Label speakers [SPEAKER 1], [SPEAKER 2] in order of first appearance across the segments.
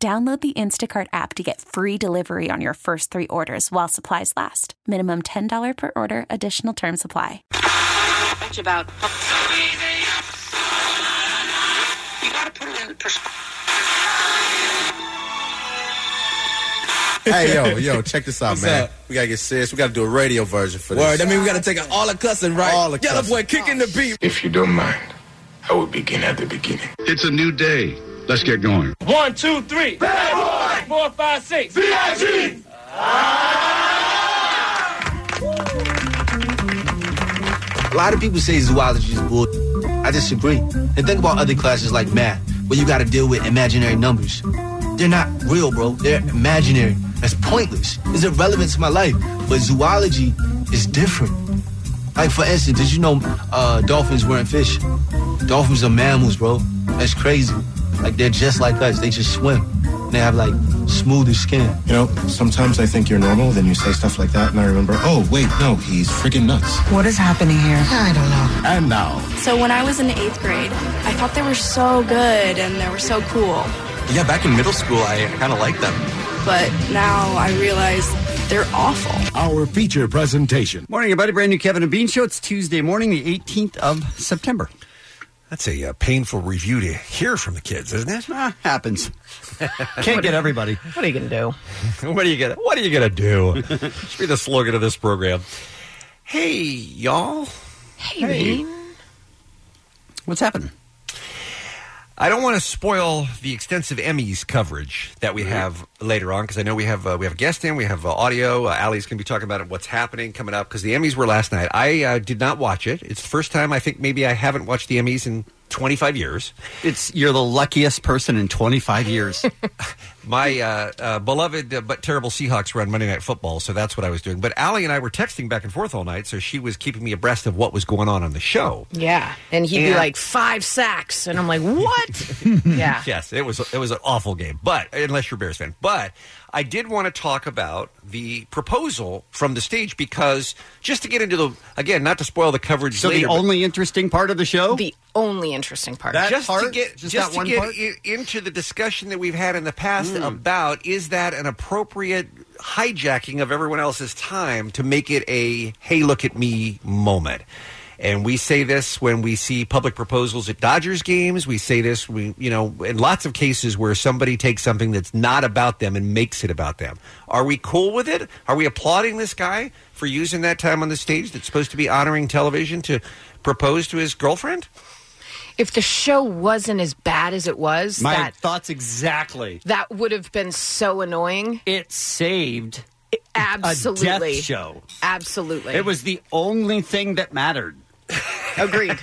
[SPEAKER 1] Download the Instacart app to get free delivery on your first three orders while supplies last. Minimum $10 per order, additional term supply.
[SPEAKER 2] much about. You gotta put it in perspective.
[SPEAKER 3] hey, yo, yo, check this out,
[SPEAKER 4] What's
[SPEAKER 3] man.
[SPEAKER 4] up?
[SPEAKER 3] We gotta get serious. We gotta do a radio version for
[SPEAKER 4] Word.
[SPEAKER 3] this.
[SPEAKER 4] I mean, we got to take out all the cussing, right?
[SPEAKER 3] All the
[SPEAKER 4] Yellow
[SPEAKER 3] cussing.
[SPEAKER 4] boy kicking the beat.
[SPEAKER 5] If you don't mind, I will begin at the beginning.
[SPEAKER 6] It's a new day. Let's get going.
[SPEAKER 7] One, two, three. Bad boy. Four, five, six.
[SPEAKER 8] A lot of people say zoology is bull. I disagree. And think about other classes like math, where you got to deal with imaginary numbers. They're not real, bro. They're imaginary. That's pointless. It's irrelevant to my life. But zoology is different. Like for instance, did you know uh, dolphins weren't fish? Dolphins are mammals, bro. That's crazy. Like they're just like us. They just swim. And they have like smoother skin.
[SPEAKER 9] You know, sometimes I think you're normal, then you say stuff like that, and I remember, oh, wait, no, he's freaking nuts.
[SPEAKER 10] What is happening here? I don't know.
[SPEAKER 6] And now,
[SPEAKER 11] So when I was in eighth grade, I thought they were so good and they were so cool.
[SPEAKER 8] Yeah, back in middle school, I kind of liked them.
[SPEAKER 11] But now I realize they're awful.
[SPEAKER 6] our feature presentation.
[SPEAKER 12] Morning, everybody. Brand new Kevin and Bean Show. It's Tuesday morning, the 18th of September.
[SPEAKER 13] That's a uh, painful review to hear from the kids, isn't it?
[SPEAKER 12] Ah, happens. Can't get everybody.
[SPEAKER 13] What are you gonna do? what are you gonna What are you gonna do? Should be the slogan of this program. Hey, y'all. Hey,
[SPEAKER 12] What's happening?
[SPEAKER 13] I don't want to spoil the extensive Emmys coverage that we have later on because I know we have uh, we have a guest in, we have uh, audio. Uh, Ali's going to be talking about it, what's happening coming up because the Emmys were last night. I uh, did not watch it. It's the first time I think maybe I haven't watched the Emmys in 25 years.
[SPEAKER 12] It's you're the luckiest person in 25 years.
[SPEAKER 13] My uh, uh, beloved uh, but terrible Seahawks were on Monday Night Football, so that's what I was doing. But Allie and I were texting back and forth all night, so she was keeping me abreast of what was going on on the show.
[SPEAKER 14] Yeah, and he'd
[SPEAKER 13] And-
[SPEAKER 14] be like five sacks, and I'm like, what? yeah,
[SPEAKER 13] Yes, it was it was an awful game, but unless you're a Bears fan, but I did want to talk about the proposal from the stage because just to get into the again, not to spoil the coverage.
[SPEAKER 12] So the
[SPEAKER 13] later, but-
[SPEAKER 12] only interesting part of the show?
[SPEAKER 14] the only interesting part.
[SPEAKER 13] just to get just to get i- into the discussion that we've had in the past about is that an appropriate hijacking of everyone else's time to make it a hey look at me moment. And we say this when we see public proposals at Dodgers games. We say this, we, you know, in lots of cases where somebody takes something that's not about them and makes it about them. Are we cool with it? Are we applauding this guy for using that time on the stage that's supposed to be honoring television to propose to his girlfriend?
[SPEAKER 14] if the show wasn't as bad as it was,
[SPEAKER 12] My
[SPEAKER 14] that
[SPEAKER 12] thoughts exactly.
[SPEAKER 14] that would have been so annoying.
[SPEAKER 12] It saved
[SPEAKER 14] Absolutely,
[SPEAKER 12] a death show.
[SPEAKER 14] Absolutely,
[SPEAKER 12] It was the only thing that mattered.
[SPEAKER 14] agreed.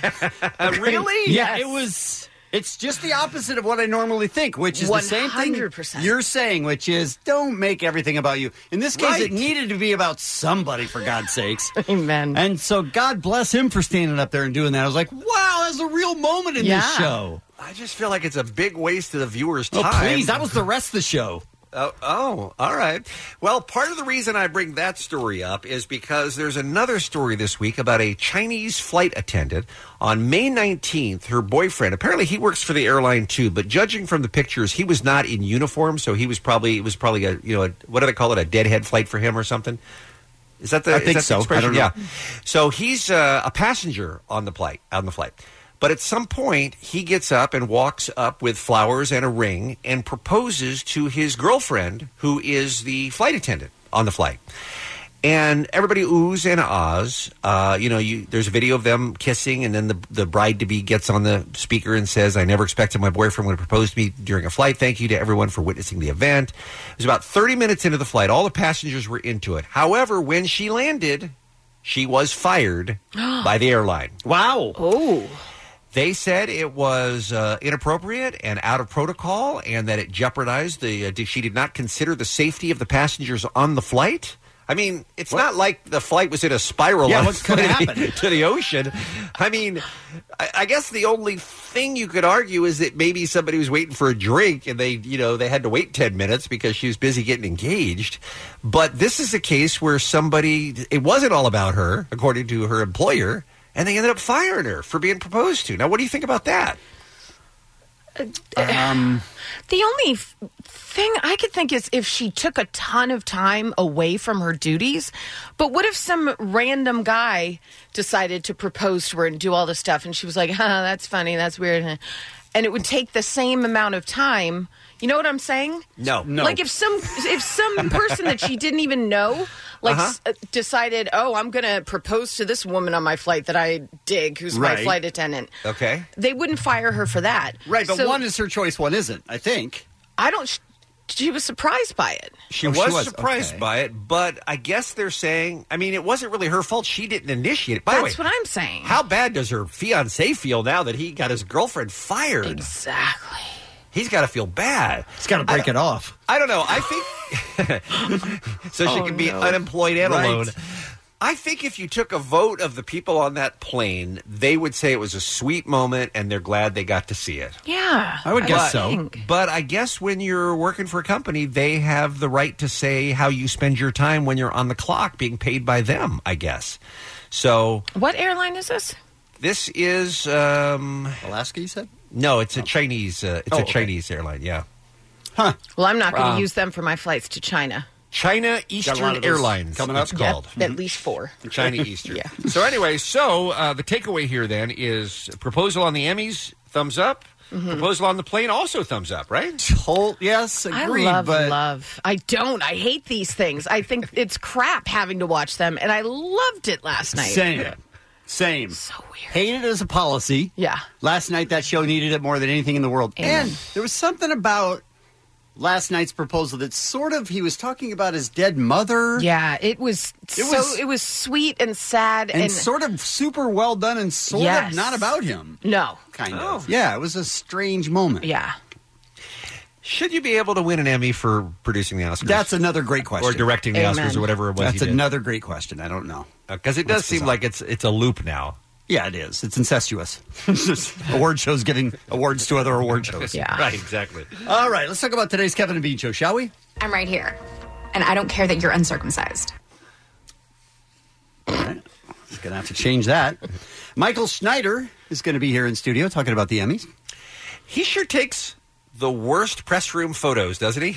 [SPEAKER 13] really?
[SPEAKER 12] Yeah, it was. It's just the opposite of what I normally think, which is the same thing
[SPEAKER 14] 100%.
[SPEAKER 12] you're saying, which is don't make everything about you. In this case,
[SPEAKER 14] Right.
[SPEAKER 12] it needed to be about somebody, for God's sakes.
[SPEAKER 14] Amen.
[SPEAKER 12] And so, God bless him for standing up there and doing that. I was like, wow, that's a real moment in this
[SPEAKER 14] Yeah.
[SPEAKER 12] show.
[SPEAKER 13] I just feel like it's a big waste of the viewer's
[SPEAKER 12] Oh,
[SPEAKER 13] time.
[SPEAKER 12] please, that was the rest of the show.
[SPEAKER 13] Oh, oh, all right. Well, part of the reason I bring that story up is because there's another story this week about a Chinese flight attendant. On May 19th, her boyfriend, apparently he works for the airline too, but judging from the pictures, he was not in uniform, so he was probably it was probably a, you know, a, what do they call it, a deadhead flight for him or something? Is that the
[SPEAKER 12] I
[SPEAKER 13] is
[SPEAKER 12] think
[SPEAKER 13] that the
[SPEAKER 12] so. I
[SPEAKER 13] expression?
[SPEAKER 12] don't know.
[SPEAKER 13] Yeah. So he's uh, a passenger on the flight. On the flight, but at some point he gets up and walks up with flowers and a ring and proposes to his girlfriend, who is the flight attendant on the flight. And everybody oohs and ahs. Uh, you know, you, there's a video of them kissing, and then the the bride to be gets on the speaker and says, "I never expected my boyfriend would propose to me during a flight. Thank you to everyone for witnessing the event." It was about 30 minutes into the flight. All the passengers were into it. However, when she landed, she was fired by the airline.
[SPEAKER 12] Wow.
[SPEAKER 14] oh,
[SPEAKER 13] They said it was uh, inappropriate and out of protocol, and that it jeopardized the. Uh, did- she did not consider the safety of the passengers on the flight. I mean, it's not like the flight was in a spiral
[SPEAKER 12] Yeah,
[SPEAKER 13] on
[SPEAKER 12] what's gonna
[SPEAKER 13] the-
[SPEAKER 12] happen?
[SPEAKER 13] to the ocean. I mean, I, I guess the only thing you could argue is that maybe somebody was waiting for a drink and they, you know, they had to wait 10 minutes because she was busy getting engaged. But this is a case where somebody, it wasn't all about her, according to her employer, and they ended up firing her for being proposed to. Now, what do you think about that?
[SPEAKER 14] Uh, Um, the only f- thing I could think is if she took a ton of time away from her duties. But what if some random guy decided to propose to her and do all this stuff? And she was like, huh, that's funny, that's weird. huh." And it would take the same amount of time. You know what I'm saying?
[SPEAKER 13] No,
[SPEAKER 14] Like if some if some person that she didn't even know like
[SPEAKER 13] Uh-huh.
[SPEAKER 14] s- uh decided, "Oh, I'm going to propose to this woman on my flight that I dig who's my
[SPEAKER 12] Right.
[SPEAKER 14] flight attendant."
[SPEAKER 13] Okay.
[SPEAKER 14] They wouldn't fire her for that.
[SPEAKER 12] Right, but
[SPEAKER 14] So-
[SPEAKER 12] one is her choice, one isn't, I think.
[SPEAKER 14] I don't. sh- She was surprised by it.
[SPEAKER 13] Oh, She, was, surprised by it, but I guess they're saying, I mean, it wasn't really her fault. She didn't initiate it. By
[SPEAKER 14] That's
[SPEAKER 13] the way,
[SPEAKER 14] what I'm saying.
[SPEAKER 13] How bad does her fiance feel now that he got his girlfriend fired?
[SPEAKER 14] Exactly.
[SPEAKER 13] He's got to feel bad. He's
[SPEAKER 12] got to break it off.
[SPEAKER 13] I don't know. I think so. She
[SPEAKER 12] Oh,
[SPEAKER 13] can be
[SPEAKER 12] no.
[SPEAKER 13] unemployed and
[SPEAKER 12] Right.
[SPEAKER 13] alone. I think if you took a vote of the people on that plane, they would say it was a sweet moment and they're glad they got to see it.
[SPEAKER 14] Yeah,
[SPEAKER 13] But- But I guess when you're working for a company, they have the right to say how you spend your time when you're on the clock being paid by them, I guess. So
[SPEAKER 14] What airline is this?
[SPEAKER 13] this is um
[SPEAKER 12] Alaska you said?
[SPEAKER 13] No, it's a Chinese uh, it's
[SPEAKER 12] Oh,
[SPEAKER 13] a
[SPEAKER 12] okay.
[SPEAKER 13] Chinese airline, yeah.
[SPEAKER 14] Well, I'm not going to
[SPEAKER 13] Um,
[SPEAKER 14] use them for my flights to China.
[SPEAKER 13] China Eastern Airlines
[SPEAKER 12] coming
[SPEAKER 13] it's
[SPEAKER 12] up.
[SPEAKER 13] called.
[SPEAKER 14] Yep, at least four.
[SPEAKER 13] China Eastern. So anyway, so uh, the takeaway here then is proposal on the Emmys, thumbs up. Proposal on the plane, also thumbs up, right?
[SPEAKER 12] Whole, yes,
[SPEAKER 13] Mm-hmm.
[SPEAKER 14] I love love. I don't. I hate these things. I think it's crap having to watch them, and I loved it last night.
[SPEAKER 12] Same. Same. So weird. Hated it as a policy.
[SPEAKER 14] Yeah.
[SPEAKER 12] Last night, that show needed it more than anything in the world.
[SPEAKER 14] Amen.
[SPEAKER 12] And there was something about last night's proposal that sort of he was talking about his dead mother.
[SPEAKER 14] Yeah, it was.
[SPEAKER 12] It
[SPEAKER 14] so
[SPEAKER 12] was-
[SPEAKER 14] it was sweet and sad
[SPEAKER 12] And, sort of super well done and sort
[SPEAKER 14] Yes.
[SPEAKER 12] of not about him.
[SPEAKER 14] No.
[SPEAKER 12] Kind
[SPEAKER 13] Oh.
[SPEAKER 12] of. Yeah, it was a strange moment.
[SPEAKER 14] Yeah.
[SPEAKER 13] Should you be able to win an Emmy for producing the Oscars?
[SPEAKER 12] That's another great question.
[SPEAKER 13] Or directing the Amen. Oscars or whatever it was
[SPEAKER 12] That's
[SPEAKER 13] he did.
[SPEAKER 12] another great question. I don't know.
[SPEAKER 13] Because it does seem like it's it's a loop now.
[SPEAKER 12] Yeah, it is. It's incestuous. It's just award shows giving awards to other award shows.
[SPEAKER 13] Right, exactly.
[SPEAKER 12] All right, let's talk about today's Kevin and Bean show, shall we?
[SPEAKER 15] I'm right here. And I don't care that you're uncircumcised.
[SPEAKER 12] Just gonna have to change that. Michael Schneider is going to be here in studio talking about the Emmys.
[SPEAKER 13] He sure takes the worst press room photos, doesn't he?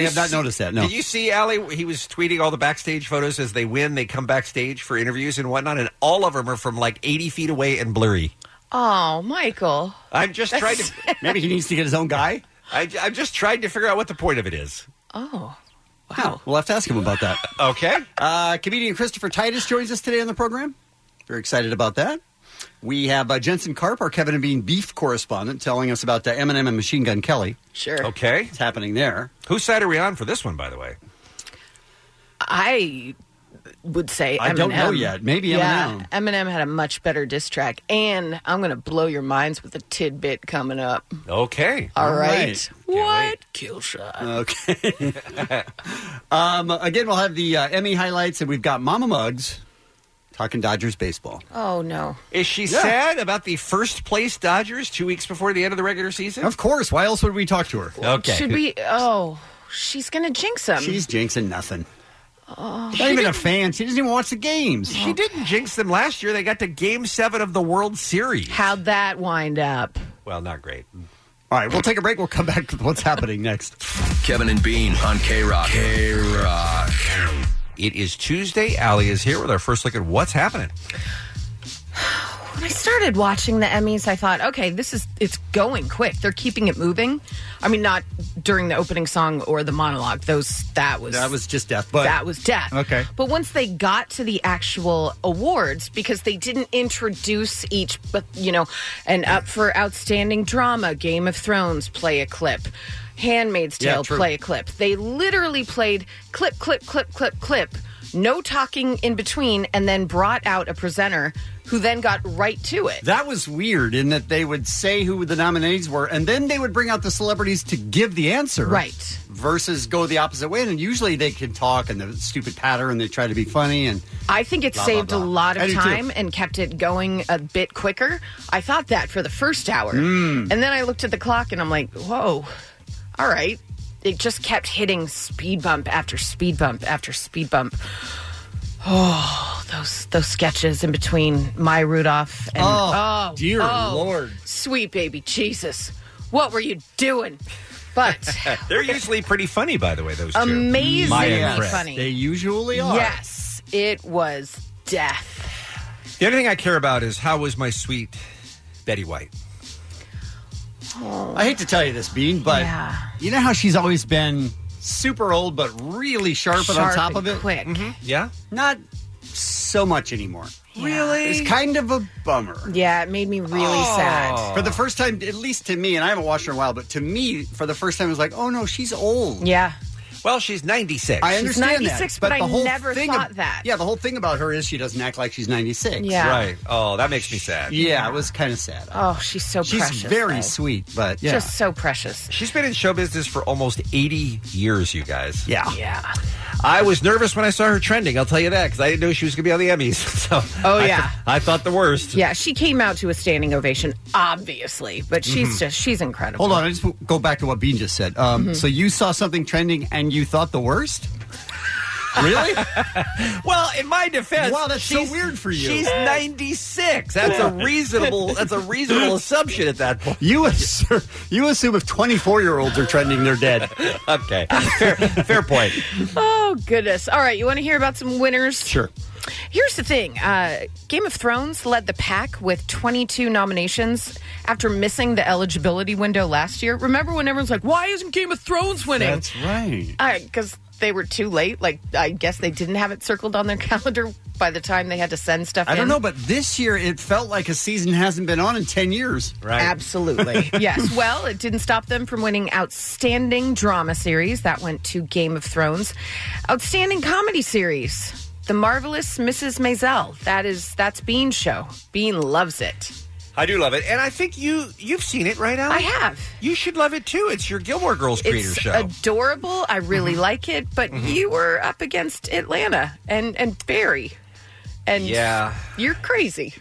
[SPEAKER 13] Did you
[SPEAKER 12] have not
[SPEAKER 13] see-
[SPEAKER 12] noticed that, no.
[SPEAKER 13] Did you see Allie? He was tweeting all the backstage photos as they win. They come backstage for interviews and whatnot, and all of them are from like 80 feet away and blurry.
[SPEAKER 14] Oh, Michael.
[SPEAKER 13] I'm just trying to.
[SPEAKER 12] Maybe he needs to get his own guy.
[SPEAKER 13] I, I'm just trying to figure out what the point of it is.
[SPEAKER 14] Oh.
[SPEAKER 12] Wow. We'll have to ask him about that.
[SPEAKER 13] okay.
[SPEAKER 12] Uh, comedian Christopher Titus joins us today on the program. Very excited about that. We have uh, Jensen Karp, our Kevin and Bean beef correspondent, telling us about uh, Eminem and Machine Gun Kelly.
[SPEAKER 14] Sure.
[SPEAKER 13] Okay.
[SPEAKER 12] It's happening there.
[SPEAKER 13] Whose side are we on for this one, by the way?
[SPEAKER 14] I would say
[SPEAKER 12] I
[SPEAKER 14] Eminem.
[SPEAKER 12] don't know yet. Maybe M&M.
[SPEAKER 14] yeah, Eminem had a much better diss track, and I'm going to blow your minds with a tidbit coming up.
[SPEAKER 13] Okay.
[SPEAKER 14] All
[SPEAKER 12] All
[SPEAKER 14] right.
[SPEAKER 12] right.
[SPEAKER 14] What kill shot?
[SPEAKER 12] Okay. um, again, we'll have the uh, Emmy highlights, and we've got Mama Mugs talking Dodgers baseball.
[SPEAKER 14] Oh no.
[SPEAKER 13] Is she
[SPEAKER 12] Yeah.
[SPEAKER 13] sad about the first place Dodgers two weeks before the end of the regular season?
[SPEAKER 12] Of course. Why else would we talk to her?
[SPEAKER 13] Okay.
[SPEAKER 14] Should we? Oh, she's going to jinx
[SPEAKER 13] um,
[SPEAKER 14] him.
[SPEAKER 12] She's jinxing nothing.
[SPEAKER 14] oh.
[SPEAKER 12] Not even a fan. She doesn't even watch the games.
[SPEAKER 13] She didn't jinx them last year. They got to Game Seven of the World Series.
[SPEAKER 14] How'd that wind up?
[SPEAKER 13] Well, not great.
[SPEAKER 12] All right, we'll take a break. We'll come back to what's happening next.
[SPEAKER 16] Kevin and Bean on K Rock. K Rock.
[SPEAKER 13] It is Tuesday. Allie is here with our first look at what's happening.
[SPEAKER 14] When I started watching the Emmys, I thought, okay, this is it's going quick. They're keeping it moving. I mean, not during the opening song or the monologue. Those that was
[SPEAKER 12] That was just death. But
[SPEAKER 14] that was death.
[SPEAKER 12] Okay.
[SPEAKER 14] But once they got to the actual awards, because they didn't introduce each, but you know, and up for outstanding drama, Game of Thrones, play a clip, Handmaid's
[SPEAKER 17] Yeah,
[SPEAKER 14] Tale,
[SPEAKER 17] true.
[SPEAKER 14] play a clip. They literally played clip, clip, clip, clip, clip. no talking in between, and then brought out a presenter who then got right to it.
[SPEAKER 12] That was weird in that they would say who the nominees were, and then they would bring out the celebrities to give the answer.
[SPEAKER 14] Right.
[SPEAKER 12] Versus go the opposite way. And usually they can talk and the stupid patter and they try to be funny. And
[SPEAKER 14] I think it
[SPEAKER 12] Blah, blah,
[SPEAKER 14] saved
[SPEAKER 12] blah.
[SPEAKER 14] a lot
[SPEAKER 12] I
[SPEAKER 14] of
[SPEAKER 12] do too.
[SPEAKER 14] time and kept it going a bit quicker. I thought that for the first hour.
[SPEAKER 12] Mm.
[SPEAKER 14] And then I looked at the clock and I'm like, whoa, all right. It just kept hitting speed bump after speed bump after speed bump. Oh, those those sketches in between my Rudolph and
[SPEAKER 17] Oh, dear
[SPEAKER 14] oh,
[SPEAKER 17] Lord.
[SPEAKER 14] sweet baby Jesus, what were you doing? But
[SPEAKER 13] They're usually pretty funny, by the way. Those two.
[SPEAKER 14] Amazingly
[SPEAKER 13] Maya and Chris.
[SPEAKER 14] funny.
[SPEAKER 12] They usually
[SPEAKER 14] yes, it was death.
[SPEAKER 13] The only thing I care about is how was my sweet Betty White?
[SPEAKER 12] I hate to tell you this, Bean, but you know how she's always been super old, but really sharp, and on
[SPEAKER 14] Sharp
[SPEAKER 12] top
[SPEAKER 14] and
[SPEAKER 12] of it? Mm-hmm.
[SPEAKER 14] quick.
[SPEAKER 13] Yeah?
[SPEAKER 12] Not so much anymore.
[SPEAKER 14] Really?
[SPEAKER 12] It's kind of a bummer.
[SPEAKER 14] Yeah, it made me really
[SPEAKER 12] Oh.
[SPEAKER 14] sad.
[SPEAKER 12] For the first time, at least to me, and I haven't watched her in a while, but to me, for the first time, it was like, oh no, she's old.
[SPEAKER 14] Yeah.
[SPEAKER 13] Well, she's 96.
[SPEAKER 12] I
[SPEAKER 14] She's
[SPEAKER 12] understand
[SPEAKER 14] 96,
[SPEAKER 12] that.
[SPEAKER 14] but
[SPEAKER 12] the
[SPEAKER 14] I
[SPEAKER 12] whole
[SPEAKER 14] never
[SPEAKER 12] thing
[SPEAKER 14] thought that.
[SPEAKER 12] Yeah, the whole thing about her is she doesn't act like she's 96.
[SPEAKER 14] Yeah.
[SPEAKER 13] Right. Oh, that makes me sad.
[SPEAKER 12] Yeah, it was kind of sad.
[SPEAKER 14] Oh, she's so
[SPEAKER 12] She's
[SPEAKER 14] precious.
[SPEAKER 12] very
[SPEAKER 14] though.
[SPEAKER 12] sweet, but yeah.
[SPEAKER 14] Just so precious.
[SPEAKER 13] She's been in show business for almost 80 years, you guys.
[SPEAKER 12] Yeah.
[SPEAKER 14] Yeah.
[SPEAKER 13] I was nervous when I saw her trending, I'll tell you that, because I didn't know she was going to be on the Emmys. So
[SPEAKER 14] Oh,
[SPEAKER 13] I
[SPEAKER 14] yeah.
[SPEAKER 13] th- I thought the worst.
[SPEAKER 14] Yeah, she came out to a standing ovation, obviously, but she's
[SPEAKER 12] Mhm.
[SPEAKER 14] just she's incredible.
[SPEAKER 12] Hold on, I just w- go back to what Bean just said. Um,
[SPEAKER 13] Mm-hmm.
[SPEAKER 14] Mhm.
[SPEAKER 12] So you saw something trending and you thought the worst? really?
[SPEAKER 13] well, in my defense,
[SPEAKER 12] Wow, that's so
[SPEAKER 13] she's-
[SPEAKER 12] weird for you.
[SPEAKER 13] She's 96. That's a reasonable. That's a reasonable assumption at that point.
[SPEAKER 12] You assume, you assume if 24 year olds are trending, they're dead.
[SPEAKER 13] okay. Fair, fair point.
[SPEAKER 14] Oh goodness! All right, you want to hear about some winners?
[SPEAKER 13] Sure.
[SPEAKER 14] Here's the thing: uh, Game of Thrones led the pack with 22 nominations after missing the eligibility window last year. Remember when everyone's like, "Why isn't Game of Thrones winning?"
[SPEAKER 12] right.
[SPEAKER 14] Because they were too late. Like I guess they didn't have it circled on their calendar by the time they had to send stuff.
[SPEAKER 12] I don't
[SPEAKER 14] in.
[SPEAKER 12] know, but this year it felt like a season hasn't been on in 10 years.
[SPEAKER 13] Right.
[SPEAKER 14] Absolutely. yes. Well, it didn't stop them from winning Outstanding Drama Series. That went to Game of Thrones. Outstanding Comedy Series. The Marvelous Mrs. Maisel. That is that's Bean's show. Bean loves it.
[SPEAKER 13] I do love it, and I think you you've seen it, right, Alex?
[SPEAKER 14] I have.
[SPEAKER 13] You should love it too. It's your Gilmore Girls creator
[SPEAKER 14] it's
[SPEAKER 13] show.
[SPEAKER 14] adorable. I really like it, but
[SPEAKER 13] Mhm.
[SPEAKER 14] you were up against Atlanta and and Barry. And
[SPEAKER 13] Yeah.
[SPEAKER 14] you're crazy.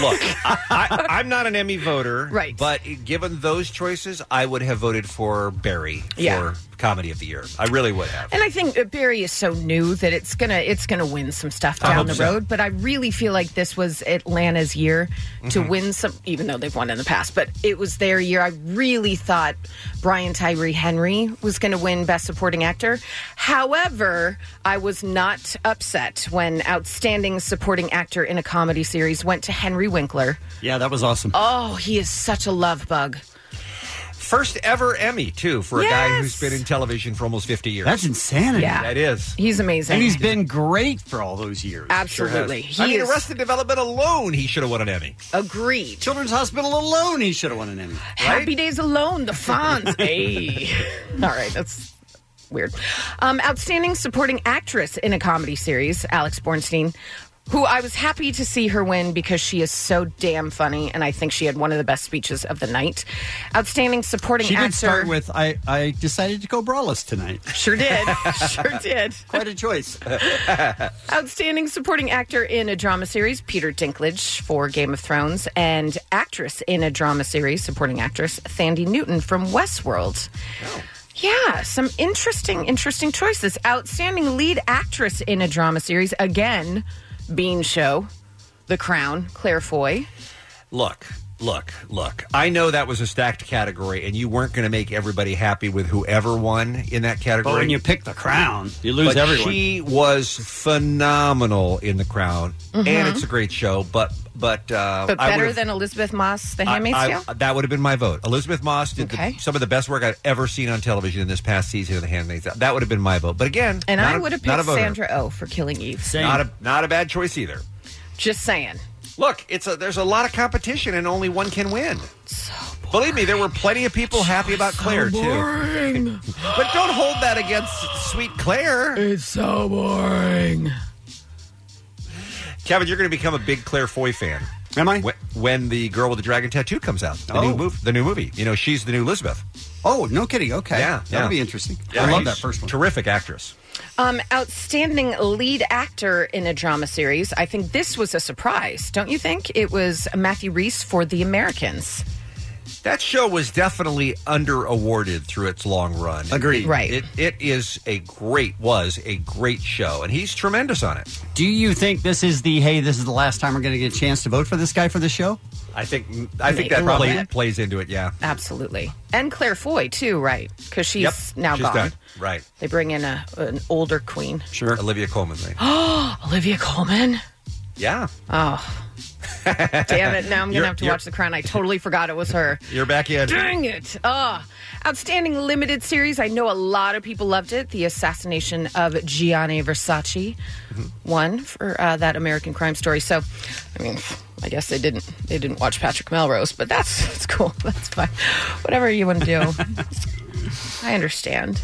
[SPEAKER 13] Look, I, I, I'm not an Emmy voter,
[SPEAKER 14] Right.
[SPEAKER 13] But given those choices, I would have voted for Barry for
[SPEAKER 14] Yeah.
[SPEAKER 13] Comedy of the Year. I really would have.
[SPEAKER 14] And I think uh, Barry is so new that it's gonna it's gonna win some stuff
[SPEAKER 13] I
[SPEAKER 14] down
[SPEAKER 13] hope
[SPEAKER 14] the
[SPEAKER 13] so.
[SPEAKER 14] road. But I really feel like this was Atlanta's year to
[SPEAKER 13] Mhm.
[SPEAKER 14] win some, even though they've won in the past. But it was their year. I really thought Brian Tyree Henry was going to win Best Supporting Actor. However, I was not upset when Outstanding Supporting Actor in a Comedy Series went to Henry Winkler.
[SPEAKER 12] Yeah, that was awesome.
[SPEAKER 14] Oh, he is such a love bug.
[SPEAKER 13] First ever Emmy too for a guy who's been in television for almost 50 years.
[SPEAKER 12] That's insanity.
[SPEAKER 14] Yeah.
[SPEAKER 13] That is.
[SPEAKER 14] He's amazing.
[SPEAKER 12] And he's been great for all those years.
[SPEAKER 14] Absolutely.
[SPEAKER 13] I
[SPEAKER 14] He
[SPEAKER 13] mean,
[SPEAKER 14] is-
[SPEAKER 13] Arrested Development alone, he should have won an Emmy.
[SPEAKER 14] Agreed.
[SPEAKER 12] Children's Hospital alone, he should have won an Emmy.
[SPEAKER 14] Happy Days Alone, the Fonz. hey. All right, that's weird. Um, outstanding supporting actress in a comedy series, Alex Bornstein, who I was happy to see her win because she is so damn funny, and I think she had one of the best speeches of the night. Outstanding supporting
[SPEAKER 12] She
[SPEAKER 14] actor.
[SPEAKER 12] did start with, I, I decided to go braless tonight.
[SPEAKER 14] Sure did. sure did.
[SPEAKER 12] Quite a choice.
[SPEAKER 14] Outstanding supporting actor in a drama series, Peter Dinklage for Game of Thrones, and actress in a drama series, supporting actress, Thandi Newton from Westworld. Yeah, some interesting, interesting choices. Outstanding lead actress in a drama series, again, Bean Show, The Crown, Claire Foy.
[SPEAKER 13] Look, look, look. I know that was a stacked category, and you weren't going to make everybody happy with whoever won in that category.
[SPEAKER 12] when you pick The Crown, you lose
[SPEAKER 13] But
[SPEAKER 12] everyone.
[SPEAKER 13] She was phenomenal in The Crown, and
[SPEAKER 14] Mhm.
[SPEAKER 13] it's a great show. But but uh,
[SPEAKER 14] But
[SPEAKER 13] I
[SPEAKER 14] better
[SPEAKER 13] would've-
[SPEAKER 14] than Elizabeth Moss, The
[SPEAKER 13] I-
[SPEAKER 14] Handmaid's
[SPEAKER 13] I-
[SPEAKER 14] Tale?
[SPEAKER 13] that would have been my vote. Elizabeth Moss did the-
[SPEAKER 14] Okay.
[SPEAKER 13] some of the best work I've ever seen on television in this past season of The Handmaid's Tale. That would have been my vote. But again,
[SPEAKER 14] And
[SPEAKER 13] not
[SPEAKER 14] I
[SPEAKER 13] a-
[SPEAKER 14] would have
[SPEAKER 13] not a
[SPEAKER 14] picked
[SPEAKER 13] voter.
[SPEAKER 14] Sandra O oh for Killing Eve.
[SPEAKER 13] Not a not a bad choice either.
[SPEAKER 14] Just saying.
[SPEAKER 13] Look, it's a, there's a lot of competition, and only one can win. Believe me, there were plenty of people happy about Claire too. but don't hold that against sweet Claire.
[SPEAKER 14] It's so boring.
[SPEAKER 13] Kevin, you're going to become a big Claire Foy fan.
[SPEAKER 12] Am I?
[SPEAKER 13] When, when the girl with the dragon tattoo comes out, the new
[SPEAKER 12] Oh.
[SPEAKER 13] movie, the new movie. You know, she's the new Elizabeth.
[SPEAKER 12] Oh, no kidding. Okay,
[SPEAKER 13] yeah,
[SPEAKER 12] that'll be interesting.
[SPEAKER 13] Yeah,
[SPEAKER 12] I love
[SPEAKER 13] she's
[SPEAKER 12] that first one.
[SPEAKER 13] Terrific actress.
[SPEAKER 14] Um, outstanding lead actor in a drama series. I think this was a surprise, don't you think? It was Matthew Reese for The Americans.
[SPEAKER 13] That show was definitely under awarded through its long run.
[SPEAKER 12] Agreed.
[SPEAKER 14] Right.
[SPEAKER 13] It, it is a great was a great show, and he's tremendous on it.
[SPEAKER 12] Do you think this is the hey? This is the last time we're going to get a chance to vote for this guy for the show?
[SPEAKER 13] I think I think
[SPEAKER 14] I love
[SPEAKER 13] that probably
[SPEAKER 14] it.
[SPEAKER 13] plays into it. Yeah.
[SPEAKER 14] Absolutely. And Claire Foy, too, right? Because she's
[SPEAKER 13] Yep.
[SPEAKER 14] now
[SPEAKER 13] She's
[SPEAKER 14] gone.
[SPEAKER 13] done. Right.
[SPEAKER 14] They bring in a, an older queen.
[SPEAKER 13] Sure. Olivia Coleman. Right?
[SPEAKER 14] Oh, Olivia Coleman.
[SPEAKER 13] Yeah.
[SPEAKER 14] Oh. Damn it. Now I'm going
[SPEAKER 13] You're-
[SPEAKER 14] to have to
[SPEAKER 13] you're-
[SPEAKER 14] watch The Crown. I totally forgot it was her.
[SPEAKER 13] You're back in.
[SPEAKER 14] Dang it. Ah, outstanding limited series. I know a lot of people loved it. The assassination of Gianni Versace won for uh, that American crime story. So, I mean, I guess they didn't they didn't watch Patrick Melrose, but that's that's cool. That's fine. Whatever you want to do. I understand.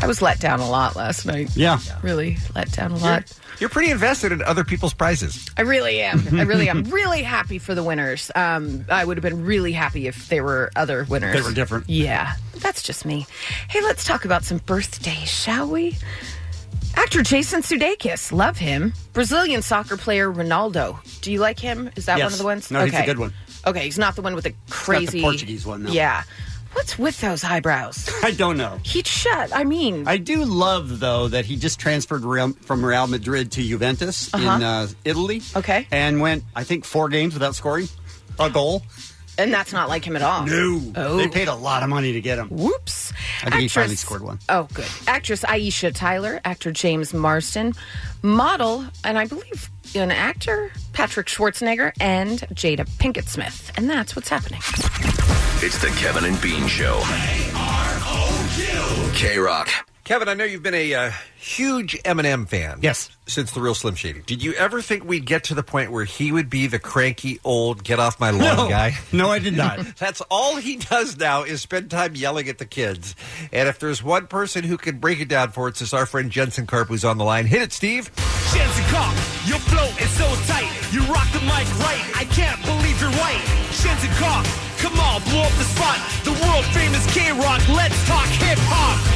[SPEAKER 14] I was let down a lot last night.
[SPEAKER 13] Yeah.
[SPEAKER 14] Really let down a
[SPEAKER 13] You're,
[SPEAKER 14] lot.
[SPEAKER 13] you're pretty invested in other people's prizes.
[SPEAKER 14] I really am. I really am. Really happy for the winners. Um, I would have been really happy if there were other winners.
[SPEAKER 12] They were different.
[SPEAKER 14] Yeah, that's just me. Hey, let's talk about some birthdays, shall we? Actor Jason Sudeikis, love him. Brazilian soccer player Ronaldo. Do you like him? Is that
[SPEAKER 12] Yes.
[SPEAKER 14] one of the ones?
[SPEAKER 12] No, he's a good one.
[SPEAKER 14] Okay, he's not the one with the
[SPEAKER 12] not
[SPEAKER 14] crazy
[SPEAKER 12] the Portuguese one, no.
[SPEAKER 14] Yeah. What's with those eyebrows?
[SPEAKER 12] I don't know.
[SPEAKER 14] He shut. I mean,
[SPEAKER 12] I do love though that he just transferred Real, from Real Madrid to Juventus in
[SPEAKER 14] Uh-huh.
[SPEAKER 12] uh, Italy.
[SPEAKER 14] Okay.
[SPEAKER 12] and went I think four games without scoring a goal.
[SPEAKER 14] and that's not like him at all.
[SPEAKER 12] No,
[SPEAKER 14] Oh.
[SPEAKER 12] they paid a lot of money to get him.
[SPEAKER 14] Whoops!
[SPEAKER 12] I think he finally scored one.
[SPEAKER 14] Oh, good. Actress Aisha Tyler, actor James Marsden, model, and I believe an actor, Patrick Schwarzenegger, and Jada Pinkett Smith. And that's what's happening.
[SPEAKER 16] It's the Kevin and Bean Show. K Rock.
[SPEAKER 13] Kevin, I know you've been a uh, huge Eminem fan. Yes. Since the real Slim Shady. Did you ever think we'd get to the point where he would be the cranky old get off my lawn
[SPEAKER 4] No.
[SPEAKER 13] guy?
[SPEAKER 12] No, I did not.
[SPEAKER 13] That's all he does now is spend time yelling at the kids. And if there's one person who can break it down for us, it's our friend Jensen Karp who's on the line. Hit it, Steve.
[SPEAKER 17] Jensen Karp, your flow is so tight. You rock the mic right. I can't believe you're right. Jensen Karp, come on, blow up the spot. The world famous K Rock. Let's talk hip hop.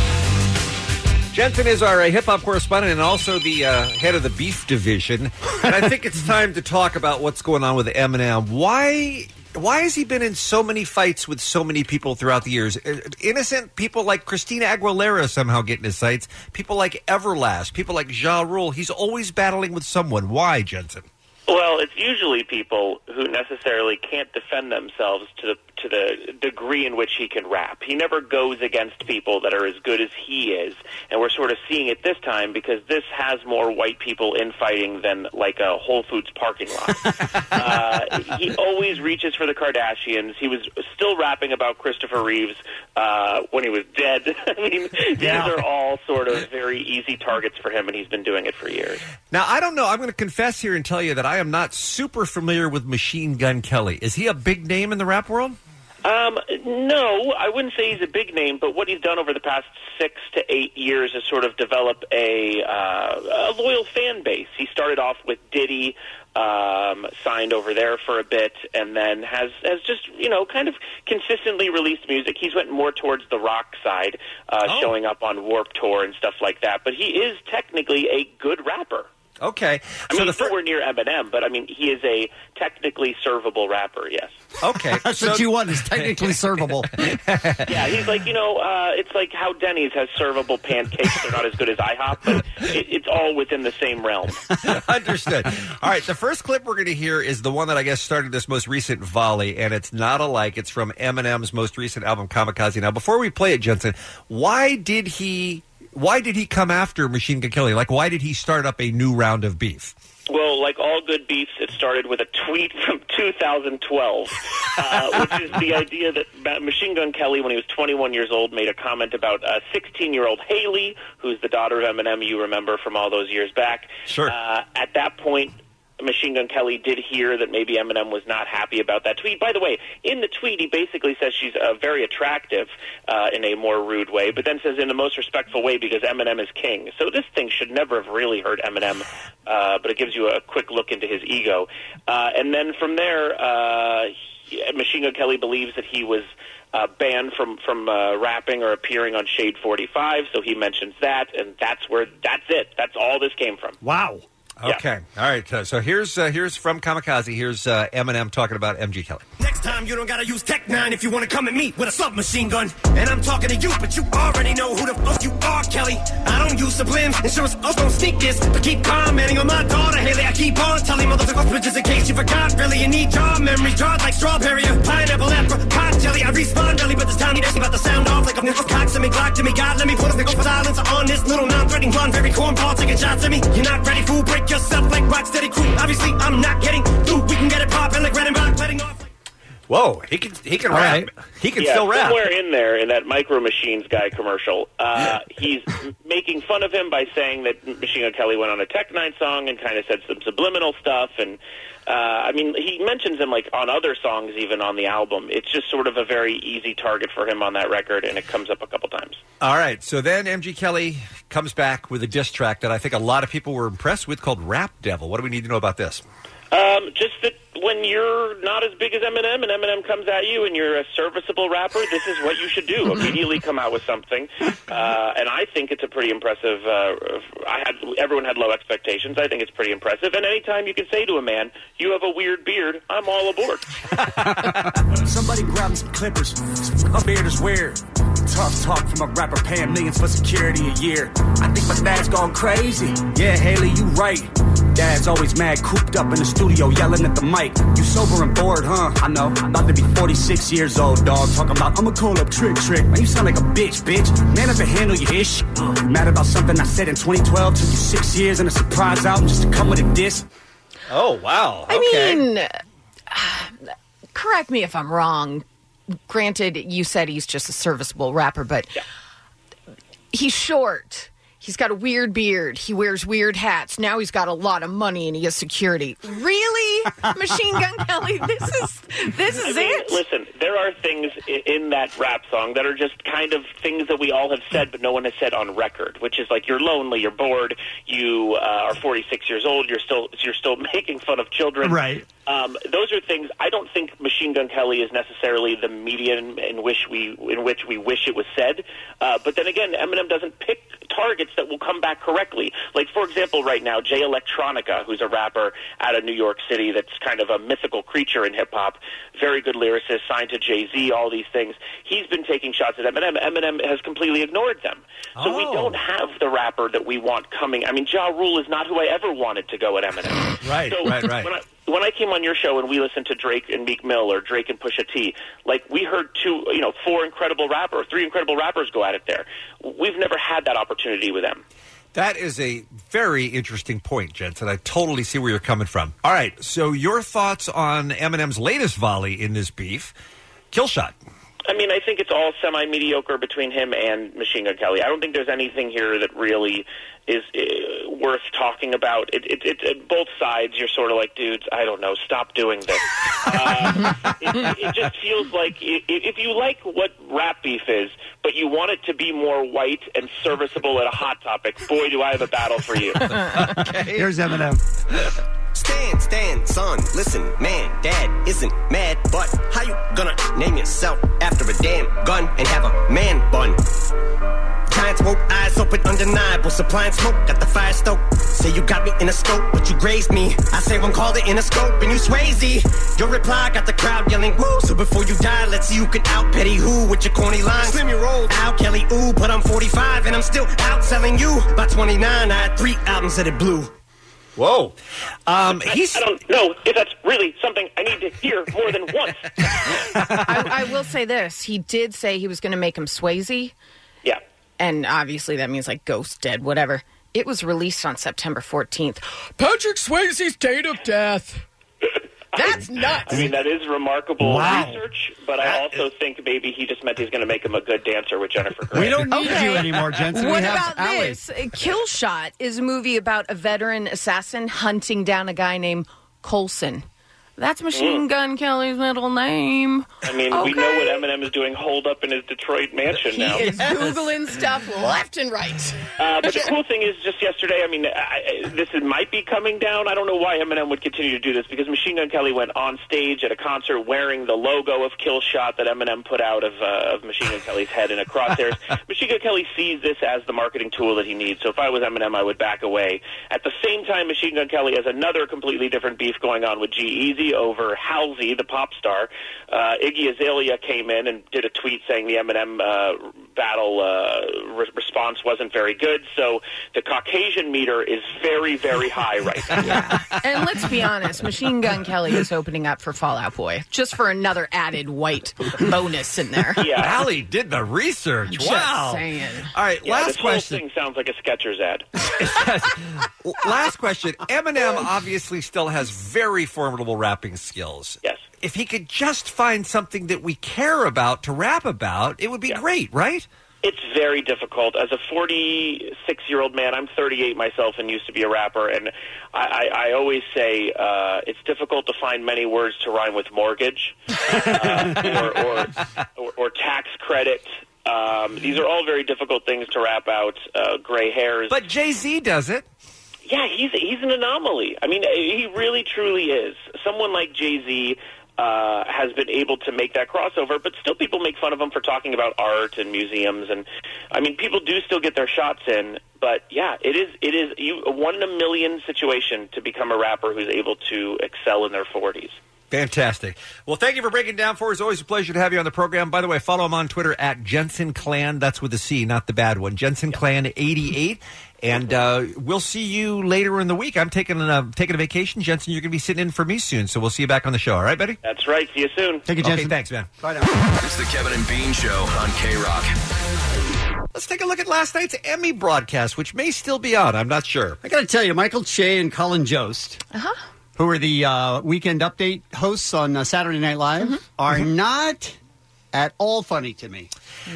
[SPEAKER 13] Jensen is our uh, hip hop correspondent and also the uh, head of the beef division. And I think it's time to talk about what's going on with Eminem. Why? Why has he been in so many fights with so many people throughout the years? Uh, Innocent people like Christina Aguilera somehow get in his sights. People like Everlast. People like Ja Rule. He's always battling with someone. Why, Jensen?
[SPEAKER 18] Well, it's usually people who necessarily can't defend themselves to the to the degree in which he can rap. He never goes against people that are as good as he is, and we're sort of seeing it this time because this has more white people infighting than like a Whole Foods parking lot. uh, he always reaches for the Kardashians. He was still rapping about Christopher Reeves uh, when he was dead. I mean, these are all sort of very easy targets for him, and he's been doing it for years.
[SPEAKER 13] Now I don't know. I'm going to confess here and tell you that I am not super familiar with Machine Gun Kelly. Is he a big name in the rap world?
[SPEAKER 18] Um, no, I wouldn't say he's a big name, but what he's done over the past six to eight years is sort of develop a, uh, a loyal fan base. He started off with Diddy, um, signed over there for a bit, and then has has just you know kind of consistently released music. He's went more towards the rock side, uh, showing up on Warp Tour and stuff like that. But he is technically a good rapper.
[SPEAKER 13] Okay.
[SPEAKER 18] I mean, he's nowhere near Eminem, but I mean, he is a technically servable rapper. Yes.
[SPEAKER 13] Okay,
[SPEAKER 12] that's what you want. Is technically servable.
[SPEAKER 18] Yeah, he's like, you know, uh, it's like how Denny's has servable pancakes. They're not as good as IHOP, but it, it's all within the same realm.
[SPEAKER 13] Understood. All right, the first clip we're going to hear is the one that I guess started this most recent volley, and it's not alike. It's from Eminem's most recent album, Kamikaze. Now, before we play it, Jensen, why did he? Why did he come after Machine Gun Kelly? Like, why did he start up a new round of beef?
[SPEAKER 18] Well, like all good beefs, it started with a tweet from 2012, uh, which is the idea that Ma- Machine Gun Kelly, when he was 21 years old, made a comment about uh, 16-year-old Haley, who's the daughter of Eminem, you remember from all those years back.
[SPEAKER 13] Sure.
[SPEAKER 18] Uh, at that point, Machine Gun Kelly did hear that maybe Eminem was not happy about that tweet. By the way, in the tweet, he basically says she's uh, very attractive uh, in a more rude way, but then says in the most respectful way because Eminem is king. So this thing should never have really hurt Eminem, uh, but it gives you a quick look into his ego. Uh, and then from there, uh, he, Machine Gun Kelly believes that he was uh, banned from from uh, rapping or appearing on Shade 45. So he mentions that, and that's where that's it. That's all this came from.
[SPEAKER 13] Wow. Okay. All right. Uh, so here's uh, here's from Kamikaze. Here's uh, Eminem talking about MG Kelly.
[SPEAKER 17] Next time you don't gotta use Tech 9 if you wanna come at me with a submachine gun. And I'm talking to you, but you already know who the fuck you are, Kelly. I don't use sublims, insurance us don't sneak this. But keep commenting on my daughter, Haley. I keep on telling motherfuckers, but just in case you forgot, really, you need your memory. Draw like strawberry or pineapple apple pot jelly. I respond early, but this time you asking about the sound off like a nickel cock to me, Glock to me. God, let me put a nickel silencer on this little non-threatening blonde, very cornball taking shots at me. You're not ready, fool, break yourself like Rocksteady Queen. Obviously, I'm not getting through. We can get it poppin' like Red and Rock, letting off.
[SPEAKER 13] Whoa, he can he can rap. He can
[SPEAKER 18] yeah,
[SPEAKER 13] still rap.
[SPEAKER 18] Somewhere in there in that Micro Machines guy commercial, uh, he's making fun of him by saying that Machine Gun Kelly went on a Tech Nine song and kind of said some subliminal stuff. And uh, I mean, he mentions him like on other songs, even on the album. It's just sort of a very easy target for him on that record, and it comes up a couple times.
[SPEAKER 13] All right. So then MG Kelly comes back with a diss track that I think a lot of people were impressed with called Rap Devil. What do we need to know about this?
[SPEAKER 18] Um, just that when you're not as big as Eminem and Eminem comes at you and you're a serviceable rapper, this is what you should do. Immediately come out with something. Uh, and I think it's a pretty impressive. Uh, I had everyone had low expectations. I think it's pretty impressive. And anytime you can say to a man, "You have a weird beard," I'm all aboard.
[SPEAKER 17] Somebody grab me some clippers. My beard is weird. Tough talk from a rapper paying millions for security a year. I think my dad's gone crazy. Yeah, Haley, you right. Dad's always mad, cooped up in the studio, yelling at the mic. You sober and bored, huh? I know. About to be 46 years old, dog. Talking about I'ma call up Trick Trick. Man, you sound like a bitch, bitch. Man, I can handle your ish. Mad about something I said in 2012. Took you six years and a surprise album just to come with a diss.
[SPEAKER 13] Oh wow!
[SPEAKER 14] I mean, correct me if I'm wrong. Granted, you said he's just a serviceable rapper, but he's short. He's got a weird beard. He wears weird hats. Now he's got a lot of money and he has security. Really, Machine Gun Kelly? This is this
[SPEAKER 18] I
[SPEAKER 14] is
[SPEAKER 18] mean,
[SPEAKER 14] it.
[SPEAKER 18] Listen, there are things i- in that rap song that are just kind of things that we all have said, but no one has said on record. Which is like you're lonely, you're bored, you uh, are 46 years old, you're still you're still making fun of children.
[SPEAKER 19] Right.
[SPEAKER 18] Um, those are things I don't think Machine Gun Kelly is necessarily the medium in which we in which we wish it was said. Uh, but then again, Eminem doesn't pick targets that will come back correctly. Like for example, right now, Jay Electronica, who's a rapper out of New York City, that's kind of a mythical creature in hip hop, very good lyricist, signed to Jay Z, all these things. He's been taking shots at Eminem. Eminem has completely ignored them. So we don't have the rapper that we want coming. I mean, Ja Rule is not who I ever wanted to go at Eminem.
[SPEAKER 13] Right,
[SPEAKER 18] So
[SPEAKER 13] right, right.
[SPEAKER 18] When I, when I came on your show and we listened to Drake and Meek Mill or Drake and Pusha T, like we heard two, you know, four incredible rappers, three incredible rappers go at it there. We've never had that opportunity with them.
[SPEAKER 13] That is a very interesting point, Jensen. I totally see where you're coming from. All right. So your thoughts on Eminem's latest volley in this beef, kill shot.
[SPEAKER 18] I mean, I think it's all semi mediocre between him and Machine Gun Kelly. I don't think there's anything here that really is uh, worth talking about. It, it, it, it, both sides, you're sort of like, dudes, I don't know, stop doing this. uh, it, it just feels like i i- if you like what rap beef is, but you want it to be more white and serviceable at a hot topic, boy, do I have a battle for you.
[SPEAKER 12] Here's Eminem.
[SPEAKER 20] Stand, stand, son, listen, man, dad isn't mad, but how you gonna name yourself after a damn gun and have a man bun? Giant smoke, eyes open, undeniable, supplying smoke, got the fire stoke. Say you got me in a scope, but you grazed me. I say one called it in a scope, and you swayzy. Your reply got the crowd yelling woo, so before you die, let's see who can out petty who with your corny lines. Slim your old out, Kelly, ooh, but I'm 45 and I'm still outselling you. By 29, I had three albums that it blew.
[SPEAKER 13] Whoa. Um,
[SPEAKER 18] he's... I, I don't know if that's really something I need to hear more than once.
[SPEAKER 14] I, I will say this: he did say he was going to make him Swayze.
[SPEAKER 18] Yeah.
[SPEAKER 14] And obviously, that means like ghost, dead, whatever. It was released on September 14th. Patrick Swayze's date of death. That's nuts.
[SPEAKER 18] I mean, that is remarkable
[SPEAKER 14] Wow.
[SPEAKER 18] research, but I also think maybe he just meant he's going to make him a good dancer with Jennifer Grey.
[SPEAKER 12] We don't need you anymore, Jensen.
[SPEAKER 14] What
[SPEAKER 12] we have
[SPEAKER 14] about
[SPEAKER 12] Allie.
[SPEAKER 14] this? Kill Shot is a movie about a veteran assassin hunting down a guy named Colson. That's Machine
[SPEAKER 18] Mm.
[SPEAKER 14] Gun Kelly's middle name.
[SPEAKER 18] I mean, we know what Eminem is doing holed up in his Detroit mansion
[SPEAKER 14] He
[SPEAKER 18] now.
[SPEAKER 14] is googling stuff left and right.
[SPEAKER 18] Uh, but the cool thing is, just yesterday, I mean, I, I, this is, might be coming down. I don't know why Eminem would continue to do this because Machine Gun Kelly went on stage at a concert wearing the logo of Kill Shot that Eminem put out of, uh, of Machine Gun Kelly's head in a crosshairs. Machine Gun Kelly sees this as the marketing tool that he needs. So if I was Eminem, I would back away. At the same time, Machine Gun Kelly has another completely different beef going on with G Easy over Halsey, the pop star. Uh, Iggy Azalea came in and did a tweet saying the Eminem uh, battle uh, re- response wasn't very good. So the Caucasian meter is very, very high right now.
[SPEAKER 14] and let's be honest, Machine Gun Kelly is opening up for Fallout Boy just for another added white bonus in there.
[SPEAKER 13] Allie did the research.
[SPEAKER 14] Just
[SPEAKER 13] wow.
[SPEAKER 14] saying.
[SPEAKER 13] All right,
[SPEAKER 18] Yeah,
[SPEAKER 13] last
[SPEAKER 18] this
[SPEAKER 13] question.
[SPEAKER 18] whole thing sounds like a Skechers ad.
[SPEAKER 13] last question. Eminem obviously still has very formidable rapping skills.
[SPEAKER 18] Yes.
[SPEAKER 13] If he could just find something that we care about to rap about, it would be great, right?
[SPEAKER 18] It's very difficult. As a 46 year old man, I'm 38 myself and used to be a rapper, and I, I, I always say uh, it's difficult to find many words to rhyme with mortgage uh, or, or, or, or tax credit. Um, these are all very difficult things to rap out. Uh, gray hairs.
[SPEAKER 13] But Jay Z does it.
[SPEAKER 18] Yeah, he's he's an anomaly. I mean, he really truly is. Someone like Jay Z uh, has been able to make that crossover, but still people make fun of him for talking about art and museums. And I mean, people do still get their shots in. But yeah, it is it is you, a one in a million situation to become a rapper who's able to excel in their forties.
[SPEAKER 13] Fantastic. Well, thank you for breaking down for us. Always a pleasure to have you on the program. By the way, follow him on Twitter at Jensen Clan. That's with a C, not the bad one. Jensen Clan eighty eight. And uh, we'll see you later in the week. I'm taking a taking a vacation, Jensen. You're going to be sitting in for me soon, so we'll see you back on the show. All right, buddy.
[SPEAKER 18] That's right. See you soon.
[SPEAKER 13] Take it, Jensen. Okay, thanks, man.
[SPEAKER 12] Bye now.
[SPEAKER 16] It's the Kevin and Bean Show on K Rock.
[SPEAKER 13] Let's take a look at last night's Emmy broadcast, which may still be on. I'm not sure.
[SPEAKER 12] I got to tell you, Michael Che and Colin Jost,
[SPEAKER 14] Uh-huh.
[SPEAKER 12] who are the uh, Weekend Update hosts on uh, Saturday Night Live, are not at all funny to me.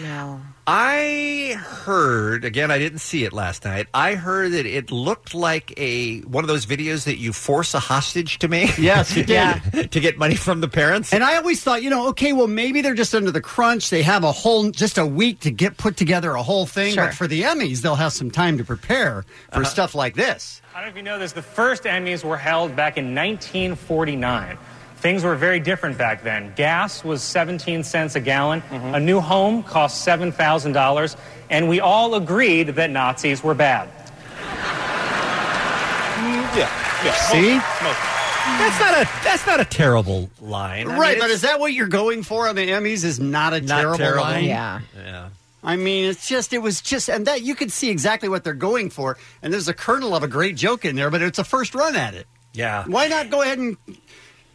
[SPEAKER 14] No.
[SPEAKER 13] I heard again. I didn't see it last night. I heard that it looked like a one of those videos that you force a hostage to make.
[SPEAKER 12] Yes, you did. Yeah.
[SPEAKER 13] to get money from the parents.
[SPEAKER 12] And I always thought, you know, okay, well, maybe they're just under the crunch. They have a whole, just a week to get put together a whole thing.
[SPEAKER 7] Sure.
[SPEAKER 12] But for the Emmys, they'll have some time to prepare for
[SPEAKER 13] Uh-huh.
[SPEAKER 12] stuff like this.
[SPEAKER 7] I don't know if you know this, the first Emmys were held back in 1949. Things were very different back then. Gas was 17 cents a gallon,
[SPEAKER 13] Mm-hmm.
[SPEAKER 7] a new home cost $7,000, and we all agreed that Nazis were bad.
[SPEAKER 13] yeah.
[SPEAKER 12] See?
[SPEAKER 13] That's not a that's not a terrible line, I mean,
[SPEAKER 12] right, but
[SPEAKER 13] it's
[SPEAKER 12] is that what you're going for on the Emmys? Is not a terrible,
[SPEAKER 13] terrible.
[SPEAKER 12] line?
[SPEAKER 13] Yeah. Yeah.
[SPEAKER 12] I mean, it's just, it was just, and that you could see exactly what they're going for. And there's a kernel of a great joke in there, but it's a first run at it.
[SPEAKER 13] yeah.
[SPEAKER 12] Why not go ahead and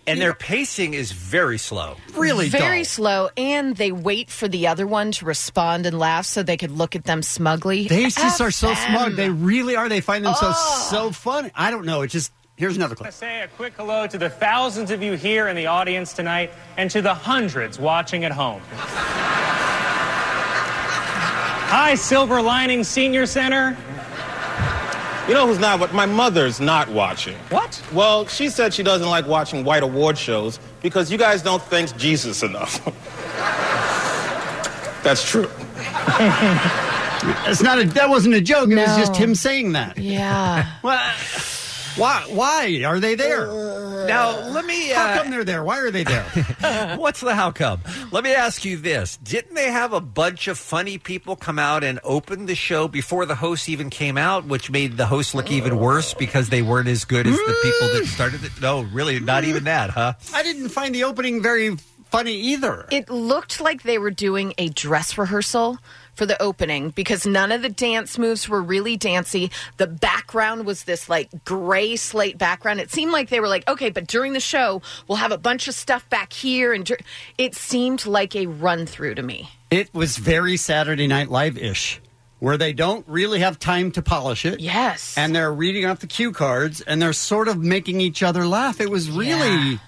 [SPEAKER 13] And their pacing is very slow.
[SPEAKER 14] very slow, and they wait for the other one to respond and laugh so they could look at them smugly.
[SPEAKER 12] They just are so
[SPEAKER 14] FM.
[SPEAKER 12] smug. They really are. They find themselves so funny. I don't know. It just here's another clip.
[SPEAKER 7] Say a quick hello to the thousands of you here in the audience tonight and to the hundreds watching at home. Hi, Silver Lining Senior Center.
[SPEAKER 19] You know who's not? What my mother's not watching.
[SPEAKER 7] What?
[SPEAKER 19] Well, she said she doesn't like watching white award shows because you guys don't thank Jesus enough. That's true.
[SPEAKER 12] It's not a. That wasn't a joke. It was just him saying that.
[SPEAKER 14] Yeah.
[SPEAKER 12] well, why? Why are they there?
[SPEAKER 13] Now let me.
[SPEAKER 12] How
[SPEAKER 3] uh,
[SPEAKER 12] come they're there? Why are they there?
[SPEAKER 13] What's the how come? Let me ask you this. Didn't they have a bunch of funny people come out and open the show before the host even came out, which made the host look even worse because they weren't as good as the people that started it? No, really, not even that, huh?
[SPEAKER 12] I didn't find the opening very funny either.
[SPEAKER 14] It looked like they were doing a dress rehearsal for the opening because none of the dance moves were really dancey. The background was this like gray slate background. It seemed like they were like, okay, but during the show, we'll have a bunch of stuff back here. And dur-" it seemed like a run through to me.
[SPEAKER 12] It was very Saturday Night Live ish, where they don't really have time to polish it.
[SPEAKER 14] Yes.
[SPEAKER 12] And they're reading off the cue cards and they're sort of making each other laugh. It was really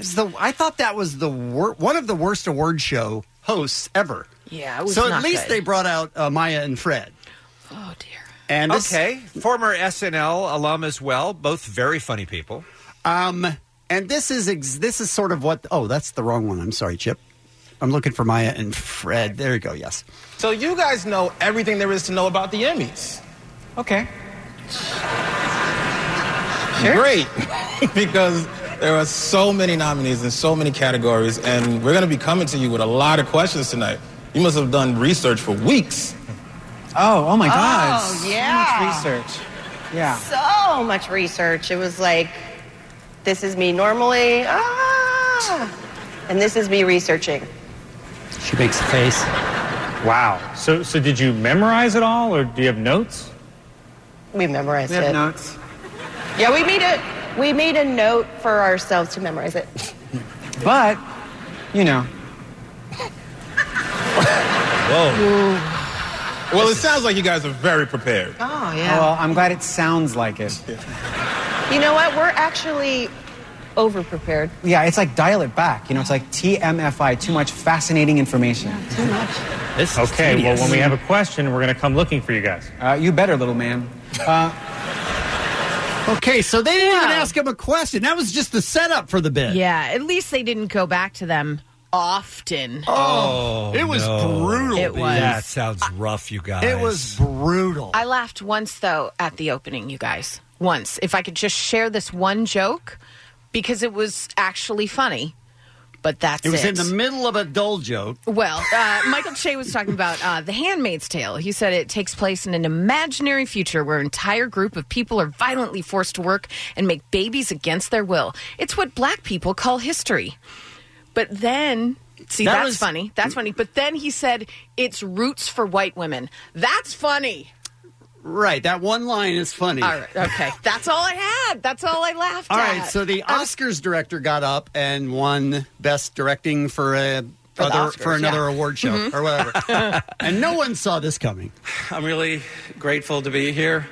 [SPEAKER 12] It's the I thought that was the wor- one of the worst award show hosts ever.
[SPEAKER 14] Yeah, it was
[SPEAKER 12] so at
[SPEAKER 14] not
[SPEAKER 12] least
[SPEAKER 14] good.
[SPEAKER 12] they brought out uh, Maya and Fred.
[SPEAKER 14] Oh dear.
[SPEAKER 12] And this-
[SPEAKER 13] okay, former SNL alum as well, both very funny people.
[SPEAKER 12] Um, and this is ex- this is sort of what. Oh, that's the wrong one. I'm sorry, Chip. I'm looking for Maya and Fred. There you go. Yes.
[SPEAKER 19] So you guys know everything there is to know about the Emmys. Okay. Great, because there are so many nominees in so many categories, and we're going to be coming to you with a lot of questions tonight. You must have done research for weeks.
[SPEAKER 21] Oh, oh my
[SPEAKER 22] Oh,
[SPEAKER 21] God.
[SPEAKER 22] yeah.
[SPEAKER 23] Ah.
[SPEAKER 21] So much research. Yeah.
[SPEAKER 22] So much research. It was like, this is me normally, ah, and this is me researching.
[SPEAKER 7] She makes a face. Wow. So, so did you memorize it all, or do you have notes?
[SPEAKER 22] We memorized
[SPEAKER 7] We have
[SPEAKER 22] it.
[SPEAKER 7] notes.
[SPEAKER 22] Yeah, we made it. We made a note for ourselves to memorize it.
[SPEAKER 21] But, you know.
[SPEAKER 19] Whoa. Well, it sounds like you guys are very prepared.
[SPEAKER 22] Oh
[SPEAKER 21] Well, I'm glad it sounds like it.
[SPEAKER 22] You know what? We're actually over prepared.
[SPEAKER 21] Yeah, it's like dial it back. You know, it's like TMFI, too much fascinating information.
[SPEAKER 22] Too much.
[SPEAKER 7] This okay.
[SPEAKER 21] tedious.
[SPEAKER 7] Well, when we have a question, we're going to come looking for you guys.
[SPEAKER 21] Uh, you better, little man. Uh,
[SPEAKER 12] Uh, Okay, so they didn't even ask him a question. That was just the setup for the bit.
[SPEAKER 14] Yeah, at least they didn't go back to them often.
[SPEAKER 12] Oh,
[SPEAKER 13] Oh, no.
[SPEAKER 14] It was.
[SPEAKER 13] That sounds rough, you guys.
[SPEAKER 12] brutal.
[SPEAKER 14] I laughed once though at the opening, you guys. Once, if I could just share this one joke because it was actually funny. But that's
[SPEAKER 12] It
[SPEAKER 14] it.
[SPEAKER 12] was in the middle of a dull joke.
[SPEAKER 14] Well, uh, Michael Che was talking about uh, The Handmaid's Tale. He said it takes place in an imaginary future where an entire group of people are violently forced to work and make babies against their will. It's what black people call history. But then. See,
[SPEAKER 22] That
[SPEAKER 14] that's
[SPEAKER 22] was-
[SPEAKER 14] funny. That's funny. But then he said it's roots for white women. That's funny.
[SPEAKER 12] Right. That one line is funny.
[SPEAKER 14] All right. Okay. Uh, That's all I had. That's all I laughed
[SPEAKER 12] All
[SPEAKER 14] at.
[SPEAKER 12] right, so the Oscars director got up and won Best Directing for a
[SPEAKER 14] For the
[SPEAKER 12] other
[SPEAKER 14] Oscars,
[SPEAKER 12] for another
[SPEAKER 14] yeah.
[SPEAKER 12] award show
[SPEAKER 14] Mhm.
[SPEAKER 12] or whatever, and no one saw this coming.
[SPEAKER 24] I'm really grateful to be here,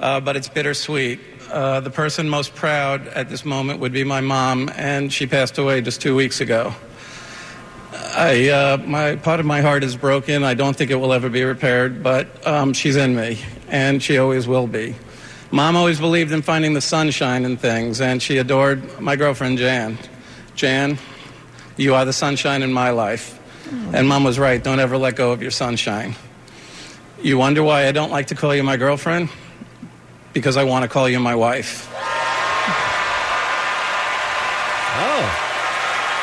[SPEAKER 24] uh, but it's bittersweet. Uh, the person most proud at this moment would be my mom, and she passed away just two weeks ago. I, uh, my part of my heart is broken. I don't think it will ever be repaired, but um, she's in me, and she always will be. Mom always believed in finding the sunshine in things, and she adored my girlfriend Jan. Jan, you are the sunshine in my life. And mom was right. Don't ever let go of your sunshine. You wonder why I don't like to call you my girlfriend? Because I want to call you my wife.
[SPEAKER 12] Oh,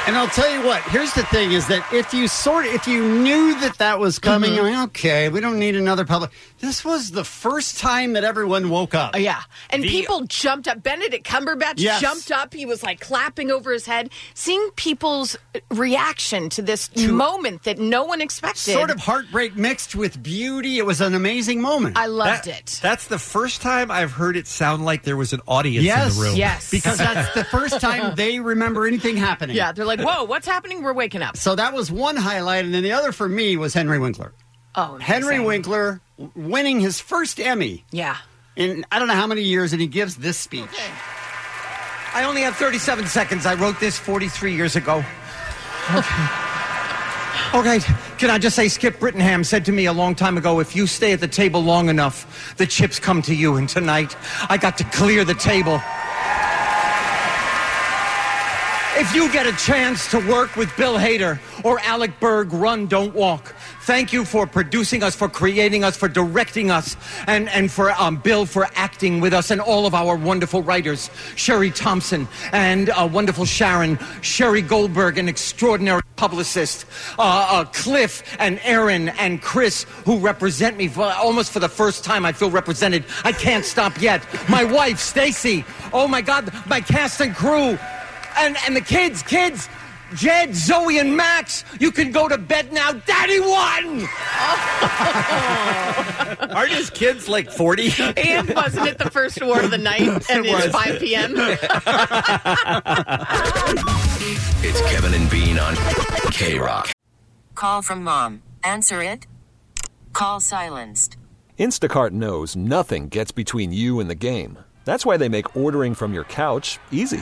[SPEAKER 12] and I'll tell you what. Here's the thing: is that if you sort if you knew that that was
[SPEAKER 14] Mm-hmm.
[SPEAKER 12] coming, you're like, okay, we don't need another public. This was the first time that everyone woke up.
[SPEAKER 14] yeah, And people jumped up. Benedict Cumberbatch
[SPEAKER 12] Yes.
[SPEAKER 14] jumped up. He was like clapping over his head. Seeing people's reaction to this moment that no one expected.
[SPEAKER 12] sort of heartbreak mixed with beauty. It was an amazing moment.
[SPEAKER 14] I loved
[SPEAKER 13] That-
[SPEAKER 14] it.
[SPEAKER 13] That's the first time I've heard it sound like there was an audience
[SPEAKER 12] Yes,
[SPEAKER 13] in the room.
[SPEAKER 12] because that's the first time they remember anything happening.
[SPEAKER 14] Yeah, they're like, whoa, what's happening? We're waking up.
[SPEAKER 12] So that was one highlight, and then the other for me was Henry Winkler.
[SPEAKER 14] Oh,
[SPEAKER 12] Henry
[SPEAKER 14] amazing.
[SPEAKER 12] Winkler w- winning his first Emmy
[SPEAKER 14] Yeah.
[SPEAKER 12] in I don't know how many years, and he gives this speech.
[SPEAKER 23] I only have 37 seconds. I wrote this 43 years ago. Okay. All right. Can I just say, Skip Brittenham said to me a long time ago if you stay at the table long enough, the chips come to you. And tonight, I got to clear the table. If you get a chance to work with Bill Hader or Alec Berg, run, don't walk. Thank you for producing us, for creating us, for directing us, and, and for um, Bill for acting with us, and all of our wonderful writers Sherry Thompson and uh, wonderful Sharon, Sherry Goldberg, an extraordinary publicist, uh, uh, Cliff and Aaron and Chris, who represent me for almost for the first time. I feel represented. I can't stop yet. My wife, Stacy. Oh my God, my cast and crew and and the kids, kids, Jed, Zoe, and Max, you can go to bed now. Daddy won.
[SPEAKER 13] Aren't his kids like 40?
[SPEAKER 14] And wasn't it the first award of the night? And
[SPEAKER 24] It
[SPEAKER 14] it's
[SPEAKER 24] was.
[SPEAKER 14] 5 p.m.
[SPEAKER 16] It's Kevin and Bean on K Rock.
[SPEAKER 25] Call from mom. Answer it. Call silenced.
[SPEAKER 26] Instacart knows nothing gets between you and the game. That's why they make ordering from your couch easy.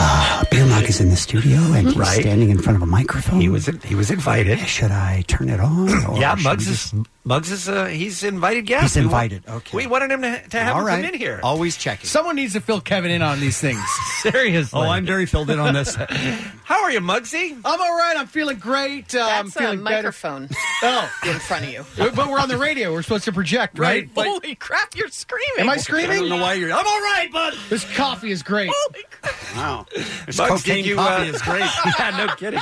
[SPEAKER 1] Uh, Beer Mug is in the studio and he's
[SPEAKER 2] Right.
[SPEAKER 1] standing in front of a microphone. He
[SPEAKER 13] was he was invited.
[SPEAKER 1] Should I turn it on? or
[SPEAKER 13] yeah,
[SPEAKER 1] should
[SPEAKER 13] Muggs
[SPEAKER 1] we
[SPEAKER 13] is
[SPEAKER 1] just-
[SPEAKER 13] Muggs is uh, he's invited
[SPEAKER 1] He's
[SPEAKER 13] guest. We wa-
[SPEAKER 1] invited, okay.
[SPEAKER 13] We wanted him to, to have
[SPEAKER 1] All
[SPEAKER 13] him
[SPEAKER 1] right.
[SPEAKER 13] come in here.
[SPEAKER 1] Always checking.
[SPEAKER 3] Someone needs to fill Kevin in on these things.
[SPEAKER 13] Seriously.
[SPEAKER 3] Oh, I'm very filled in on this.
[SPEAKER 13] How are you, Muggsy?
[SPEAKER 3] I'm all right. I'm feeling great. Uh, I'm
[SPEAKER 14] That's a
[SPEAKER 3] feeling better.
[SPEAKER 14] microphone
[SPEAKER 3] Oh,
[SPEAKER 14] in front of you.
[SPEAKER 3] but we're on the radio. We're supposed to project, right? But-
[SPEAKER 14] Holy crap, you're screaming.
[SPEAKER 3] Am I screaming?
[SPEAKER 14] I'm all
[SPEAKER 3] right, bud. This coffee is great.
[SPEAKER 1] Wow.
[SPEAKER 13] Muggs, did
[SPEAKER 3] cocaine
[SPEAKER 13] you,
[SPEAKER 3] coffee
[SPEAKER 13] uh,
[SPEAKER 3] is great.
[SPEAKER 13] yeah, no kidding.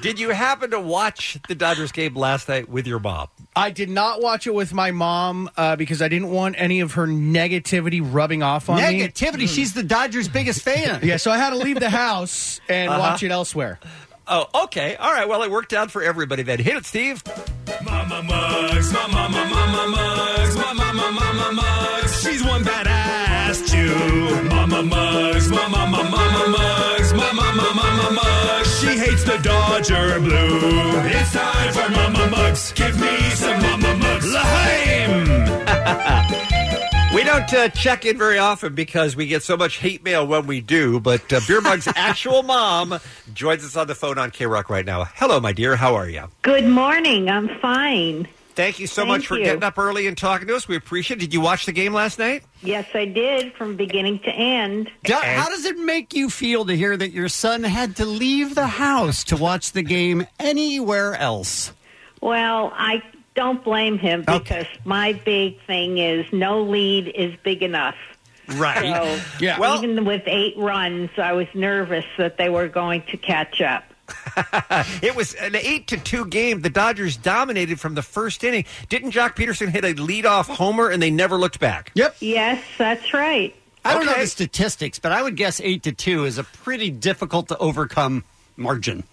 [SPEAKER 13] Did you happen to watch the Dodgers game last night with your mom?
[SPEAKER 3] I did not watch it with my mom uh, because I didn't want any of her negativity rubbing off on me.
[SPEAKER 12] Negativity. She's the Dodgers' biggest fan.
[SPEAKER 3] Yeah, so I had to leave the house and
[SPEAKER 13] Uh-huh.
[SPEAKER 3] watch it elsewhere.
[SPEAKER 13] Oh, okay. All right. Well, it worked out for everybody then. Hit it, Steve.
[SPEAKER 17] Mama Mugs, my mama, mama Mugs, my mama, mama Mugs, she's one badass Jew. Mama Mugs, my mama, mama Mugs, my mama, mama Mugs, she hates the Dodger blue. It's time for Mama Mugs, give me some Mama Mugs. Laheim!
[SPEAKER 13] We don't uh, check in very often because we get so much hate mail when we do, but uh, Beer Mug's actual mom joins us on the phone on K Rock right now. Hello, my dear. How are you?
[SPEAKER 5] Good morning. I'm fine.
[SPEAKER 13] Thank you so
[SPEAKER 5] Thank
[SPEAKER 13] much for
[SPEAKER 5] you.
[SPEAKER 13] getting up early and talking to us. We appreciate it. Did you watch the game last night?
[SPEAKER 5] Yes, I did from beginning to end.
[SPEAKER 12] Do- How does it make you feel to hear that your son had to leave the house to watch the game anywhere else?
[SPEAKER 5] Well, I don't blame him because my big thing is no lead is big enough. So even with eight runs, I was nervous that they were going to catch up.
[SPEAKER 13] Uh, It was an eight to two game. The Dodgers dominated from the first inning. Didn't Jock Peterson hit a leadoff homer and they never looked back?
[SPEAKER 3] Yep.
[SPEAKER 5] Yes, that's right.
[SPEAKER 12] I don't know
[SPEAKER 13] Okay.
[SPEAKER 12] the statistics, but I would guess eight to two is a pretty difficult to overcome margin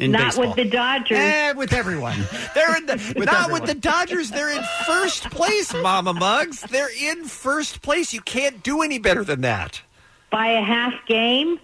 [SPEAKER 12] in
[SPEAKER 5] Not
[SPEAKER 12] baseball.
[SPEAKER 5] with the Dodgers.
[SPEAKER 12] Eh, with everyone.
[SPEAKER 13] They're in the,
[SPEAKER 12] With
[SPEAKER 13] not
[SPEAKER 12] everyone.
[SPEAKER 13] with the Dodgers. They're in first place, Mama Muggs. They're in first place. You can't do any better than that.
[SPEAKER 5] By a half game,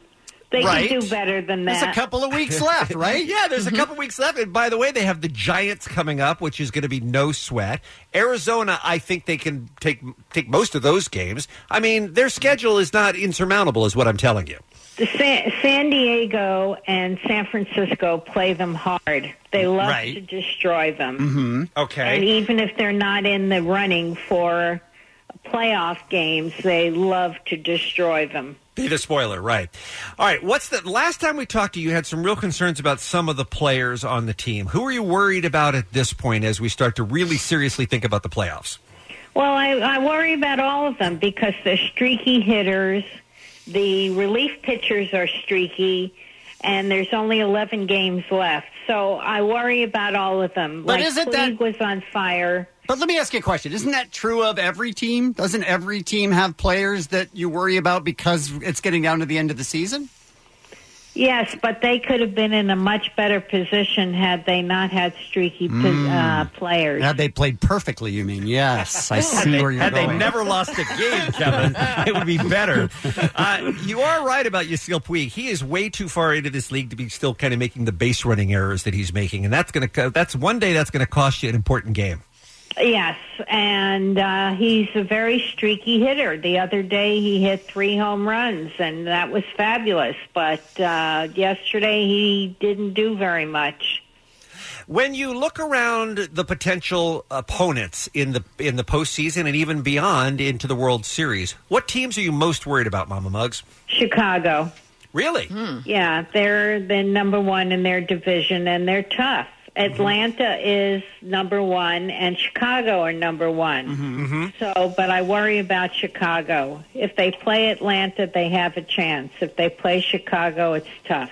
[SPEAKER 5] they
[SPEAKER 13] Right.
[SPEAKER 5] can do better than that.
[SPEAKER 13] There's a couple
[SPEAKER 12] of weeks left, right?
[SPEAKER 13] yeah, there's
[SPEAKER 5] Mm-hmm.
[SPEAKER 13] a couple weeks left. And by the way, they have the Giants coming up, which is going to be no sweat. Arizona, I think they can take take most of those games. I mean, their schedule is not insurmountable, is what I'm telling you.
[SPEAKER 5] The San, San Diego and San Francisco play them hard. They love
[SPEAKER 13] Right.
[SPEAKER 5] to destroy them.
[SPEAKER 13] Mm-hmm.
[SPEAKER 5] And
[SPEAKER 13] Okay.
[SPEAKER 5] even if they're not in the running for playoff games, they love to destroy them.
[SPEAKER 13] Be the spoiler, right? All right. What's the last time we talked to you? You had some real concerns about some of the players on the team. Who are you worried about at this point as we start to really seriously think about the playoffs?
[SPEAKER 5] Well, I, I worry about all of them because they're streaky hitters. The relief pitchers are streaky, and there's only 11 games left. So I worry about all of them.
[SPEAKER 12] But
[SPEAKER 5] like
[SPEAKER 12] isn't that-
[SPEAKER 5] Puig was on fire.
[SPEAKER 12] But let me ask you a question. Isn't that true of every team? Doesn't every team have players that you worry about because it's getting down to the end of the season?
[SPEAKER 5] Yes, but they could have been in a much better position had they not had streaky pos- uh, players.
[SPEAKER 12] Had they played perfectly, you mean? Yes, I see where you're
[SPEAKER 13] had
[SPEAKER 12] going.
[SPEAKER 13] they never lost a game, Kevin, it would be better. Uh, you are right about Yasiel Puig. He is way too far into this league to be still kind of making the base running errors that he's making, and that's going to that's one day that's going to cost you an important game.
[SPEAKER 5] Yes, and uh, he's a very streaky hitter. The other day he hit three home runs, and that was fabulous. But uh, yesterday he didn't do very much.
[SPEAKER 13] When you look around the potential opponents in the in the postseason and even beyond into the World Series, what teams are you most worried about, Mama Muggs?
[SPEAKER 5] Chicago.
[SPEAKER 13] Really?
[SPEAKER 5] Hmm.
[SPEAKER 12] Hmm.
[SPEAKER 5] Yeah, they're the number one in their division, and they're tough.
[SPEAKER 12] Mm-hmm.
[SPEAKER 5] Atlanta is number one, and Chicago are number one.
[SPEAKER 12] Mm-hmm.
[SPEAKER 5] So, but I worry about Chicago. If they play Atlanta, they have a chance. If they play Chicago, it's tough.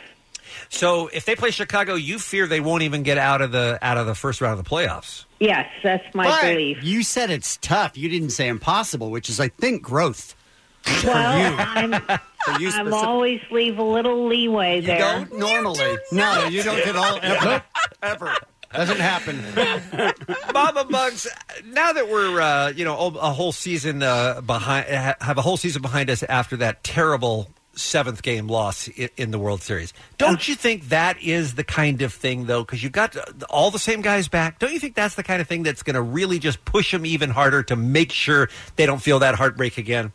[SPEAKER 13] So if they play Chicago, you fear they won't even get out of the out of the first round of the playoffs.
[SPEAKER 5] Yes, that's my
[SPEAKER 12] But
[SPEAKER 5] belief.
[SPEAKER 12] you said it's tough. You didn't say impossible, which is, I think, growth.
[SPEAKER 5] Well,
[SPEAKER 12] for you.
[SPEAKER 5] I'm,
[SPEAKER 12] For you
[SPEAKER 5] I'm
[SPEAKER 12] specific-
[SPEAKER 5] always leave a little leeway there.
[SPEAKER 12] Normally, no, you don't at all ever. ever. Doesn't happen.
[SPEAKER 13] Mama Bugs, now that we're uh, you know a whole season uh, behind, ha- have a whole season behind us after that terrible seventh game loss in, in the World Series, don't you think that is the kind of thing though? Because you've got uh, all the same guys back. Don't you think that's the kind of thing that's going to really just push them even harder to make sure they don't feel that heartbreak again?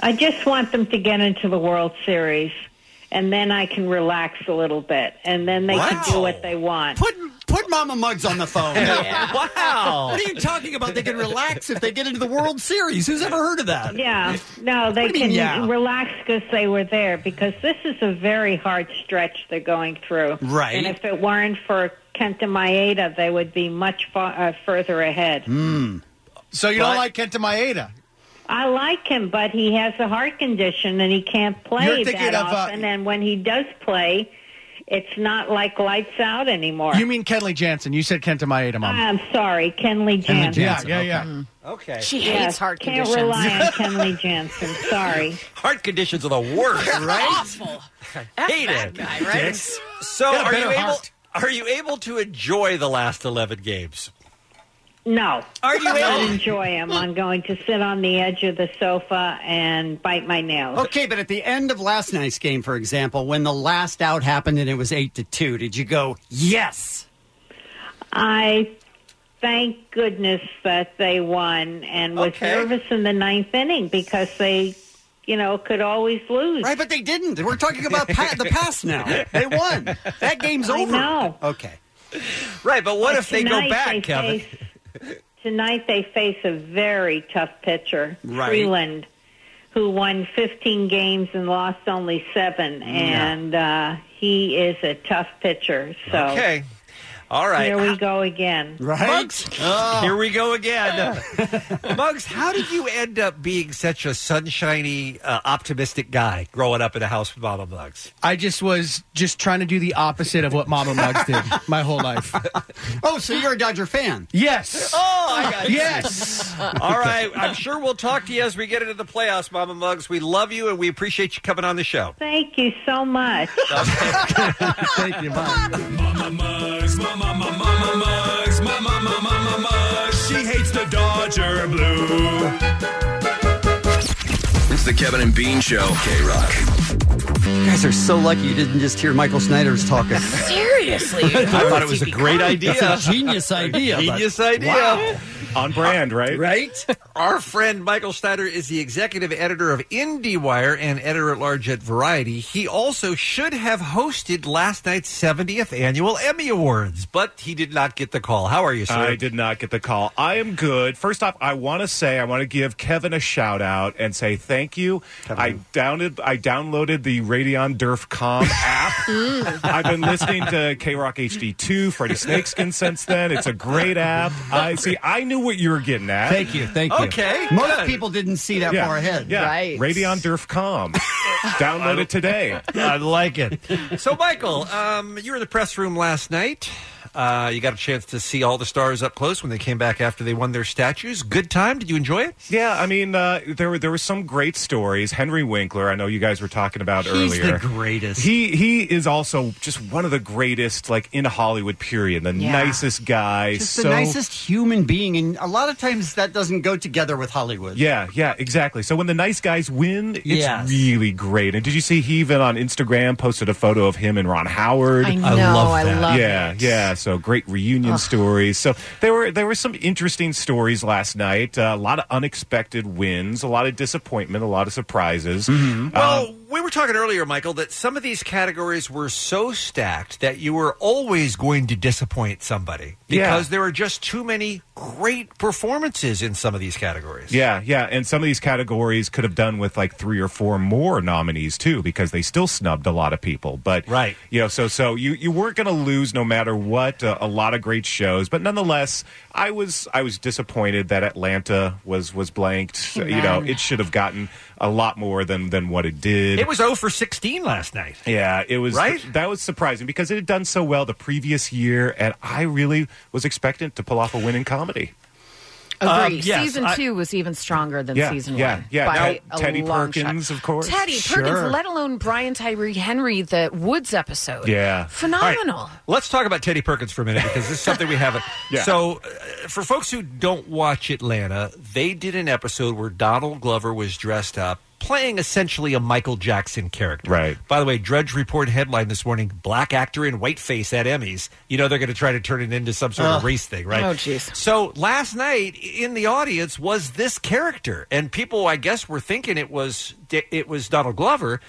[SPEAKER 5] I just want them to get into the World Series, and then I can relax a little bit, and then they can do what they want. Put
[SPEAKER 12] put Mama Mugs on the phone.
[SPEAKER 13] Wow.
[SPEAKER 12] What are you talking about? They can relax if they get into the World Series. Who's ever heard of that?
[SPEAKER 5] Yeah, no, they
[SPEAKER 12] What do you
[SPEAKER 5] can
[SPEAKER 12] mean, yeah?
[SPEAKER 5] relax because they were there. Because this is a very hard stretch they're going through.
[SPEAKER 12] Right.
[SPEAKER 5] And if it weren't for Kenta Maeda, they would be much far, uh, further ahead.
[SPEAKER 3] So you don't like Kenta Maeda?
[SPEAKER 5] I like him, but he has a heart condition and he can't
[SPEAKER 3] You're
[SPEAKER 5] play
[SPEAKER 3] thinking
[SPEAKER 5] that
[SPEAKER 3] of, uh,
[SPEAKER 5] often. and when he does play, it's not like lights out anymore.
[SPEAKER 3] You mean Kenley Jansen? You said Kenta Maeda, Mom.
[SPEAKER 13] Ah,
[SPEAKER 5] I'm sorry, Kenley Jansen.
[SPEAKER 3] Yeah, yeah, yeah.
[SPEAKER 13] Okay.
[SPEAKER 5] She hates Yes, heart can't conditions. rely on Kenley Jansen. Sorry.
[SPEAKER 13] Heart conditions are the worst, right?
[SPEAKER 14] Awful.
[SPEAKER 13] I hate
[SPEAKER 14] that
[SPEAKER 13] it.
[SPEAKER 14] guy, right?
[SPEAKER 13] Dicks. So
[SPEAKER 5] Got a
[SPEAKER 13] are you
[SPEAKER 5] better
[SPEAKER 13] able?
[SPEAKER 5] heart.
[SPEAKER 13] Are you able to enjoy the last eleven games?
[SPEAKER 5] No.
[SPEAKER 13] Are you
[SPEAKER 5] I don't
[SPEAKER 13] in?
[SPEAKER 5] enjoy him. I'm going to sit on the edge of the sofa and bite my nails.
[SPEAKER 12] Okay, but at the end of last night's game, for example, when the last out happened and it was eight to two, did you go yes?
[SPEAKER 5] I thank goodness that they won and was nervous in the ninth inning because they, you know, could always lose. Right,
[SPEAKER 12] but they didn't. We're talking about pa- the past now. They won. That game's
[SPEAKER 5] I
[SPEAKER 12] over.
[SPEAKER 5] know.
[SPEAKER 12] Okay.
[SPEAKER 13] Right, but what
[SPEAKER 5] But
[SPEAKER 13] if they go
[SPEAKER 5] tonight
[SPEAKER 13] back,
[SPEAKER 5] they
[SPEAKER 13] Kevin?
[SPEAKER 5] face- tonight they face a very tough pitcher,
[SPEAKER 13] Right.
[SPEAKER 5] Freeland, who won 15 games and lost only seven, and uh, he is a tough pitcher. So
[SPEAKER 13] Okay. All right. Oh.
[SPEAKER 5] here we go again.
[SPEAKER 13] Muggs,
[SPEAKER 14] Oh.
[SPEAKER 13] here we go again. Muggs, how did you end up being such a sunshiny, uh, optimistic guy growing up in a house with Mama Muggs?
[SPEAKER 3] I just was just trying to do the opposite of what Mama Muggs did my whole life.
[SPEAKER 12] Oh, so you're a Dodger fan?
[SPEAKER 3] Yes.
[SPEAKER 13] Oh, I got it.
[SPEAKER 3] Yes.
[SPEAKER 13] All right. I'm sure we'll talk to you as we get into the playoffs, Mama Muggs. We love you and we appreciate you coming on the show.
[SPEAKER 5] Thank you so much.
[SPEAKER 3] Thank you,
[SPEAKER 17] Mama Mugs, Mama, Mama, Mama Mugs, Mama, Mama, Mama Mugs. She hates the Dodger blue.
[SPEAKER 16] It's the Kevin and Bean Show. K Rock.
[SPEAKER 12] You guys are so lucky you didn't just hear Michael Snyder's talking.
[SPEAKER 14] Seriously.
[SPEAKER 12] I thought it was a great idea.
[SPEAKER 16] That's a
[SPEAKER 12] genius
[SPEAKER 16] idea, but-
[SPEAKER 13] genius idea.
[SPEAKER 16] Wow.
[SPEAKER 13] On brand, right? Right. Our friend Michael Snyder is the executive editor of IndieWire and editor at large at Variety. He also should have hosted last night's 70th annual Emmy Awards, but he did not get the call. How are you, sir?
[SPEAKER 2] I did not get the call. I am good. First off, I want to say I want to give Kevin a shout out and say thank you. I downloaded I downloaded the Radeon Durf Com app.
[SPEAKER 13] Mm.
[SPEAKER 2] I've been listening to K Rock HD two, Freddie Snakeskin since then. It's a great app. I see. I knew what you were getting at.
[SPEAKER 12] Thank you, thank you. Okay, Most good. people didn't see that far ahead.
[SPEAKER 2] Yeah.
[SPEAKER 12] Right.
[SPEAKER 2] Radeon Durf Com. Download it today.
[SPEAKER 13] I like it. So, Michael, um, you were in the press room last night. Uh, you got a chance to see all the stars up close when they came back after they won their statues. Good time. Did you enjoy it?
[SPEAKER 2] Yeah, I mean, uh, there were there were some great stories. Henry Winkler, I know you guys were talking about
[SPEAKER 13] He's
[SPEAKER 2] earlier.
[SPEAKER 13] the greatest.
[SPEAKER 2] He he is also just one of the greatest, like in Hollywood. Period. The
[SPEAKER 12] Yeah.
[SPEAKER 2] nicest guy.
[SPEAKER 12] Just
[SPEAKER 2] so
[SPEAKER 12] the nicest human being, and a lot of times that doesn't go together with Hollywood.
[SPEAKER 2] Yeah, yeah, exactly. So when the nice guys win, it's
[SPEAKER 12] Yes.
[SPEAKER 2] really great. And did you see he even on Instagram posted a photo of him and Ron Howard?
[SPEAKER 14] I I know, love I that. love
[SPEAKER 2] yeah,
[SPEAKER 14] it.
[SPEAKER 2] yeah. So great reunion stories. So there were there were some interesting stories last night. Uh, a lot of unexpected wins, a lot of disappointment, a lot of surprises. Uh,
[SPEAKER 13] Well, Oh, we were talking earlier, Michael, that some of these categories were so stacked that you were always going to disappoint somebody
[SPEAKER 2] Yeah.
[SPEAKER 13] because there are just too many great performances in some of these categories.
[SPEAKER 2] Yeah, yeah, and some of these categories could have done with like three or four more nominees too, because they still snubbed a lot of people. But right, you know, so so you you weren't going to lose no matter what. Uh, a lot of great shows, but nonetheless, I was I was disappointed that Atlanta was was blanked.
[SPEAKER 13] Hey,
[SPEAKER 2] you know,
[SPEAKER 13] man.
[SPEAKER 2] it should have gotten a lot more than than what it did.
[SPEAKER 13] It was 0 for 16 last night.
[SPEAKER 2] Yeah, it was
[SPEAKER 13] Right?
[SPEAKER 2] That was surprising because it had done so well the previous year, and I really was expectant to pull off a win in comedy.
[SPEAKER 13] Um,
[SPEAKER 14] Agree.
[SPEAKER 2] Uh, yes,
[SPEAKER 14] season
[SPEAKER 2] I-
[SPEAKER 14] two was even stronger than
[SPEAKER 2] Yeah,
[SPEAKER 14] season
[SPEAKER 2] yeah,
[SPEAKER 14] one.
[SPEAKER 2] yeah.
[SPEAKER 14] by
[SPEAKER 2] Now,
[SPEAKER 14] a
[SPEAKER 2] Teddy
[SPEAKER 14] long shot.
[SPEAKER 2] Perkins, of course.
[SPEAKER 14] Teddy
[SPEAKER 13] Sure.
[SPEAKER 14] Perkins, let alone Brian Tyree Henry, the Woods episode.
[SPEAKER 13] Yeah.
[SPEAKER 14] Phenomenal.
[SPEAKER 13] All right, Let's talk about Teddy Perkins for a minute because this is something we haven't.
[SPEAKER 14] Yeah.
[SPEAKER 13] So, uh, for folks who don't watch Atlanta, they did an episode where Donald Glover was dressed up playing essentially a Michael Jackson character. Right. By the way, Drudge Report headline this morning black actor in whiteface at Emmys. You know, they're going to try to turn it into some sort of
[SPEAKER 14] Ugh.
[SPEAKER 13] race thing, right?
[SPEAKER 14] Oh, jeez.
[SPEAKER 13] So, last night in the audience was this character, and people, I guess, were thinking it was it was Donald Glover.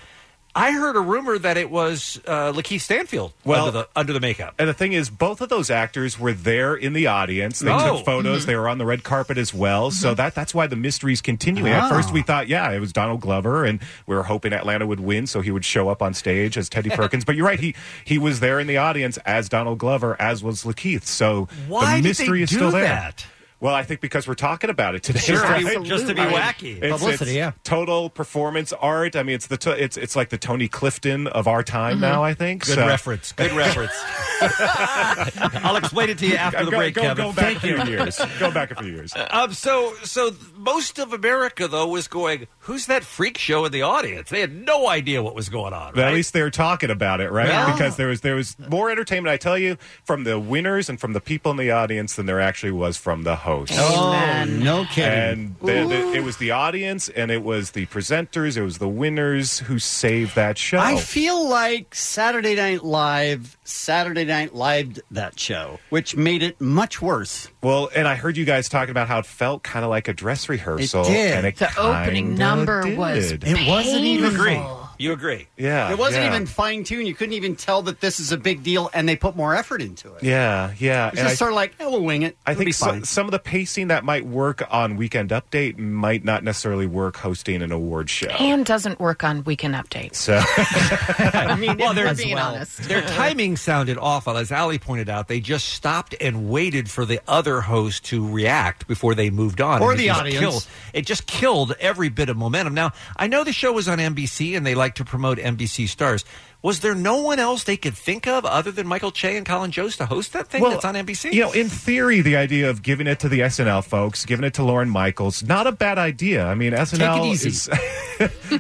[SPEAKER 13] I heard a rumor that it was uh, Lakeith Stanfield
[SPEAKER 2] Well-
[SPEAKER 13] under the under the makeup.
[SPEAKER 2] And the thing is, both of those actors were there in the audience. They
[SPEAKER 13] Oh. Mm-hmm.
[SPEAKER 2] took photos.
[SPEAKER 13] Mhm.
[SPEAKER 2] They were on the red carpet as well. So that that's why the mystery's continuing.
[SPEAKER 13] Oh.
[SPEAKER 2] At first, we thought, yeah, it was Donald Glover, and we were hoping Atlanta would win, so he would show up on stage as Teddy Perkins. but you're right; he he was there in the audience as Donald Glover, as was Lakeith. So the
[SPEAKER 13] Why did they
[SPEAKER 2] mystery is
[SPEAKER 13] do
[SPEAKER 2] still there.
[SPEAKER 13] that?
[SPEAKER 2] Well, I think because we're talking about it today,
[SPEAKER 13] Sure,
[SPEAKER 2] right?
[SPEAKER 13] absolutely. Just to be wacky.
[SPEAKER 2] It's- it's
[SPEAKER 13] Publicity, yeah.
[SPEAKER 2] Total performance art. I mean, it's the t- it's it's like the Tony Clifton of our time
[SPEAKER 13] Mhm.
[SPEAKER 2] now. I think.
[SPEAKER 13] Good
[SPEAKER 2] so.
[SPEAKER 13] reference. Good reference. I'll explain it to you after the
[SPEAKER 2] Go-
[SPEAKER 13] break,
[SPEAKER 2] go-
[SPEAKER 13] Kevin.
[SPEAKER 2] Go back
[SPEAKER 13] Thank
[SPEAKER 2] a few
[SPEAKER 13] you.
[SPEAKER 2] years. Go back a few years.
[SPEAKER 13] Um, so, so th- most of America though was going. Who's that freak show in the audience? They had no idea what was going on.
[SPEAKER 2] But at least they're talking about it, right?
[SPEAKER 13] Yeah.
[SPEAKER 2] Because there was there was more entertainment, I tell you, from the winners and from the people in the audience than there actually was from the hosts.
[SPEAKER 12] Oh, no kidding.
[SPEAKER 2] And the, the, it was the audience, and it was the presenters, it was the winners who saved that show.
[SPEAKER 12] I feel like Saturday Night Live, Saturday Night Live that show, which made it much worse.
[SPEAKER 2] well, and I heard you guys talking about how it felt kind of like a dress rehearsal,
[SPEAKER 12] It did.
[SPEAKER 2] and it
[SPEAKER 12] The opening
[SPEAKER 2] kinda
[SPEAKER 12] number
[SPEAKER 2] did.
[SPEAKER 12] was It wasn't even-
[SPEAKER 13] you agree. You agree.
[SPEAKER 2] Yeah,
[SPEAKER 12] it wasn't
[SPEAKER 2] yeah.
[SPEAKER 12] even fine tuned. You couldn't even tell that this is a big deal, and they put more effort into it.
[SPEAKER 2] Yeah, yeah.
[SPEAKER 12] It's
[SPEAKER 2] and
[SPEAKER 12] just
[SPEAKER 2] I-
[SPEAKER 12] sort of like, oh, we'll wing it.
[SPEAKER 2] I
[SPEAKER 12] It'll be
[SPEAKER 2] think so-
[SPEAKER 12] fine.
[SPEAKER 2] some of the pacing that might work on Weekend Update might not necessarily work hosting an award show.
[SPEAKER 14] And doesn't work on Weekend Update.
[SPEAKER 2] so
[SPEAKER 14] I mean,
[SPEAKER 13] Well,
[SPEAKER 14] if
[SPEAKER 13] they're-
[SPEAKER 14] we're being
[SPEAKER 13] well,
[SPEAKER 14] honest.
[SPEAKER 13] Their timing sounded awful. As Ali pointed out, they just stopped and waited for the other host to react before they moved on.
[SPEAKER 12] Or
[SPEAKER 13] And it
[SPEAKER 12] the
[SPEAKER 13] just
[SPEAKER 12] audience.
[SPEAKER 13] Killed, it just killed every bit of momentum. Now, I know the show was on NBC and they like to promote NBC stars. Was there no one else they could think of other than Michael Che and Colin Jost to host that thing that's on NBC?
[SPEAKER 2] You know, in theory, the idea of giving it to the SNL folks, giving it to Lauren Michaels, not a bad idea. I mean, SNL
[SPEAKER 17] easy.
[SPEAKER 2] is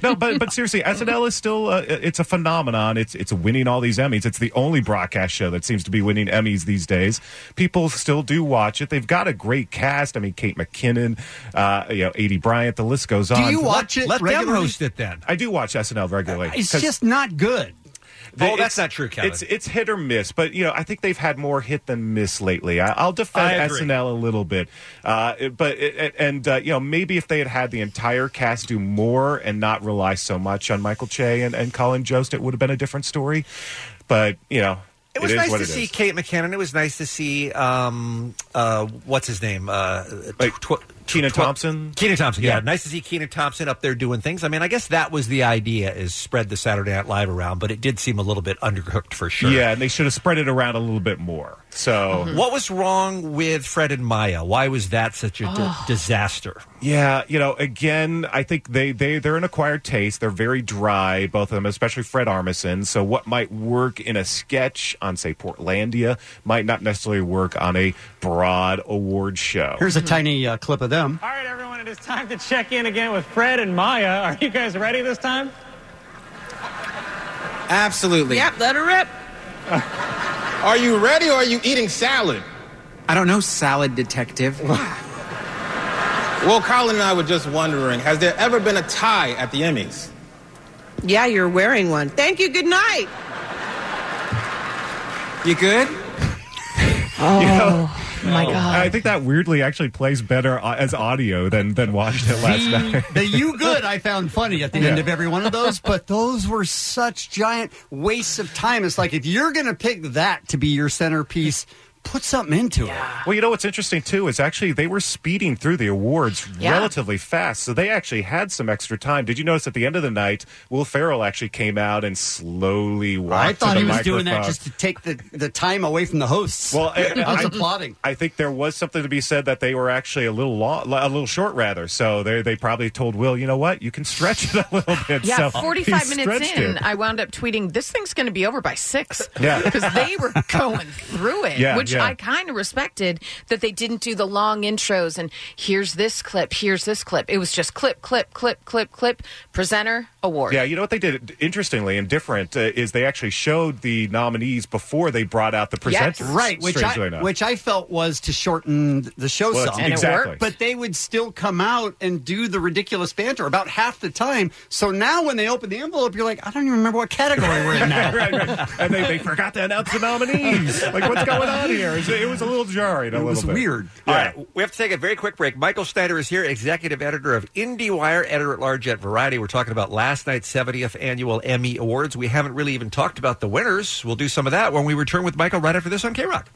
[SPEAKER 2] no, but but seriously, SNL is still uh, it's a phenomenon. It's it's winning all these Emmys. It's the only broadcast show that seems to be winning Emmys these days. People still do watch it. They've got a great cast. I mean, Kate McKinnon, uh, you know, Adie Bryant. The list goes
[SPEAKER 12] Do
[SPEAKER 2] on.
[SPEAKER 12] you watch it
[SPEAKER 13] let them
[SPEAKER 12] regularly?
[SPEAKER 13] host it then.
[SPEAKER 2] I do watch SNL regularly.
[SPEAKER 12] It's
[SPEAKER 2] 'cause-
[SPEAKER 12] just not good.
[SPEAKER 2] they-
[SPEAKER 13] oh, that's
[SPEAKER 2] it's-
[SPEAKER 13] not true, Kevin.
[SPEAKER 2] It's it's hit or miss, but you know I think they've had more hit than miss lately. I, I'll
[SPEAKER 13] I
[SPEAKER 2] defend
[SPEAKER 13] agree.
[SPEAKER 2] SNL a little bit, uh, it- but it, it- and uh, you know maybe if they had had the entire cast do more and not rely so much on Michael Che and, and Colin Jost, it would have been a different story. But you know
[SPEAKER 13] It was
[SPEAKER 2] is
[SPEAKER 13] nice
[SPEAKER 2] what
[SPEAKER 13] to
[SPEAKER 2] it
[SPEAKER 13] see
[SPEAKER 2] is.
[SPEAKER 13] Kate McKinnon. It was nice to see um, uh, what's his name, uh, tw- tw-
[SPEAKER 2] Keena
[SPEAKER 13] tw-
[SPEAKER 2] Thompson?
[SPEAKER 13] Keena Thompson. Yeah.
[SPEAKER 2] Yeah.
[SPEAKER 13] nice to see Keena Thompson up there doing things. I mean, I guess that was the idea is spread the Saturday Night Live around, but it did seem a little bit undercooked for sure. Mm-hmm.
[SPEAKER 2] Yeah, and they should have spread it around a little bit more. So
[SPEAKER 13] What was wrong with Fred and Maya? Why was that such a d-
[SPEAKER 2] Oh.
[SPEAKER 13] disaster?
[SPEAKER 2] Yeah, you know, again, I think they they they're an acquired taste. They're very dry, both of them, especially Fred Armisen. So what might work in a sketch on, say, Portlandia, might not necessarily work on a broad award show.
[SPEAKER 12] Here's a tiny uh, clip of them.
[SPEAKER 7] All right, everyone, it is time to check in again with Fred and Maya. Are you guys ready this time?
[SPEAKER 19] Absolutely.
[SPEAKER 7] Yep, let her rip.
[SPEAKER 19] Are you ready or are you eating salad? I don't know, salad detective. well, Colin and I were just wondering has there ever been a tie at the Emmys?
[SPEAKER 6] Yeah, you're wearing one. Thank you. Good night.
[SPEAKER 19] You good?
[SPEAKER 2] Oh
[SPEAKER 14] my God.
[SPEAKER 2] I think that weirdly actually plays better uh, as audio than than watched it last night.
[SPEAKER 12] The you good I found funny at the
[SPEAKER 2] Yeah.
[SPEAKER 12] end of every one of those, but those were such giant wastes of time. It's like if you're going to pick that to be your centerpiece, put something into it.
[SPEAKER 2] Well, you know what's interesting too is actually they were speeding through the awards
[SPEAKER 12] Yeah.
[SPEAKER 2] relatively fast, so they actually had some extra time. Did you notice at the end of the night, Will Ferrell actually came out and slowly walked?
[SPEAKER 12] I thought
[SPEAKER 2] to the
[SPEAKER 12] he was
[SPEAKER 2] microphone.
[SPEAKER 12] doing that just to take the, the time away from the hosts.
[SPEAKER 2] Well,
[SPEAKER 12] I, was applauding.
[SPEAKER 2] I think there was something to be said that they were actually a little long, a little short, rather. So they they probably told Will, you know what, you can stretch it a little bit.
[SPEAKER 14] Yeah,
[SPEAKER 2] So he
[SPEAKER 14] 45 minutes
[SPEAKER 2] stretched
[SPEAKER 14] in,
[SPEAKER 2] it.
[SPEAKER 14] I wound up tweeting, this thing's going to be over by six.
[SPEAKER 2] Yeah.
[SPEAKER 14] Because they were going through it,
[SPEAKER 2] Yeah,
[SPEAKER 14] which
[SPEAKER 2] Yeah.
[SPEAKER 14] I kind of respected that they didn't do the long intros and here's this clip, here's this clip. It was just clip, clip, clip, clip, clip, presenter, award.
[SPEAKER 2] Yeah, you know what they did interestingly and different uh, is they actually showed the nominees before they brought out the presenters.
[SPEAKER 12] right? Which
[SPEAKER 2] strangely
[SPEAKER 12] I,
[SPEAKER 2] enough.
[SPEAKER 12] which I felt was to shorten the show
[SPEAKER 2] Well, it's-
[SPEAKER 12] some,
[SPEAKER 2] And it exactly. worked.
[SPEAKER 12] But they would still come out and do the ridiculous banter about half the time. So now when they open the envelope, you're like, I don't even remember what category we're in now.
[SPEAKER 2] Right, right. And they, they forgot to announce the nominees. Like, what's going on here? It's- It was a little jarring. A little bit.
[SPEAKER 13] All right, we have to take a very quick break. Michael Snyder is here, executive editor of IndieWire, editor at large at Variety. We're talking about last night's 70th annual Emmy Awards. We haven't really even talked about the winners. We'll do some of that when we return with Michael right after this on K Rock.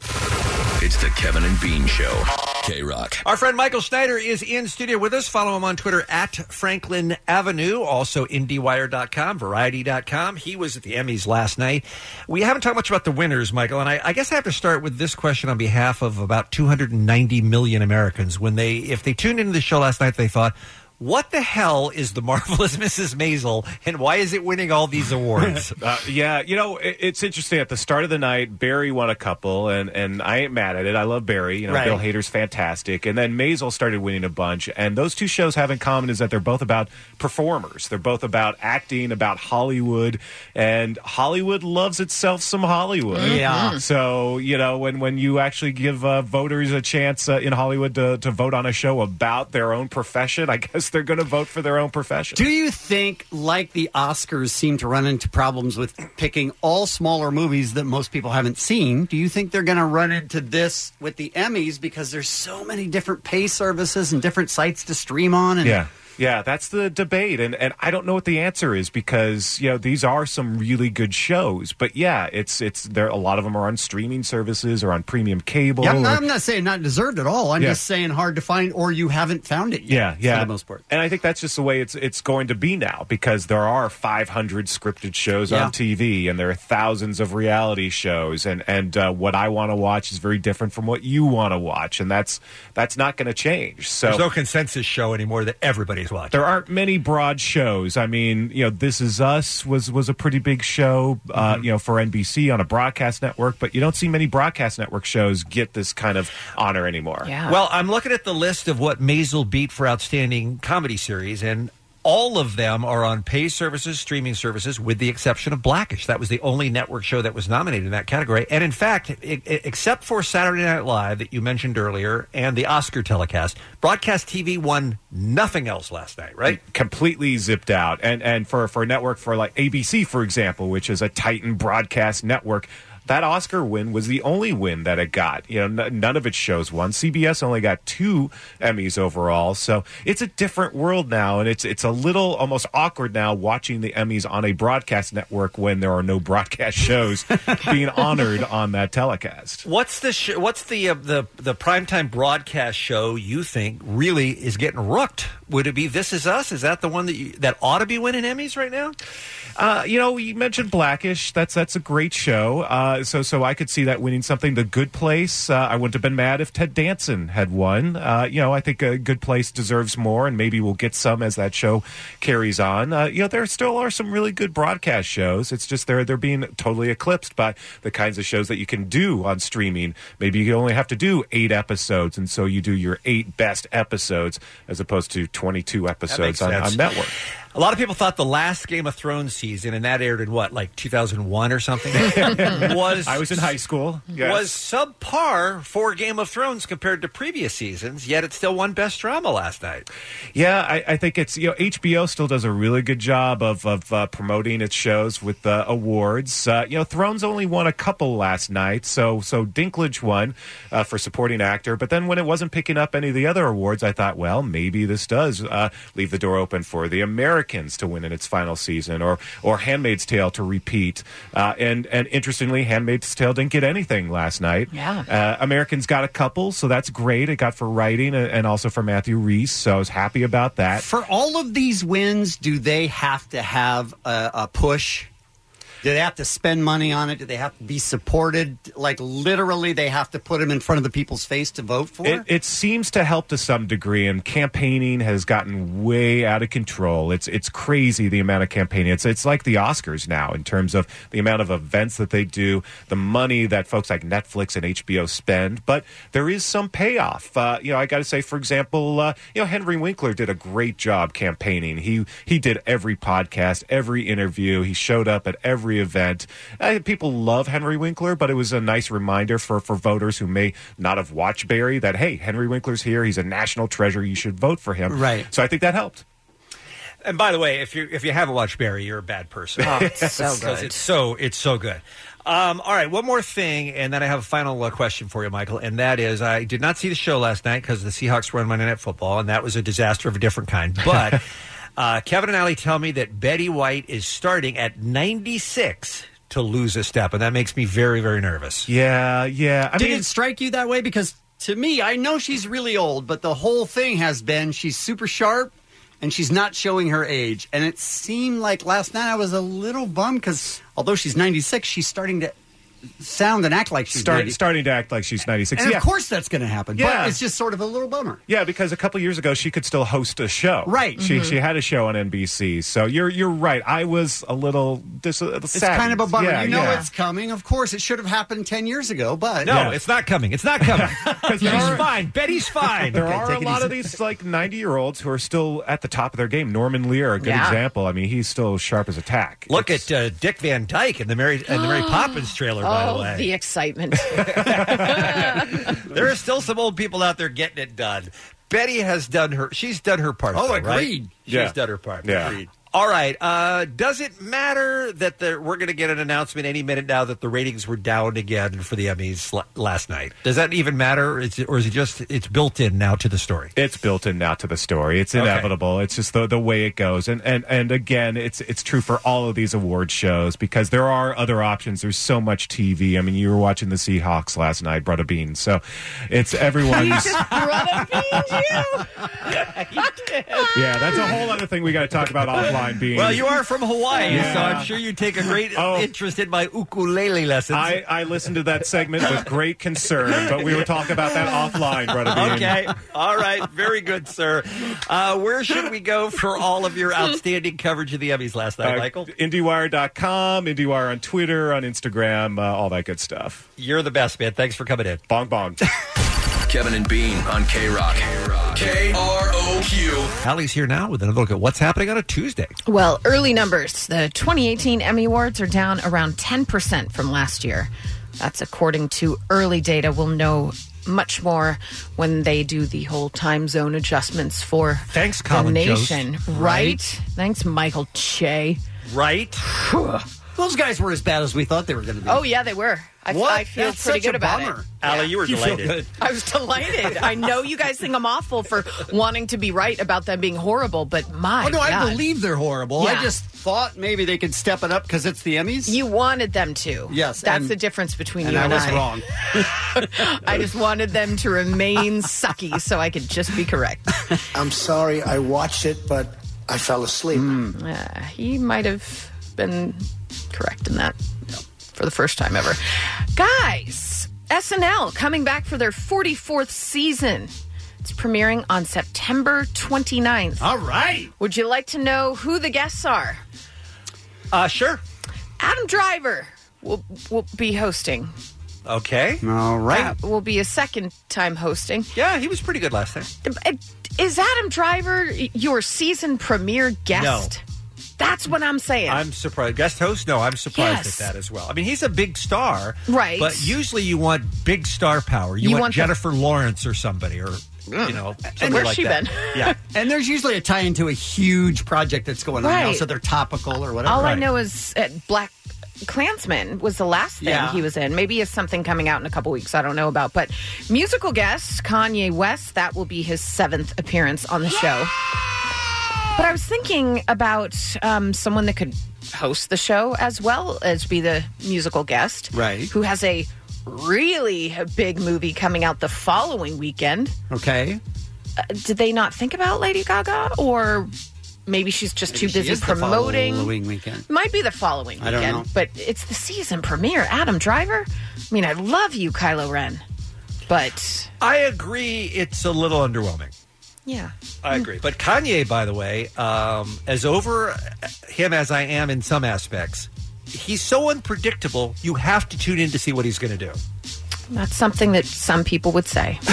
[SPEAKER 16] It's the Kevin and Bean Show. K Rock.
[SPEAKER 13] Our friend Michael Snyder is in studio with us. Follow him on Twitter at Franklin Avenue, also IndieWire.com, Variety.com. He was at the Emmys last night. We haven't talked much about the winners, Michael, and I, I guess I have to start with this question on behalf of about 290 million Americans. When they, if they tuned into the show last night, they thought, what the hell is the marvelous Mrs. Maisel, and why is it winning all these awards?
[SPEAKER 2] Uh, yeah, you know, it, it's interesting. At the start of the night, Barry won a couple, and, and I ain't mad at it. I love Barry. You know,
[SPEAKER 13] Right.
[SPEAKER 2] Bill Hader's fantastic. And then Maisel started winning a bunch. And those two shows have in common is that they're both about performers. They're both about acting, about Hollywood. And Hollywood loves itself some Hollywood.
[SPEAKER 17] Yeah. Mhm.
[SPEAKER 2] So, you know, when, when you actually give uh, voters a chance uh, in Hollywood to, to vote on a show about their own profession, I guess they're going to vote for their own profession.
[SPEAKER 12] Do you think, like the Oscars seem to run into problems with picking all smaller movies that most people haven't seen, do you think they're going to run into this with the Emmys because there's so many different pay services and different sites to stream on? And
[SPEAKER 2] yeah. Yeah, that's the debate, and, and I don't know what the answer is because you know these are some really good shows, but yeah, it's it's there. A lot of them are on streaming services or on premium cable.
[SPEAKER 12] Yeah, I'm,
[SPEAKER 2] or-
[SPEAKER 12] not, I'm not saying not deserved at all. I'm
[SPEAKER 2] Yeah.
[SPEAKER 12] just saying hard to find or you haven't found it
[SPEAKER 2] yeah,
[SPEAKER 12] yet.
[SPEAKER 2] yeah,
[SPEAKER 12] For the most part.
[SPEAKER 2] And I think that's just the way it's it's going to be now because there are 500 scripted shows
[SPEAKER 12] Yeah.
[SPEAKER 2] on TV, and there are thousands of reality shows, and and uh, what I want to watch is very different from what you want to watch, and that's that's not going to change. So
[SPEAKER 13] There's no consensus show anymore that everybody's watching.
[SPEAKER 2] There aren't many broad shows. I mean, you know, This Is Us was was a pretty big show, uh, you know, for NBC on a broadcast network. But you don't see many broadcast network shows get this kind of honor anymore.
[SPEAKER 13] Well, I'm looking at the list of what Maisel beat for outstanding comedy series, and all of them are on pay services, streaming services, with the exception of Blackish. That was the only network show that was nominated in that category. And in fact, i i- except for Saturday Night Live that you mentioned earlier and the Oscar telecast, broadcast TV won nothing else last night, right?
[SPEAKER 2] completely zipped out. And and for for a network for like ABC, for example, which is a Titan broadcast network. That Oscar win was the only win that it got. You know, n- none of its shows won. CBS only got two Emmys overall, so it's a different world now, and it's it's a little almost awkward now watching the Emmys on a broadcast network when there are no broadcast shows being honored on that telecast.
[SPEAKER 13] What's the sh- what's the uh, the the primetime broadcast show you think really is getting rooked? Would it be This Is Us? Is that the one that you, that ought to be winning Emmys right now?
[SPEAKER 2] Uh, you know, you mentioned Blackish. That's that's a great show. Uh, so so I could see that winning something. The Good Place. Uh, I wouldn't have been mad if Ted Danson had won. Uh, you know, I think a Good Place deserves more, and maybe we'll get some as that show carries on. Uh, you know, there still are some really good broadcast shows. It's just they're they're being totally eclipsed by the kinds of shows that you can do on streaming. Maybe you only have to do eight episodes, and so you do your eight best episodes as opposed to twenty two episodes on, on
[SPEAKER 13] sense.
[SPEAKER 2] network.
[SPEAKER 13] A lot of people thought the last Game of Thrones season, and that aired in what, like 2001 or something, was
[SPEAKER 2] I was in high school. Yes.
[SPEAKER 13] was subpar for Game of Thrones compared to previous seasons. Yet it still won Best Drama last night.
[SPEAKER 2] Yeah, I, I think it's you know HBO still does a really good job of of uh, promoting its shows with uh, awards. Uh, you know, Thrones only won a couple last night, so so Dinklage won uh, for supporting actor. But then when it wasn't picking up any of the other awards, I thought, well, maybe this does uh, leave the door open for The Americans to win in its final season, or or Handmaid's Tale to repeat. Uh, and and interestingly, Handmaid's Tale didn't get anything last night.
[SPEAKER 17] Yeah.
[SPEAKER 2] Uh, Americans got a couple, so that's great. It got for writing and, and also for Matthew Reese, so I was happy about that.
[SPEAKER 12] For all of these wins, do they have to have a, a push? Do they have to spend money on it? Do they have to be supported? Like literally, they have to put him in front of the people's face to vote for.
[SPEAKER 2] It, it seems to help to some degree, and campaigning has gotten way out of control. It's it's crazy the amount of campaigning. It's it's like the Oscars now in terms of the amount of events that they do, the money that folks like Netflix and HBO spend. But there is some payoff. Uh, you know, I got to say, for example, uh, you know Henry Winkler did a great job campaigning. He he did every podcast, every interview. He showed up at every event. Uh, people love Henry Winkler, but it was a nice reminder for for voters who may not have watched Barry that hey, Henry Winkler's here. He's a national treasure. You should vote for him.
[SPEAKER 27] Right.
[SPEAKER 2] So I think that helped.
[SPEAKER 13] And by the way, if you if you haven't watched Barry, you're a bad person.
[SPEAKER 2] Oh, it's so
[SPEAKER 13] 'Cause
[SPEAKER 2] good.
[SPEAKER 13] It's so it's so good. Um, all right, one more thing, and then I have a final uh, question for you, Michael, and that is I did not see the show last night because the Seahawks were on Monday Night Football, and that was a disaster of a different kind. But uh, Kevin and Ali tell me that Betty White is starting at 96 to lose a step, and that makes me very, very nervous.
[SPEAKER 2] Yeah, yeah.
[SPEAKER 12] Did it strike you that way? Because to me, I know she's really old, but the whole thing has been she's super sharp and she's not showing her age. And it seemed like last night I was a little bummed because although she's 96, she's starting to sound and act like she's
[SPEAKER 2] Start,
[SPEAKER 12] 90.
[SPEAKER 2] starting to act like she's 96.
[SPEAKER 12] And
[SPEAKER 2] yeah.
[SPEAKER 12] of course that's going to happen.
[SPEAKER 2] Yeah.
[SPEAKER 12] But it's just sort of a little bummer.
[SPEAKER 2] Yeah, because a couple years ago she could still host a show.
[SPEAKER 12] Right.
[SPEAKER 2] She
[SPEAKER 12] Mhm.
[SPEAKER 2] she had a show on NBC. So you're you're right. I was a little dis- uh,
[SPEAKER 12] It's kind of a bummer.
[SPEAKER 2] Yeah,
[SPEAKER 12] you know
[SPEAKER 2] yeah.
[SPEAKER 12] it's coming. Of course, it should have happened 10 years ago, but.
[SPEAKER 13] No, it's not coming. It's not coming. She's fine. Betty's fine.
[SPEAKER 2] There are a lot of these like 90 year olds who are still at the top of their game. Norman Lear, a good
[SPEAKER 13] Yeah.
[SPEAKER 2] example. I mean, he's still sharp as a tack.
[SPEAKER 13] Look at uh, Dick Van Dyke in the Mary and the Mary Poppins trailer. by the
[SPEAKER 14] oh,
[SPEAKER 13] way,
[SPEAKER 14] the excitement.
[SPEAKER 13] there are still some old people out there getting it done. Betty has done her. She's done her part.
[SPEAKER 28] Oh,
[SPEAKER 13] though, right?
[SPEAKER 28] agreed.
[SPEAKER 13] She's
[SPEAKER 28] Yeah.
[SPEAKER 13] done her part.
[SPEAKER 28] Yeah. Agreed.
[SPEAKER 13] All right. Uh, does it matter that the, we're going to get an announcement any minute now that the ratings were down again for the Emmys l- last night? Does that even matter, or is it, or is it just it's built in now to the story?
[SPEAKER 2] It's built in now to the story. It's inevitable. It's just the the way it goes. And and and again, it's it's true for all of these award shows because there are other options. There's so much TV. I mean, you were watching the Seahawks last night, Brother Bean. So it's everyone's. yeah, that's a whole other thing we got to talk about offline. Bean.
[SPEAKER 13] Well, you are from Hawaii,
[SPEAKER 2] Yeah.
[SPEAKER 13] so I'm sure you take a great
[SPEAKER 28] Oh.
[SPEAKER 13] interest in my ukulele lessons.
[SPEAKER 2] I, I listened to that segment with great concern, but we were talking about that offline, Brother Bean.
[SPEAKER 13] Okay. All right. Very good, sir. Uh, where should we go for all of your outstanding coverage of the Emmys last night,
[SPEAKER 2] Uh,
[SPEAKER 13] Michael?
[SPEAKER 2] IndieWire.com, IndieWire on Twitter, on Instagram, uh, all that good stuff.
[SPEAKER 13] You're the best, man. Thanks for coming in.
[SPEAKER 2] Bong bong.
[SPEAKER 16] Kevin and Bean on K Rock. K R O Q.
[SPEAKER 13] Allie's here now with another look at what's happening on a Tuesday.
[SPEAKER 14] Well, early numbers. The 2018 Emmy Awards are down around 10% from last year. That's according to early data. We'll know much more when they do the whole time zone adjustments for
[SPEAKER 13] Thanks,
[SPEAKER 14] the
[SPEAKER 13] Colin Jost.
[SPEAKER 14] nation. Right?
[SPEAKER 13] Right.
[SPEAKER 14] Thanks, Michael Che.
[SPEAKER 13] Right?
[SPEAKER 12] Those guys were as bad as we thought they were going to be.
[SPEAKER 14] Oh, yeah, they were. I,
[SPEAKER 12] What?
[SPEAKER 14] I feel
[SPEAKER 12] That's
[SPEAKER 14] pretty
[SPEAKER 12] such a
[SPEAKER 14] good about
[SPEAKER 12] bummer.
[SPEAKER 14] it.
[SPEAKER 13] Allie, you were
[SPEAKER 12] You feel
[SPEAKER 13] delighted.
[SPEAKER 12] good.
[SPEAKER 14] I was delighted. I know you guys think I'm awful for wanting to be right about them being horrible, but my
[SPEAKER 12] Oh, no, I
[SPEAKER 14] God.
[SPEAKER 12] believe they're horrible.
[SPEAKER 14] Yeah.
[SPEAKER 12] I just thought maybe they could step it up because it's the Emmys.
[SPEAKER 14] You wanted them to.
[SPEAKER 12] Yes,
[SPEAKER 14] That's
[SPEAKER 12] and-
[SPEAKER 14] the difference between
[SPEAKER 12] and
[SPEAKER 14] you
[SPEAKER 12] I
[SPEAKER 14] and
[SPEAKER 12] was
[SPEAKER 14] I.
[SPEAKER 12] wrong.
[SPEAKER 14] I just wanted them to remain sucky so I could just be correct.
[SPEAKER 3] I'm sorry I watched it, but I fell asleep.
[SPEAKER 13] Hmm.
[SPEAKER 14] Uh, he might have been correct in that for the first time ever. Guys, SNL coming back for their 44th season. It's premiering on September 29th.
[SPEAKER 13] All right.
[SPEAKER 14] Would you like to know who the guests are?
[SPEAKER 13] Uh, sure.
[SPEAKER 14] Adam Driver will, will be hosting.
[SPEAKER 13] Okay.
[SPEAKER 12] All right.
[SPEAKER 14] Uh, will be a second time hosting.
[SPEAKER 13] Yeah, he was pretty good last time.
[SPEAKER 14] Is Adam Driver your season premiere guest? That's what I'm saying.
[SPEAKER 13] I'm surprised. Guest host? No, I'm surprised
[SPEAKER 14] Yes.
[SPEAKER 13] at that as well. I mean, he's a big star.
[SPEAKER 14] Right.
[SPEAKER 13] But usually you want big star power. You,
[SPEAKER 12] You
[SPEAKER 13] want,
[SPEAKER 12] want the-
[SPEAKER 13] Jennifer Lawrence or somebody or, you know, somebody like that. Yeah.
[SPEAKER 12] And there's usually a tie into a huge project that's going on now,
[SPEAKER 14] Right.
[SPEAKER 12] so they're topical or whatever.
[SPEAKER 14] All I know is uh, Black Klansman was the last thing
[SPEAKER 12] Yeah.
[SPEAKER 14] he was in. Maybe it's something coming out in a couple weeks. I don't know about. But musical guest Kanye West. That will be his seventh appearance on the show. But I was thinking about um, someone that could host the show as well as be the musical guest,
[SPEAKER 12] Right.
[SPEAKER 14] Who has a really big movie coming out the following weekend.
[SPEAKER 12] Okay.
[SPEAKER 14] Uh, did they not think about Lady Gaga or maybe she's just
[SPEAKER 29] Maybe
[SPEAKER 14] too
[SPEAKER 29] she
[SPEAKER 14] busy
[SPEAKER 29] is the
[SPEAKER 14] promoting.
[SPEAKER 29] following weekend.
[SPEAKER 14] Might be the following
[SPEAKER 29] I
[SPEAKER 14] weekend,
[SPEAKER 29] don't know.
[SPEAKER 14] but it's the season premiere. Adam Driver. I mean, I love you, Kylo Ren, but
[SPEAKER 13] I agree. It's a little underwhelming.
[SPEAKER 14] yeah,
[SPEAKER 13] I agree. But Kanye, by the way, um, as over him as I am in some aspects, he's so unpredictable. You have to tune in to see what he's going to do.
[SPEAKER 14] that's something that some people would say.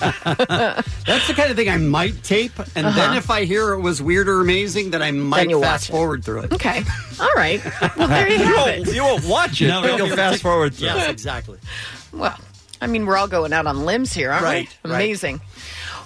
[SPEAKER 12] That's the kind of thing I might tape, and then
[SPEAKER 14] Uh-huh.
[SPEAKER 12] if I hear it was weird or amazing, then I might
[SPEAKER 14] you'll
[SPEAKER 12] fast forward through it.
[SPEAKER 14] Okay, all right. Well, there you have it.
[SPEAKER 13] You won't watch
[SPEAKER 12] it,
[SPEAKER 13] it.
[SPEAKER 12] but
[SPEAKER 13] you'll fast forward through.
[SPEAKER 12] Yes, exactly.
[SPEAKER 14] Well, I mean, we're all going out on limbs here, aren't
[SPEAKER 12] Right,
[SPEAKER 14] we?
[SPEAKER 12] right.
[SPEAKER 14] Amazing.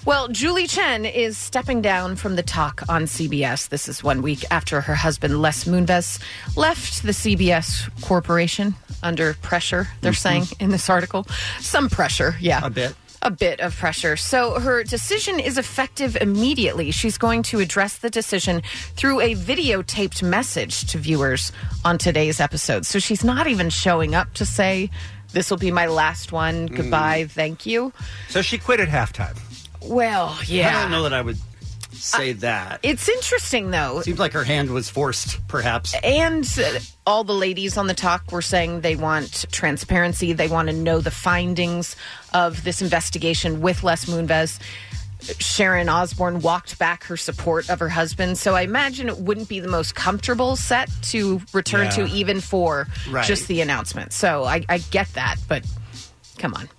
[SPEAKER 14] Well, Julie Chen is stepping down from the talk on CBS. This is one week after her husband, Les Moonves, left the CBS corporation under pressure, they're saying in this article. Some pressure, yeah. A
[SPEAKER 13] bit.
[SPEAKER 14] A bit of pressure. So her decision is effective immediately. She's going to address the decision through a videotaped message to viewers on today's episode. So she's not even showing up to say, This will be my last one. Goodbye. Thank you.
[SPEAKER 13] So she quit at halftime.
[SPEAKER 14] Well, yeah. Uh,
[SPEAKER 12] I don't know that I would say that.
[SPEAKER 14] It's interesting, though.
[SPEAKER 12] Seems like her hand was forced, perhaps.
[SPEAKER 14] And uh, all the ladies on the talk were saying they want transparency. They want to know the findings of this investigation with Les Moonves. Sharon Osbourne walked back her support of her husband. So I imagine it wouldn't be the most comfortable set to return
[SPEAKER 15] Yeah.
[SPEAKER 14] to, even for
[SPEAKER 15] Right.
[SPEAKER 14] just the announcement. So I, I get that, but come on.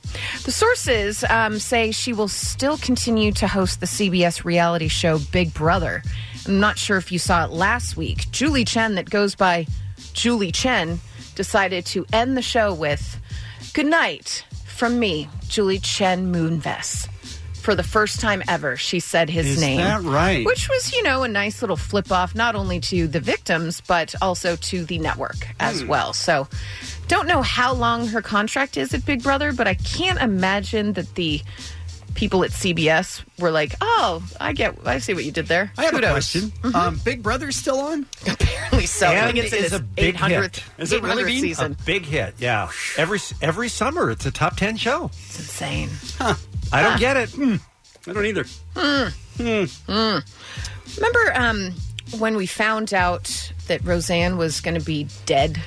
[SPEAKER 14] The sources um, say she will still continue to host the CBS reality show Big Brother. I'm not sure if you saw it last week. Julie Chen, that goes by Julie Chen, decided to end the show with Good night from me, Julie Chen Moonves. For the first time ever, she said his
[SPEAKER 12] Is
[SPEAKER 14] name.
[SPEAKER 12] that right?
[SPEAKER 14] Which was, you know, a nice little flip off, not only to the victims, but also to the network as
[SPEAKER 15] Hmm.
[SPEAKER 14] well. So, don't know how long her contract is at Big Brother, but I can't imagine that the people at CBS were like, "Oh, I get, I see what you did there."
[SPEAKER 12] I have
[SPEAKER 14] Kudos." Mm-hmm.
[SPEAKER 12] a question. Um, Big Brother's still on?
[SPEAKER 14] Apparently so. I
[SPEAKER 13] And
[SPEAKER 14] think it's in
[SPEAKER 13] is
[SPEAKER 14] its
[SPEAKER 13] a big
[SPEAKER 14] 800th
[SPEAKER 13] hit. Is it really
[SPEAKER 14] 800th
[SPEAKER 13] Bean?
[SPEAKER 14] season.
[SPEAKER 13] A big hit, yeah. Every every summer, it's a top ten show.
[SPEAKER 14] It's insane.
[SPEAKER 13] I don't
[SPEAKER 14] Huh.
[SPEAKER 13] get it. Hmm.
[SPEAKER 12] I don't either.
[SPEAKER 14] Mm.
[SPEAKER 12] Hmm.
[SPEAKER 14] Mm. Remember um, when we found out that Roseanne was going to be dead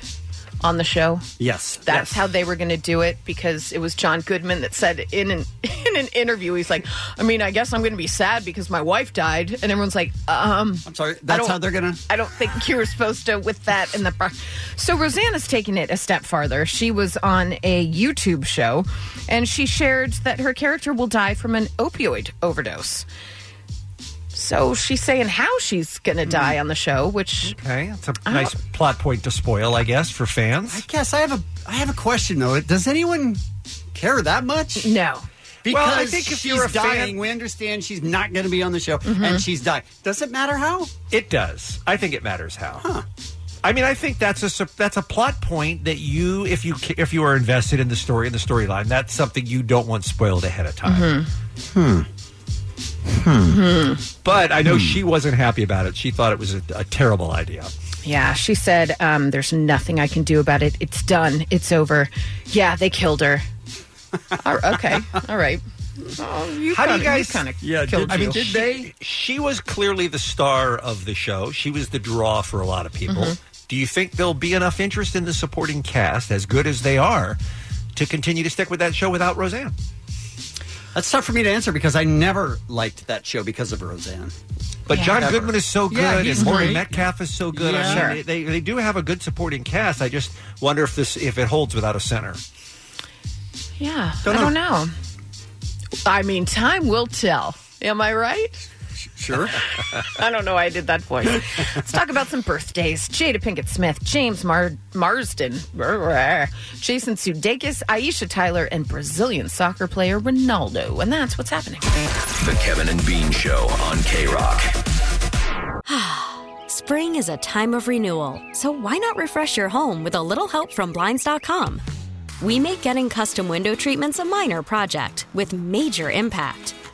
[SPEAKER 14] on the show?
[SPEAKER 12] Yes.
[SPEAKER 14] That's how they were going to do it because it was John Goodman that said in an in an interview, he's like, "I mean, I guess I'm going to be sad because my wife died," and everyone's like, "Um,
[SPEAKER 12] I'm sorry,
[SPEAKER 14] I
[SPEAKER 12] that's
[SPEAKER 14] don't-
[SPEAKER 12] how they're gonna-
[SPEAKER 14] I don't think you were supposed to with that in the. pro- So Rosanna's taken it a step farther. She was on a YouTube show, and she shared that her character will die from an opioid overdose. So she's saying how she's going
[SPEAKER 12] Mm-hmm.
[SPEAKER 14] to die on the show, which
[SPEAKER 13] okay, it's a
[SPEAKER 14] I
[SPEAKER 13] nice plot point to spoil, I guess, for fans.
[SPEAKER 12] I guess I have a I have a question though. Does anyone care that much?
[SPEAKER 14] No.
[SPEAKER 12] Because
[SPEAKER 13] Well, I think if
[SPEAKER 12] she's
[SPEAKER 13] you're a fan- Mm-hmm.
[SPEAKER 12] dying, we understand she's not going to be on the show, and she's dying. Does it matter how?
[SPEAKER 13] It does. I think it matters how. I mean, I think that's a su- that's a plot point that you, if you ca- if you are invested in the story and the storyline, that's something you don't want spoiled ahead of time.
[SPEAKER 3] Hmm.
[SPEAKER 14] Mm-hmm. Hmm.
[SPEAKER 13] But I know she wasn't happy about it. She thought it was a, a terrible idea.
[SPEAKER 14] Yeah, she said, um, "There's nothing I can do about it. It's done. It's over." Yeah, they killed her. All right, okay, all right. Oh, you
[SPEAKER 13] How do you
[SPEAKER 14] kinda-
[SPEAKER 13] guys
[SPEAKER 14] kinda killed you.
[SPEAKER 13] they? She was clearly the star of the show. She was the draw for a lot of people.
[SPEAKER 14] Mhm.
[SPEAKER 13] Do you think there'll be enough interest in the supporting cast, as good as they are, to continue to stick with that show without Roseanne?
[SPEAKER 12] That's tough for me to answer because I never liked that show because of Roseanne.
[SPEAKER 13] But John
[SPEAKER 12] Never.
[SPEAKER 13] Goodman is so good,
[SPEAKER 12] Yeah, he's
[SPEAKER 13] and Laurie
[SPEAKER 12] great.
[SPEAKER 13] Metcalf is so good. I mean,
[SPEAKER 12] Yeah.
[SPEAKER 13] they, they they do have a good supporting cast. I just wonder if this if it holds without a center.
[SPEAKER 14] Yeah,
[SPEAKER 13] Don't
[SPEAKER 14] I
[SPEAKER 13] know.
[SPEAKER 14] don't know. I mean, time will tell. Am I right?
[SPEAKER 12] Sure.
[SPEAKER 14] I don't know why I did that voice. Let's talk about some birthdays. Jada Pinkett Smith, James Mar- Marsden, Jason Sudeikis, Aisha Tyler, and Brazilian soccer player Ronaldo. And that's what's happening.
[SPEAKER 16] The Kevin and Bean Show on K Rock.
[SPEAKER 10] Spring is a time of renewal, so why not refresh your home with a little help from Blinds.com? We make getting custom window treatments a minor project with major impact.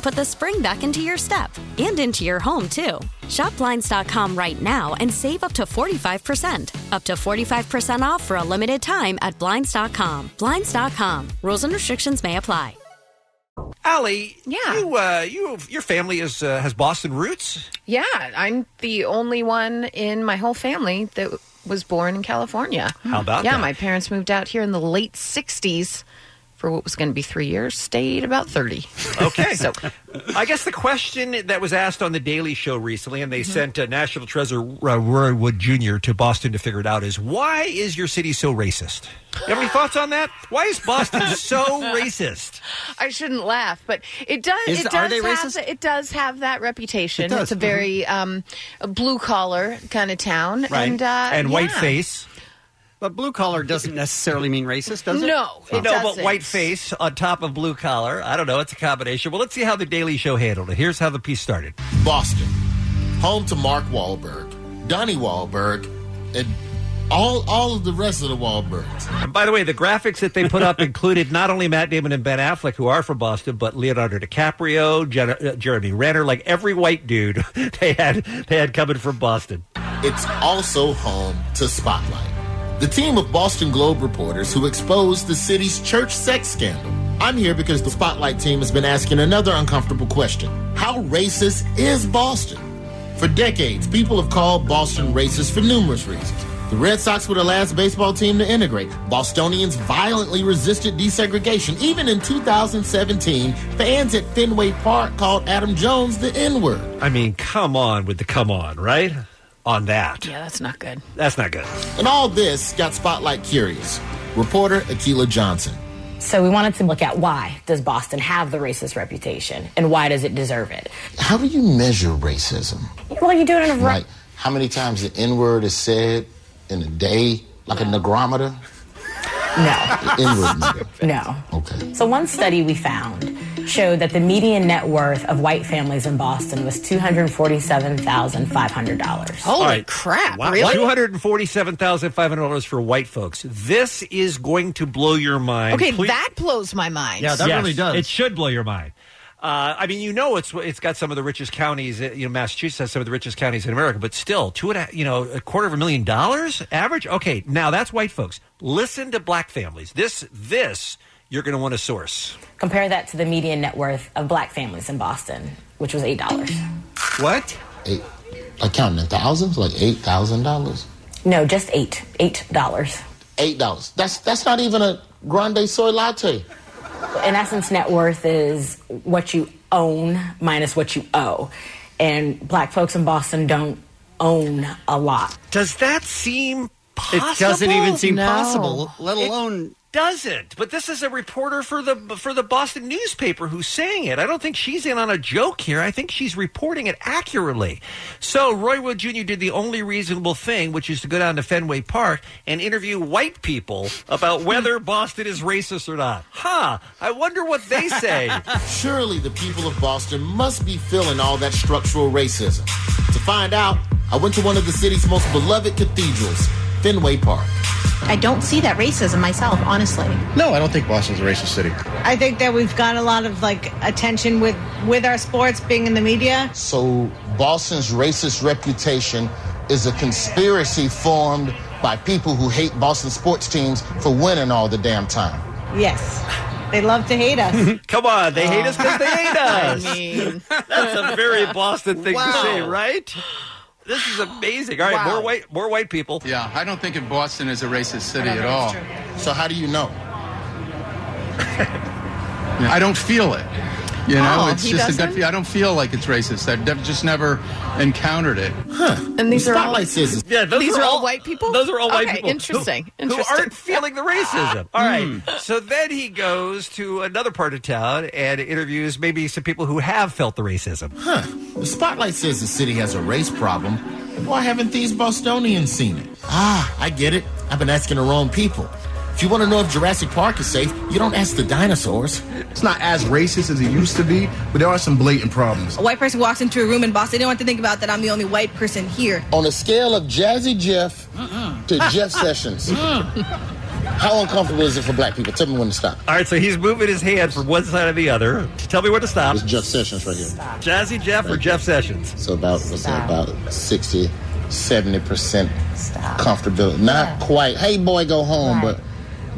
[SPEAKER 10] put the spring back into your step and into your home, too. Shop Blinds.com right now and save up to 45%. Up to 45% off for a limited time at Blinds.com. Blinds.com. Rules and restrictions may apply.
[SPEAKER 3] Allie, yeah. you, uh, you, your family is uh, has Boston roots.
[SPEAKER 14] Yeah, I'm the only one in my whole family that w- was born in California.
[SPEAKER 3] How about
[SPEAKER 14] yeah,
[SPEAKER 3] that?
[SPEAKER 14] my parents moved out here in the late 60s for what was going to be three years, stayed about 30.
[SPEAKER 3] Okay. so I guess the question that was asked on the Daily Show recently, and they sent uh, National Treasure uh, Roy Wood Jr. to Boston to figure it out, is why is your city so racist? You have any thoughts on that? Why is Boston so racist?
[SPEAKER 14] I shouldn't laugh, but it does.
[SPEAKER 3] Is-
[SPEAKER 14] it does
[SPEAKER 3] are they
[SPEAKER 14] have
[SPEAKER 3] racist?
[SPEAKER 14] the- it does have that reputation.
[SPEAKER 3] It does, uh-huh.
[SPEAKER 14] It's a very um, blue collar kind of town, and uh, yeah.
[SPEAKER 12] But blue collar doesn't necessarily mean racist, does it?
[SPEAKER 14] No, it
[SPEAKER 12] no,
[SPEAKER 14] doesn't.
[SPEAKER 12] but
[SPEAKER 13] White face on top of blue collar. I don't know. It's a combination. Well, let's see how the Daily Show handled it. Here's how the piece started.
[SPEAKER 9] Boston, home to Mark Wahlberg, Donnie Wahlberg, and all all of the rest of the Wahlbergs.
[SPEAKER 13] And by the way, the graphics that they put up included not only Matt Damon and Ben Affleck, who are from Boston, but Leonardo DiCaprio, Jen- uh, Jeremy Renner, like every white dude they had they had coming from Boston.
[SPEAKER 9] It's also home to Spotlight, the team of Boston Globe reporters who exposed the city's church sex scandal. I'm here because the Spotlight team has been asking another uncomfortable question How racist is Boston? For decades, people have called Boston racist for numerous reasons. The Red Sox were the last baseball team to integrate. Bostonians violently resisted desegregation. Even in 2017, fans at Fenway Park called Adam Jones the N word.
[SPEAKER 13] I mean, come on with the come on, right? On that.
[SPEAKER 14] Yeah, that's not good.
[SPEAKER 13] That's not good.
[SPEAKER 9] And all this got Spotlight curious. Reporter Akila Johnson.
[SPEAKER 11] So we wanted to look at why does Boston have the racist reputation and why does it deserve it?
[SPEAKER 9] How do you measure racism?
[SPEAKER 11] Well, you do it in a var-
[SPEAKER 9] Like, how many times the N word is said in a day? Like a negrometer?
[SPEAKER 11] No.
[SPEAKER 9] The N word meter.
[SPEAKER 11] No. Okay. So one study we found showed that the median net worth of white families in Boston was $247,500.
[SPEAKER 13] All right. Wow. Two hundred and forty-seven thousand five hundred dollars for white folks. This is going to blow your mind.
[SPEAKER 14] Okay,
[SPEAKER 13] Please-
[SPEAKER 14] that blows my mind.
[SPEAKER 13] Yes, It should blow your mind. Uh, I mean, you know, it's it's got some of the richest counties. uh, You know, Massachusetts has some of the richest counties in America, but still, two and a, you know, a quarter of a million dollars average. Okay, now that's white folks. Listen to black families. This this you're going to want to source.
[SPEAKER 11] Compare that to the median net worth of black families in Boston, which was $8.
[SPEAKER 13] What?
[SPEAKER 9] Eight. Like counting in thousands? Like $8,000?
[SPEAKER 11] No, just 8 $8.
[SPEAKER 9] $8. That's, that's not even a grande soy latte.
[SPEAKER 11] In essence, net worth is what you own minus what you owe. And black folks in Boston don't own a lot.
[SPEAKER 13] Does that seem
[SPEAKER 12] It doesn't
[SPEAKER 11] Possible?
[SPEAKER 12] even seem
[SPEAKER 11] No.
[SPEAKER 12] possible, let
[SPEAKER 11] It-
[SPEAKER 12] alone
[SPEAKER 13] Doesn't. But this is a reporter for the for the Boston newspaper who's saying it. I don't think she's in on a joke here. I think she's reporting it accurately. So Roy Wood Jr. did the only reasonable thing, which is to go down to Fenway Park and interview white people about whether Boston is racist or not. Huh. I wonder what they say.
[SPEAKER 9] Surely the people of Boston must be feeling all that structural racism. To find out, I went to one of the city's most beloved cathedrals, Fenway Park.
[SPEAKER 15] I don't see that racism myself, honestly.
[SPEAKER 4] No, I don't think Boston's a racist city.
[SPEAKER 15] I think that we've got a lot of like attention with with our sports being in the media.
[SPEAKER 9] So, Boston's racist reputation is a conspiracy formed by people who hate Boston sports teams for winning all the damn time.
[SPEAKER 15] Yes, they love to hate us.
[SPEAKER 13] Come on, they hate us because they hate us.
[SPEAKER 15] I mean.
[SPEAKER 13] That's a very Boston thing to
[SPEAKER 15] Wow.
[SPEAKER 13] say, right? This is amazing. All right,
[SPEAKER 15] Wow.
[SPEAKER 13] more white more white people.
[SPEAKER 4] Yeah, I don't think of Boston as a racist city
[SPEAKER 9] I don't
[SPEAKER 4] at
[SPEAKER 9] think
[SPEAKER 4] all.
[SPEAKER 9] it's So, how do you know?
[SPEAKER 4] I don't feel it.
[SPEAKER 18] You know,
[SPEAKER 14] Oh,
[SPEAKER 18] it's
[SPEAKER 14] he
[SPEAKER 18] just a
[SPEAKER 14] doesn't?
[SPEAKER 18] gut feel. I don't feel like it's racist. I've dev- just never encountered it. Huh.
[SPEAKER 14] And these are all
[SPEAKER 18] Yeah,
[SPEAKER 13] those
[SPEAKER 14] these
[SPEAKER 13] are
[SPEAKER 14] are all,
[SPEAKER 13] all-
[SPEAKER 14] white people.
[SPEAKER 13] Those are all white
[SPEAKER 14] Okay,
[SPEAKER 13] people
[SPEAKER 14] Interesting.
[SPEAKER 13] who, who
[SPEAKER 14] interesting.
[SPEAKER 13] aren't feeling the racism. All right. So then he goes to another part of town and interviews maybe some people who have felt the racism.
[SPEAKER 9] Huh. The spotlight says the city has a race problem. Why haven't these Bostonians seen it? Ah, I get it. I've been asking the wrong people. If you want to know if Jurassic Park is safe, you don't ask the dinosaurs. It's not as racist as it used to be, but there are some blatant problems.
[SPEAKER 15] A white person walks into a room in Boston. They don't have to think about that I'm the only white person here.
[SPEAKER 9] On a scale of Jazzy Jeff to Jeff Sessions,
[SPEAKER 15] Mm.
[SPEAKER 9] how uncomfortable is it for black people? Tell me when to stop.
[SPEAKER 13] All right, so he's moving his hand from one side to the other. Tell me where to stop. It's
[SPEAKER 9] Jeff Sessions right here.
[SPEAKER 13] Jazzy Jeff or Jeff Sessions?
[SPEAKER 9] So about was it about 60, 70 percent comfortability. Not quite. Hey, boy, go home, but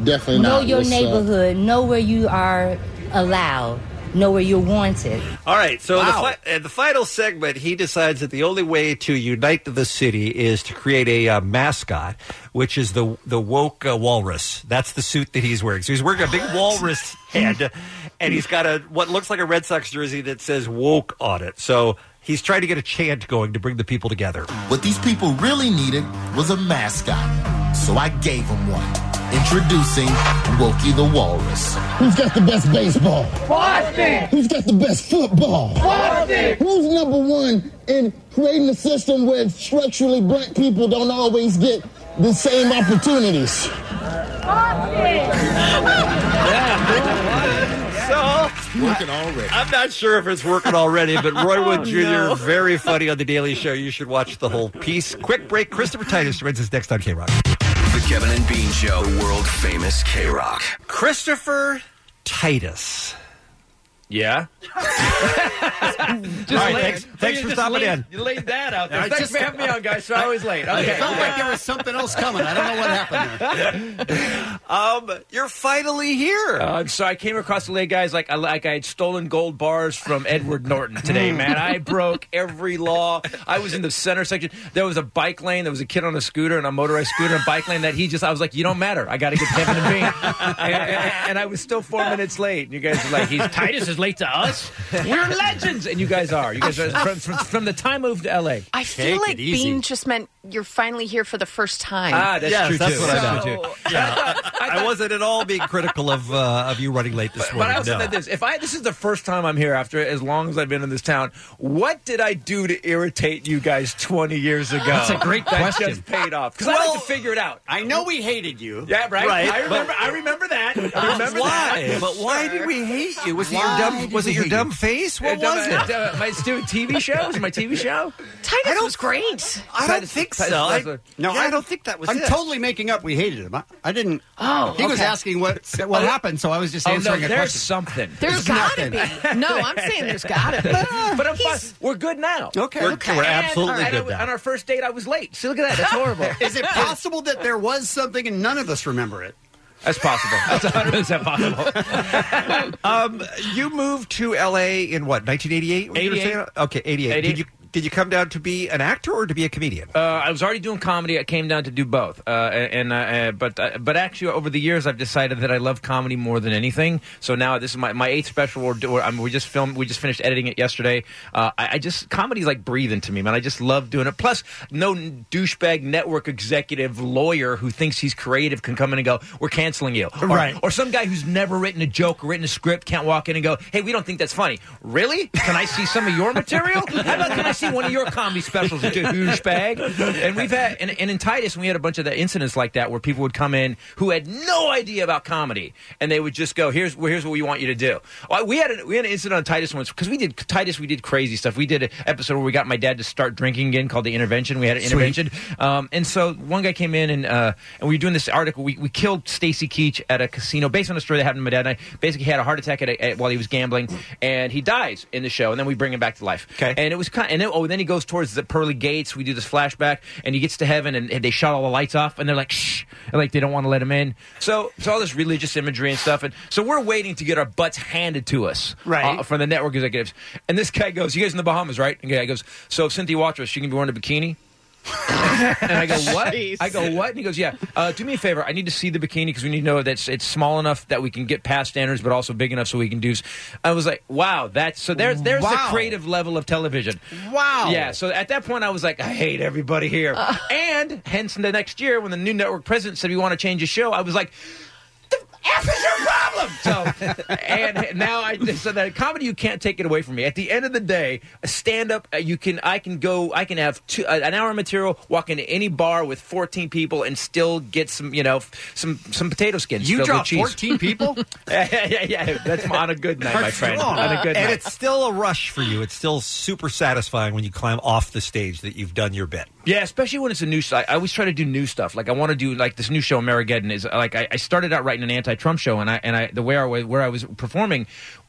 [SPEAKER 9] definitely
[SPEAKER 20] Know
[SPEAKER 9] not.
[SPEAKER 20] your
[SPEAKER 9] What's up?
[SPEAKER 20] neighborhood. Know where you are allowed. Know where you're wanted.
[SPEAKER 13] All right, so
[SPEAKER 20] Wow.
[SPEAKER 13] the, fi- uh, the final segment, he decides that the only way to unite the city is to create a uh, mascot, which is the the woke uh, walrus. That's the suit that he's wearing. So he's wearing a big walrus head, and he's got a what looks like a Red Sox jersey that says "woke" on it. So he's trying to get a chant going to bring the people together.
[SPEAKER 9] What these people really needed was a mascot, so I gave them one. Introducing Wokey the Walrus.
[SPEAKER 21] Who's got the best baseball? Boston. Who's got the best football?
[SPEAKER 9] Boston.
[SPEAKER 21] Who's number one in creating a system where structurally black people don't always get the same opportunities?
[SPEAKER 13] So
[SPEAKER 9] working already.
[SPEAKER 13] I'm not sure if it's working already, but Roy Wood
[SPEAKER 17] Oh,
[SPEAKER 13] Jr.
[SPEAKER 17] no.
[SPEAKER 13] very funny on the Daily Show. You should watch the whole piece. Quick break. Christopher Titus joins us next on K Rock.
[SPEAKER 16] The Kevin and Bean Show, the world famous K Rock.
[SPEAKER 13] Christopher Titus.
[SPEAKER 22] Yeah.
[SPEAKER 13] All right, thanks-
[SPEAKER 22] Oh,
[SPEAKER 13] thanks for stopping in.
[SPEAKER 22] You laid that out there.
[SPEAKER 13] I
[SPEAKER 22] thanks
[SPEAKER 13] just-
[SPEAKER 22] for having me on, guys. So I was late. Okay.
[SPEAKER 13] It felt like
[SPEAKER 22] there was something else coming.
[SPEAKER 13] I don't know what
[SPEAKER 22] happened there.
[SPEAKER 13] Um, you're finally here.
[SPEAKER 22] Uh, so I came across the late guys like I like I had stolen gold bars from Edward Norton today,
[SPEAKER 13] Mm.
[SPEAKER 22] man. I broke every law. I was in the center section. There was a bike lane. There was a kid on a scooter and a motorized scooter and a bike lane that he just. I was like, you don't matter. I got to get Kevin and Bean. and, and- and I was still four minutes late. And you guys were like, he's Titus is late to us. We're legends, and you guys are. You guys are from from, from the time I moved to L.A.
[SPEAKER 14] I feel like Bean just meant you're finally here for the first time.
[SPEAKER 22] Ah, that's Yes, true, that's too. what I meant, too.
[SPEAKER 13] I wasn't at all being critical of uh, of you running late this
[SPEAKER 22] But
[SPEAKER 13] morning.
[SPEAKER 22] I also
[SPEAKER 13] no.
[SPEAKER 22] said this: if I this is the first time I'm here after as long as I've been in this town, what did I do to irritate you guys 20 years ago?
[SPEAKER 17] That's a great
[SPEAKER 22] that
[SPEAKER 17] question.
[SPEAKER 22] Just paid off because I had to figure it out.
[SPEAKER 12] I know we hated you.
[SPEAKER 22] Yeah, right.
[SPEAKER 13] Right,
[SPEAKER 22] I remember.
[SPEAKER 13] but-
[SPEAKER 22] I remember that. I
[SPEAKER 13] But
[SPEAKER 22] remember
[SPEAKER 13] why?
[SPEAKER 22] that.
[SPEAKER 13] But why did we hate you? Was it
[SPEAKER 22] Why
[SPEAKER 13] your dumb?
[SPEAKER 22] did
[SPEAKER 13] Was
[SPEAKER 22] we
[SPEAKER 13] it your
[SPEAKER 22] hate
[SPEAKER 13] dumb
[SPEAKER 22] you?
[SPEAKER 13] face? What
[SPEAKER 22] Uh,
[SPEAKER 13] was
[SPEAKER 22] dumb-
[SPEAKER 13] it?
[SPEAKER 22] uh, my stupid TV show? Was it my TV show?
[SPEAKER 14] Titus was great.
[SPEAKER 13] I don't think so. I,
[SPEAKER 12] no,
[SPEAKER 13] yeah, I don't think that was
[SPEAKER 12] I'm
[SPEAKER 13] it.
[SPEAKER 12] totally making up. We hated him. I, I didn't.
[SPEAKER 14] Oh,
[SPEAKER 12] he was
[SPEAKER 14] okay.
[SPEAKER 12] asking what what happened, so I was just
[SPEAKER 22] Oh, no,
[SPEAKER 12] answering a
[SPEAKER 22] there's
[SPEAKER 12] question.
[SPEAKER 22] something.
[SPEAKER 14] There's
[SPEAKER 12] It's
[SPEAKER 14] gotta
[SPEAKER 12] nothing.
[SPEAKER 14] be. No, I'm saying there's gotta be.
[SPEAKER 22] But I'm fine. We're good now.
[SPEAKER 12] Okay. We're- we're
[SPEAKER 22] And-
[SPEAKER 12] absolutely
[SPEAKER 22] all right,
[SPEAKER 12] good
[SPEAKER 22] I-
[SPEAKER 12] now.
[SPEAKER 22] On our first date, I was late. See, look at that. That's horrible.
[SPEAKER 12] Is it possible that there was something and none of us remember it?
[SPEAKER 22] That's possible. That's 100 percent possible.
[SPEAKER 13] Um, you moved to L.A. in what 1988? what you were
[SPEAKER 22] 88.
[SPEAKER 13] saying? Okay, 88. Did
[SPEAKER 22] 88.
[SPEAKER 13] you did you come down to be an actor or to be a comedian?
[SPEAKER 22] Uh, I was already doing comedy. I came down to do both, uh, and uh, uh, but uh, but actually, over the years, I've decided that I love comedy more than anything. So now this is my, my eighth special. We're, do- I mean, we just filmed. We just finished editing it yesterday. Uh, I, I just comedy's like breathing to me, man. I just love doing it. Plus, no n- douchebag network executive lawyer who thinks he's creative can come in and go, "We're canceling you," Or-
[SPEAKER 17] Right.
[SPEAKER 22] Or some guy who's never written a joke or written a script can't walk in and go, "Hey, we don't think that's funny." Really? Can I see some of your material? How about can I see one of your comedy specials, you douchebag? And we've had and, and in Titus, we had a bunch of the incidents like that where people would come in who had no idea about comedy, and they would just go, "Here's well, here's what we want you to do." Uh, We had an, we had an incident on Titus once because we did Titus, we did crazy stuff. We did an episode where we got my dad to start drinking again called the intervention. We had an
[SPEAKER 13] Sweet.
[SPEAKER 22] intervention. Um, and so one guy came in and uh, and we were doing this article. We, we killed Stacy Keach at a casino based on a story that happened to my dad. And I basically he had a heart attack at a, at, while he was gambling, and he dies in the show. And then we bring him back to life. Okay. And it was kind. and then oh, then he goes towards the pearly gates. We do this flashback, and he gets to heaven, and, and they shut all the lights off, and they're like shh, and, like they don't want to let him in. So so all this religious imagery and stuff, and so we're waiting to get our butts handed to us,
[SPEAKER 17] Right.
[SPEAKER 22] uh, from the network executives. And this guy goes, "You guys in the Bahamas, right?" And the guy goes, "So if Cynthia Watros, she can be wearing a bikini." and I go, what?
[SPEAKER 17] Jeez.
[SPEAKER 22] I go, what? And he goes, yeah. Uh, do me a favor. I need to see the bikini because we need to know that it's, it's small enough that we can get past standards, but also big enough so we can do. s-" I was like, wow, that's so. There's there's
[SPEAKER 17] Wow.
[SPEAKER 22] a creative level of television.
[SPEAKER 17] Wow. Uh.
[SPEAKER 22] Yeah. So at that point, I was like, I hate everybody here. and hence, the next year when the new network president said we want to change the show, I was like. and now I so that comedy you can't take it away from me. At the end of the day, a stand up uh, you can I can go I can have two, uh, an hour of material, walk into any bar with fourteen people and still get some you know f- some some potato skins.
[SPEAKER 3] You
[SPEAKER 22] filled with
[SPEAKER 3] dropped
[SPEAKER 22] cheese.
[SPEAKER 3] 14 people?
[SPEAKER 22] yeah, yeah, yeah. That's on a good night, my friend. On a good
[SPEAKER 4] and
[SPEAKER 22] night.
[SPEAKER 4] it's still a rush for you. It's still super satisfying when you climb off the stage that you've done your bit.
[SPEAKER 22] Yeah, especially when it's a new show. I I always try to do new stuff. Like I want to do like this new show, Marigeddon, is like I, I started out writing an anti-Trump show, and I and I the way I was, where I was performing.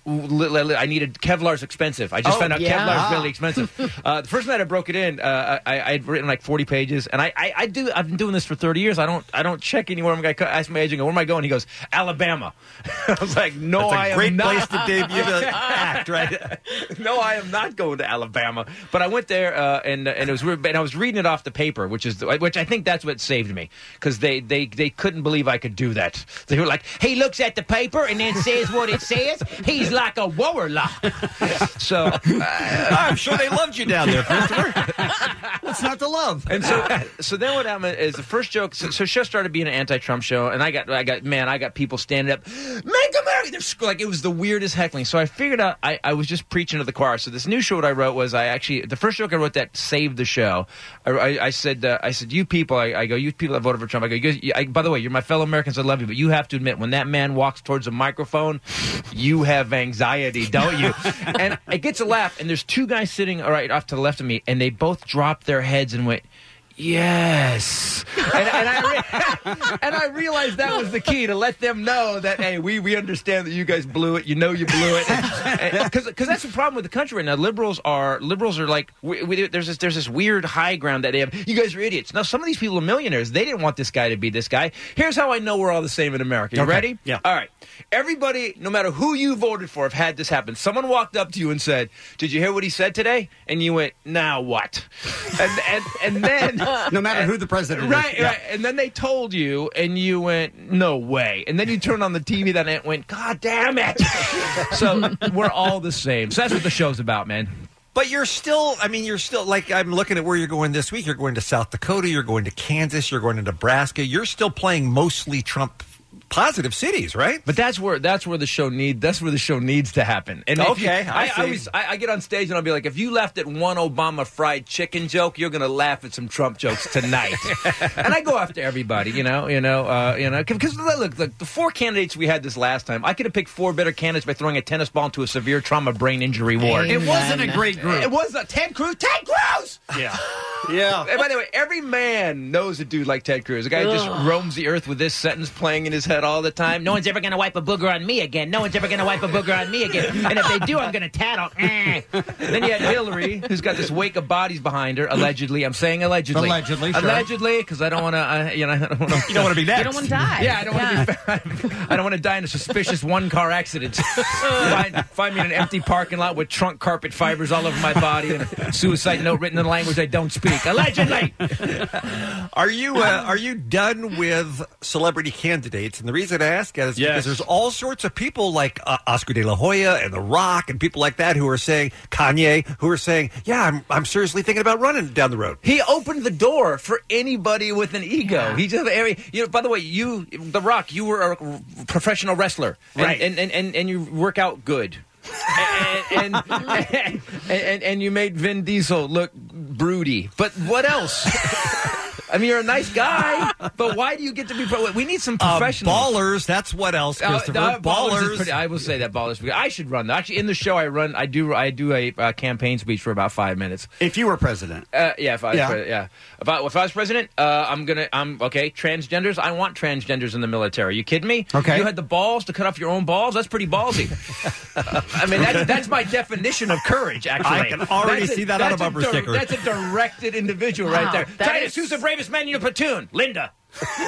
[SPEAKER 22] li- li- li- I needed Kevlar's expensive. I just
[SPEAKER 17] Oh,
[SPEAKER 22] found out
[SPEAKER 17] yeah.
[SPEAKER 22] Kevlar's
[SPEAKER 17] Ah.
[SPEAKER 22] really expensive. uh, the first night I broke it in, uh, I, I had written like forty pages, and I, I, I do. I've been doing this for thirty years. I don't I don't check anywhere. I'm gonna co- ask my agent, "Where am I going?" He goes, "Alabama." I was like, "No,
[SPEAKER 4] That's a
[SPEAKER 22] I am
[SPEAKER 4] great
[SPEAKER 22] not."
[SPEAKER 4] place to debut the act, right?
[SPEAKER 22] no, I am not going to Alabama. But I went there, uh, and and it was weird. And I was reading it off the paper, which is which I think that's what saved me because they, they they couldn't believe I could do that. They were like, he looks at the paper and then says what it says. He's like a warlock. so I'm
[SPEAKER 4] uh, sure they loved you down there, Christopher.
[SPEAKER 22] What's not to love? And so so then what happened is the first joke. So, so show started being an anti-Trump show, and I got I got man, I got people standing up. Make America! They're sc- like it was the weirdest heckling. So I figured out I, I was just preaching to the choir. So this new show what I wrote was I actually the first joke I wrote that saved the show. I, I, I said uh, I said you people I, I go you people that voted for Trump. I go you, guys- you- I, by the way you're my fellow Americans I love you, but you have to admit when that man walks towards a microphone, you have anxiety, don't you? and it gets a laugh. And there's two guys sitting all right off to the left of me, and they both dropped their heads and went. Yes, and, and I re- and I realized that was the key to let them know that hey, we we understand that you guys blew it. You know you blew it because that's the problem with the country right now. Liberals are liberals are like we, we, there's this there's this weird high ground that they have. You guys are idiots. Now some of these people are millionaires. They didn't want this guy to be this guy. Here's how I know we're all the same in America. You
[SPEAKER 4] Okay.
[SPEAKER 22] ready?
[SPEAKER 4] Yeah.
[SPEAKER 22] All right. Everybody, no matter who you voted for, have had this happen. Someone walked up to you and said, "Did you hear what he said today?" And you went, "Now what?" And and and then
[SPEAKER 12] No matter who the president is.
[SPEAKER 22] right,
[SPEAKER 12] Yeah.
[SPEAKER 22] right. And then they told you, and you went, "No way." And then you turned on the TV that night and went, "God damn it!" so we're all the same. So that's what the show's about, man.
[SPEAKER 4] But you're still, I mean, you're still, like, I'm looking at where you're going this week. You're going to South Dakota, you're going to Kansas, you're going to Nebraska. You're still playing mostly Trump positive cities, right?
[SPEAKER 22] But that's where that's where the show need that's where the show needs to happen. And if you-
[SPEAKER 4] okay, I,
[SPEAKER 22] I,
[SPEAKER 4] see.
[SPEAKER 22] I, always, I, I get on stage and I'll be like, if you laughed at one Obama fried chicken joke, you're gonna laugh at some Trump jokes tonight. and I go after everybody, you know, you know, uh, you know, because look, look, the four candidates we had this last time, I could have picked four better candidates by throwing a tennis ball into a severe trauma brain injury ward.
[SPEAKER 17] It wasn't a great group.
[SPEAKER 22] It was not Ted Cruz. Ted Cruz.
[SPEAKER 17] Yeah.
[SPEAKER 22] Yeah. And by the way, every man knows a dude like Ted Cruz. A guy who just
[SPEAKER 17] Ugh.
[SPEAKER 22] roams the earth with this sentence playing in his head all the time. Um, No one's ever going to wipe a booger on me again. No one's ever going to wipe a booger on me again. And if they do, I'm going to tattle. Eh. then you had Hillary, who's got this wake of bodies behind her. Allegedly, I'm saying allegedly.
[SPEAKER 17] Allegedly, sure.
[SPEAKER 22] Allegedly, because I don't want to. Mm. You know, I don't want to.
[SPEAKER 17] You don't wanna be You don't next. wanna die.
[SPEAKER 22] Yeah, I don't want to be. I don't want to die in a suspicious one-car accident. find, find me in an empty parking lot with trunk carpet fibers all over my body and a suicide note written in a language I don't speak. Allegedly.
[SPEAKER 4] Are you uh, are you done with celebrity candidates? And the reason I ask that is
[SPEAKER 17] Yes.
[SPEAKER 4] because there's all sorts of people like uh, Oscar De La Hoya and The Rock and people like that who are saying Kanye, who are saying, "Yeah, I'm I'm seriously thinking about running down the road."
[SPEAKER 22] He opened the door for anybody with an ego. He just every, you know. By the way, you, The Rock, you were a professional wrestler, and-
[SPEAKER 17] Right.
[SPEAKER 22] And and and, and you work out good. and, and, and, and and you made Vin Diesel look broody. But what else? I mean, you're a nice guy, but why do you get to be pro? We need some
[SPEAKER 4] Uh,
[SPEAKER 22] professionals.
[SPEAKER 4] ballers, that's what else,
[SPEAKER 22] Uh,
[SPEAKER 4] Christopher.
[SPEAKER 22] uh, ballers is
[SPEAKER 4] ballers.
[SPEAKER 22] pretty- I will say that ballers. I should run. Actually, in the show, I run. I do. I do a uh, campaign speech for about five minutes.
[SPEAKER 12] If you were president.
[SPEAKER 22] Uh, yeah, if I was
[SPEAKER 12] Yeah.
[SPEAKER 22] president, yeah. If I, if I was president, uh, I'm gonna, I'm okay. Transgenders, I want transgenders in the military. You kidding me?
[SPEAKER 17] Okay.
[SPEAKER 22] You had the balls to cut off your own balls. That's pretty ballsy. I mean, that's, that's my definition of courage. Actually,
[SPEAKER 4] I can already
[SPEAKER 22] That's
[SPEAKER 4] see that on a
[SPEAKER 22] that's
[SPEAKER 4] bumper
[SPEAKER 22] dir-
[SPEAKER 4] sticker.
[SPEAKER 22] That's a directed individual
[SPEAKER 17] Wow,
[SPEAKER 22] right there.
[SPEAKER 17] that
[SPEAKER 22] Titus, who's the bravest man in your platoon? Linda.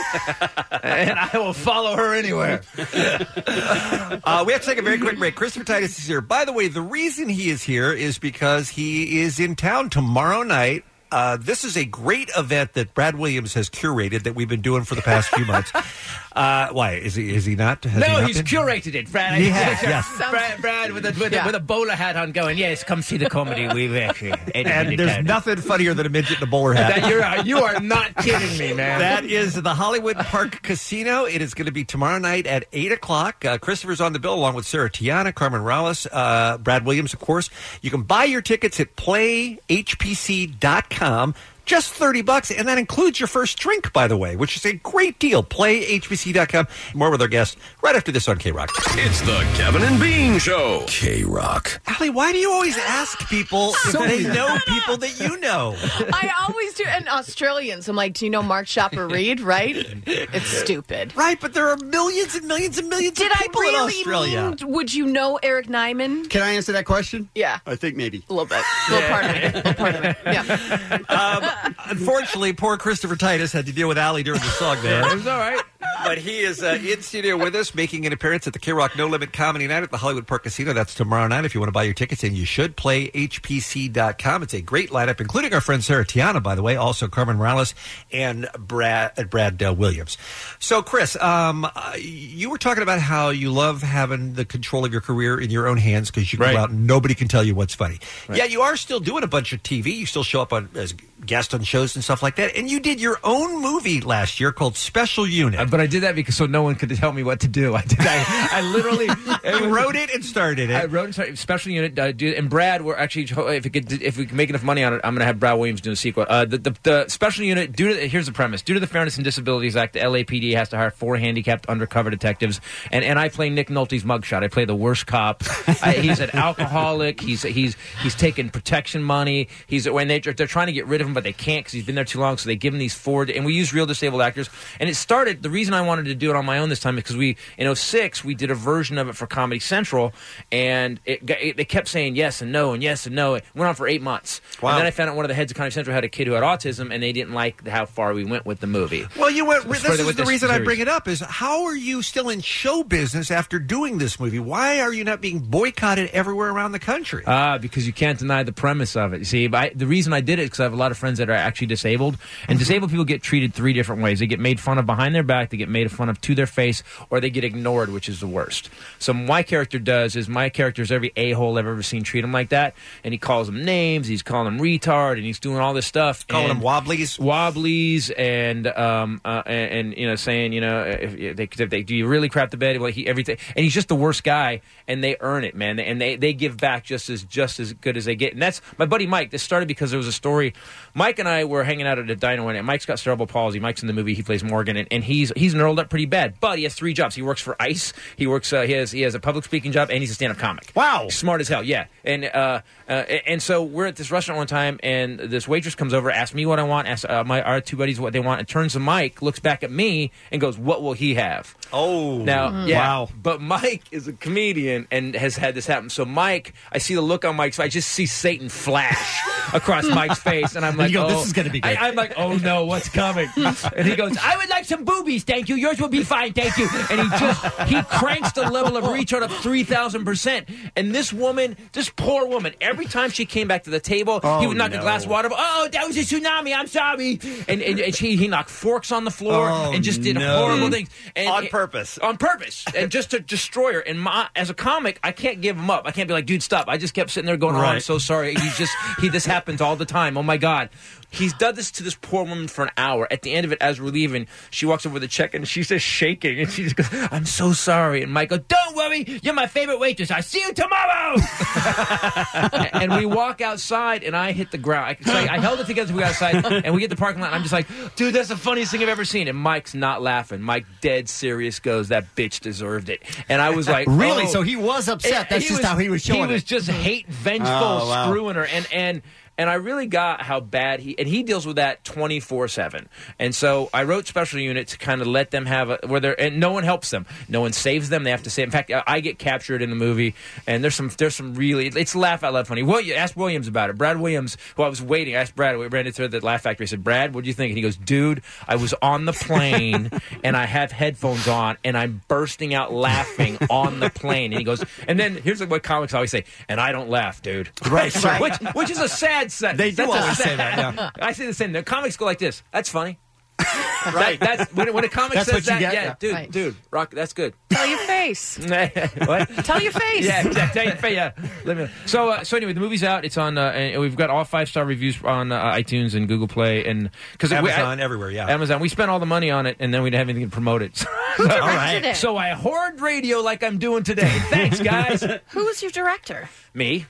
[SPEAKER 22] and I will follow her anywhere.
[SPEAKER 4] uh, we have to take a very quick break. Christopher Titus is here. By the way, the reason he is here is because he is in town tomorrow night
[SPEAKER 13] Uh, this is a great event that Brad Williams has curated that we've been doing for the past few months. Uh, why is he? Is he not? Has he
[SPEAKER 22] no,
[SPEAKER 13] not
[SPEAKER 22] he's
[SPEAKER 13] been?
[SPEAKER 22] curated it, Brad.
[SPEAKER 13] He has, yes.
[SPEAKER 22] Brad, Brad with, a, with,
[SPEAKER 13] Yeah.
[SPEAKER 22] a, with a bowler hat on, going, "Yes, come see the comedy we've actually edited
[SPEAKER 13] And there's
[SPEAKER 22] out."
[SPEAKER 13] nothing funnier than a midget in a bowler hat.
[SPEAKER 22] That- you're right. Uh, You are not kidding me, man.
[SPEAKER 13] That is the Hollywood Park Casino. It is going to be tomorrow night at 8 o'clock. Uh, Christopher's on the bill along with Sarah Tiana, Carmen Rallis, uh, Brad Williams, of course. You can buy your tickets at playhpc.com. Just 30 bucks, and that includes your first drink, by the way, which is a great deal. Playhbc.com. More with our guests right after this on K Rock.
[SPEAKER 16] It's the Kevin and Bean Show. K Rock.
[SPEAKER 13] Allie, why do you always ask people if
[SPEAKER 16] So
[SPEAKER 13] they
[SPEAKER 16] weird.
[SPEAKER 13] know people that you know?
[SPEAKER 14] I always do. And Australians, I'm like, do you know Mark Shopper Reed? Right? It's stupid.
[SPEAKER 13] Right, but there are millions and millions and millions
[SPEAKER 14] Did
[SPEAKER 12] of
[SPEAKER 14] I
[SPEAKER 12] people in
[SPEAKER 14] really
[SPEAKER 12] Australia.
[SPEAKER 14] mean, would you know Eric Nyman?
[SPEAKER 12] Can I answer that question?
[SPEAKER 14] Yeah.
[SPEAKER 12] I think maybe.
[SPEAKER 14] A little bit. A little part of it.
[SPEAKER 13] Unfortunately, poor Christopher Titus had to deal with Allie during the song there.
[SPEAKER 22] It was all right.
[SPEAKER 13] But he is uh, in studio with us, making an appearance at the K Rock No Limit Comedy Night at the Hollywood Park Casino. That's tomorrow night. If you want to buy your tickets, and you should play HPC.com. It's a great lineup, including our friend Sarah Tiana, by the way, also Carmen Morales and Brad uh, Brad uh, Williams. So, Chris, um, uh, you were talking about how you love having the control of your career in your own hands because you can go out and nobody can tell you what's funny. Yeah, you are still doing a bunch of TV. You still show up on as guest on shows and stuff like that. And you did your own movie last year called Special Unit.
[SPEAKER 22] Uh, But I did that because so no one could tell me what to do. I did. I, I literally
[SPEAKER 13] I wrote it and started it.
[SPEAKER 22] I wrote and started. Special unit uh, do- and Brad were actually if it could if we can make enough money on it, I'm going to have Brad Williams do a sequel. Uh, the, the the special unit due to here's the premise due to the Fairness and Disabilities Act, the LAPD has to hire four handicapped undercover detectives, and and I play Nick Nolte's mugshot. I play the worst cop. I, he's an alcoholic. He's he's he's taking protection money. He's when they they're trying to get rid of him, but they can't because he's been there too long. So they give him these four, and we use real disabled actors. And it started. The reason I wanted to do it on my own this time is because we in 06, we did a version of it for Comedy Central, and it, got- it they kept saying yes and no and yes and no. It went on for eight months.
[SPEAKER 13] Wow.
[SPEAKER 22] And then I found out one of the heads of Comedy Central had a kid who had autism, and they didn't like how far we went with the movie.
[SPEAKER 13] Well, you went.
[SPEAKER 22] It's
[SPEAKER 13] This
[SPEAKER 22] further
[SPEAKER 13] is
[SPEAKER 22] with
[SPEAKER 13] the
[SPEAKER 22] this
[SPEAKER 13] reason I
[SPEAKER 22] series.
[SPEAKER 13] bring it up is how are you still in show business after doing this movie? Why are you not being boycotted everywhere around the country?
[SPEAKER 22] Ah, because you can't deny the premise of it. You See, but I, the reason I did it is because I have a lot of friends that are actually disabled,
[SPEAKER 13] Mm-hmm.
[SPEAKER 22] and disabled people get treated three different ways. They get made fun of behind their back, they get made fun of to their face, or they get ignored, which is the worst. So my character does is my character's every a hole I've ever seen treat him like that, and he calls them names, he's calling them retard, and he's doing all this stuff,
[SPEAKER 13] Calling
[SPEAKER 22] and-
[SPEAKER 13] them wobblies,
[SPEAKER 22] wobblies, and um uh, and, and, you know saying you know if, if they, if they do you really crap the bed well he everything and he's just the worst guy and they earn it man and they they give back just as just as good as they get and that's my buddy Mike this started because there was a story Mike and I were hanging out at a diner one night Mike's got cerebral palsy Mike's in the movie he plays Morgan and, and he's he's knurled up pretty bad but he has three jobs he works for ICE he works uh, he has he has a public speaking job and he's a stand up comic wow smart as hell yeah and uh, uh and so we're at this restaurant one time and this waitress comes over asks me what I want asks uh, my our two buddies what they want and turns to Mike looks back at me and goes what will he have
[SPEAKER 13] Oh,
[SPEAKER 22] now, yeah,
[SPEAKER 13] wow.
[SPEAKER 22] But Mike is a comedian and has had this happen. So Mike, I see the look on Mike's. I just see Satan flash across Mike's face, and I'm
[SPEAKER 3] You
[SPEAKER 22] like,
[SPEAKER 3] go,
[SPEAKER 22] oh,
[SPEAKER 3] "This is gonna be good."
[SPEAKER 22] I, am like, oh no, what's coming? and he goes, I would like some boobies, thank you. Yours will be fine, thank you. And he just he cranks the level of retard up three thousand percent. And this woman, this poor woman, every time she came back to the table, he
[SPEAKER 3] Oh,
[SPEAKER 22] would knock a
[SPEAKER 3] no.
[SPEAKER 22] glass of water. Oh, that was a tsunami. I'm sorry. And and, and she, he knocked forks on the floor
[SPEAKER 13] Oh,
[SPEAKER 22] and just did
[SPEAKER 13] no.
[SPEAKER 22] horrible things and,
[SPEAKER 13] Mm-hmm. On purpose.
[SPEAKER 22] on purpose and just to destroy her and my as a comic i can't give him up i can't be like dude stop i just kept sitting there going oh i'm
[SPEAKER 13] Right.
[SPEAKER 22] so sorry he just he this happens all the time oh my god he's done this to this poor woman for an hour at the end of it as we're leaving she walks over with a check and she's just shaking and she just goes i'm so sorry and michael don't worry you're my favorite waitress i see you tomorrow and we walk outside, and I hit the ground. I, so I, I held it together. We got outside, and we get the parking lot. And I'm just like, dude, that's the funniest thing I've ever seen. And Mike's not laughing. Mike, dead serious, goes, that bitch deserved it. And I was like,
[SPEAKER 3] Really?
[SPEAKER 22] oh.
[SPEAKER 3] So he was upset. That's just how he was showing
[SPEAKER 22] He was
[SPEAKER 3] it.
[SPEAKER 22] just hate, vengeful,
[SPEAKER 3] Oh, wow.
[SPEAKER 22] screwing her, and and. And I really got how bad he and he deals with that twenty four seven. And so I wrote special unit to kind of let them have a where they're and no one helps them, no one saves them. They have to say. In fact, I- I get captured in the movie, and there's some there's some really it's laugh out loud funny. Well, you ask Williams about it. Brad Williams, who I was waiting, I asked Brad. We ran into the Laugh Factory. I said, Brad, what do you think? And he goes, Dude, I was on the plane and I have headphones on and I'm bursting out laughing on the plane. And he goes, and then here's what comics always say, and I don't laugh, dude.
[SPEAKER 3] Right, right.
[SPEAKER 22] Which, which is a sad dead sentence.
[SPEAKER 4] They do
[SPEAKER 22] That's a
[SPEAKER 4] always say that,
[SPEAKER 22] sentence.
[SPEAKER 4] yeah.
[SPEAKER 22] I say the same. The comics go like this. That's funny. right. that's when, when a comic
[SPEAKER 4] That's what
[SPEAKER 22] says
[SPEAKER 4] you
[SPEAKER 22] that.
[SPEAKER 4] get?
[SPEAKER 22] Yeah,
[SPEAKER 4] Yeah.
[SPEAKER 22] dude,
[SPEAKER 14] Right.
[SPEAKER 22] dude, rock. That's good.
[SPEAKER 14] Tell your face.
[SPEAKER 22] what?
[SPEAKER 14] Tell your face.
[SPEAKER 22] Yeah, yeah, tell your fa- yeah. Let me- So, uh, so anyway, the movie's out. It's on. Uh, and we've got all five star reviews on uh, iTunes and Google Play and because
[SPEAKER 4] Amazon, everywhere, yeah.
[SPEAKER 22] Amazon. We spent all the money on it, and then we didn't have anything to promote it.
[SPEAKER 14] Who directed it?
[SPEAKER 22] So I hoard radio like I'm doing today. Thanks, guys.
[SPEAKER 14] Who was your director?
[SPEAKER 22] Me?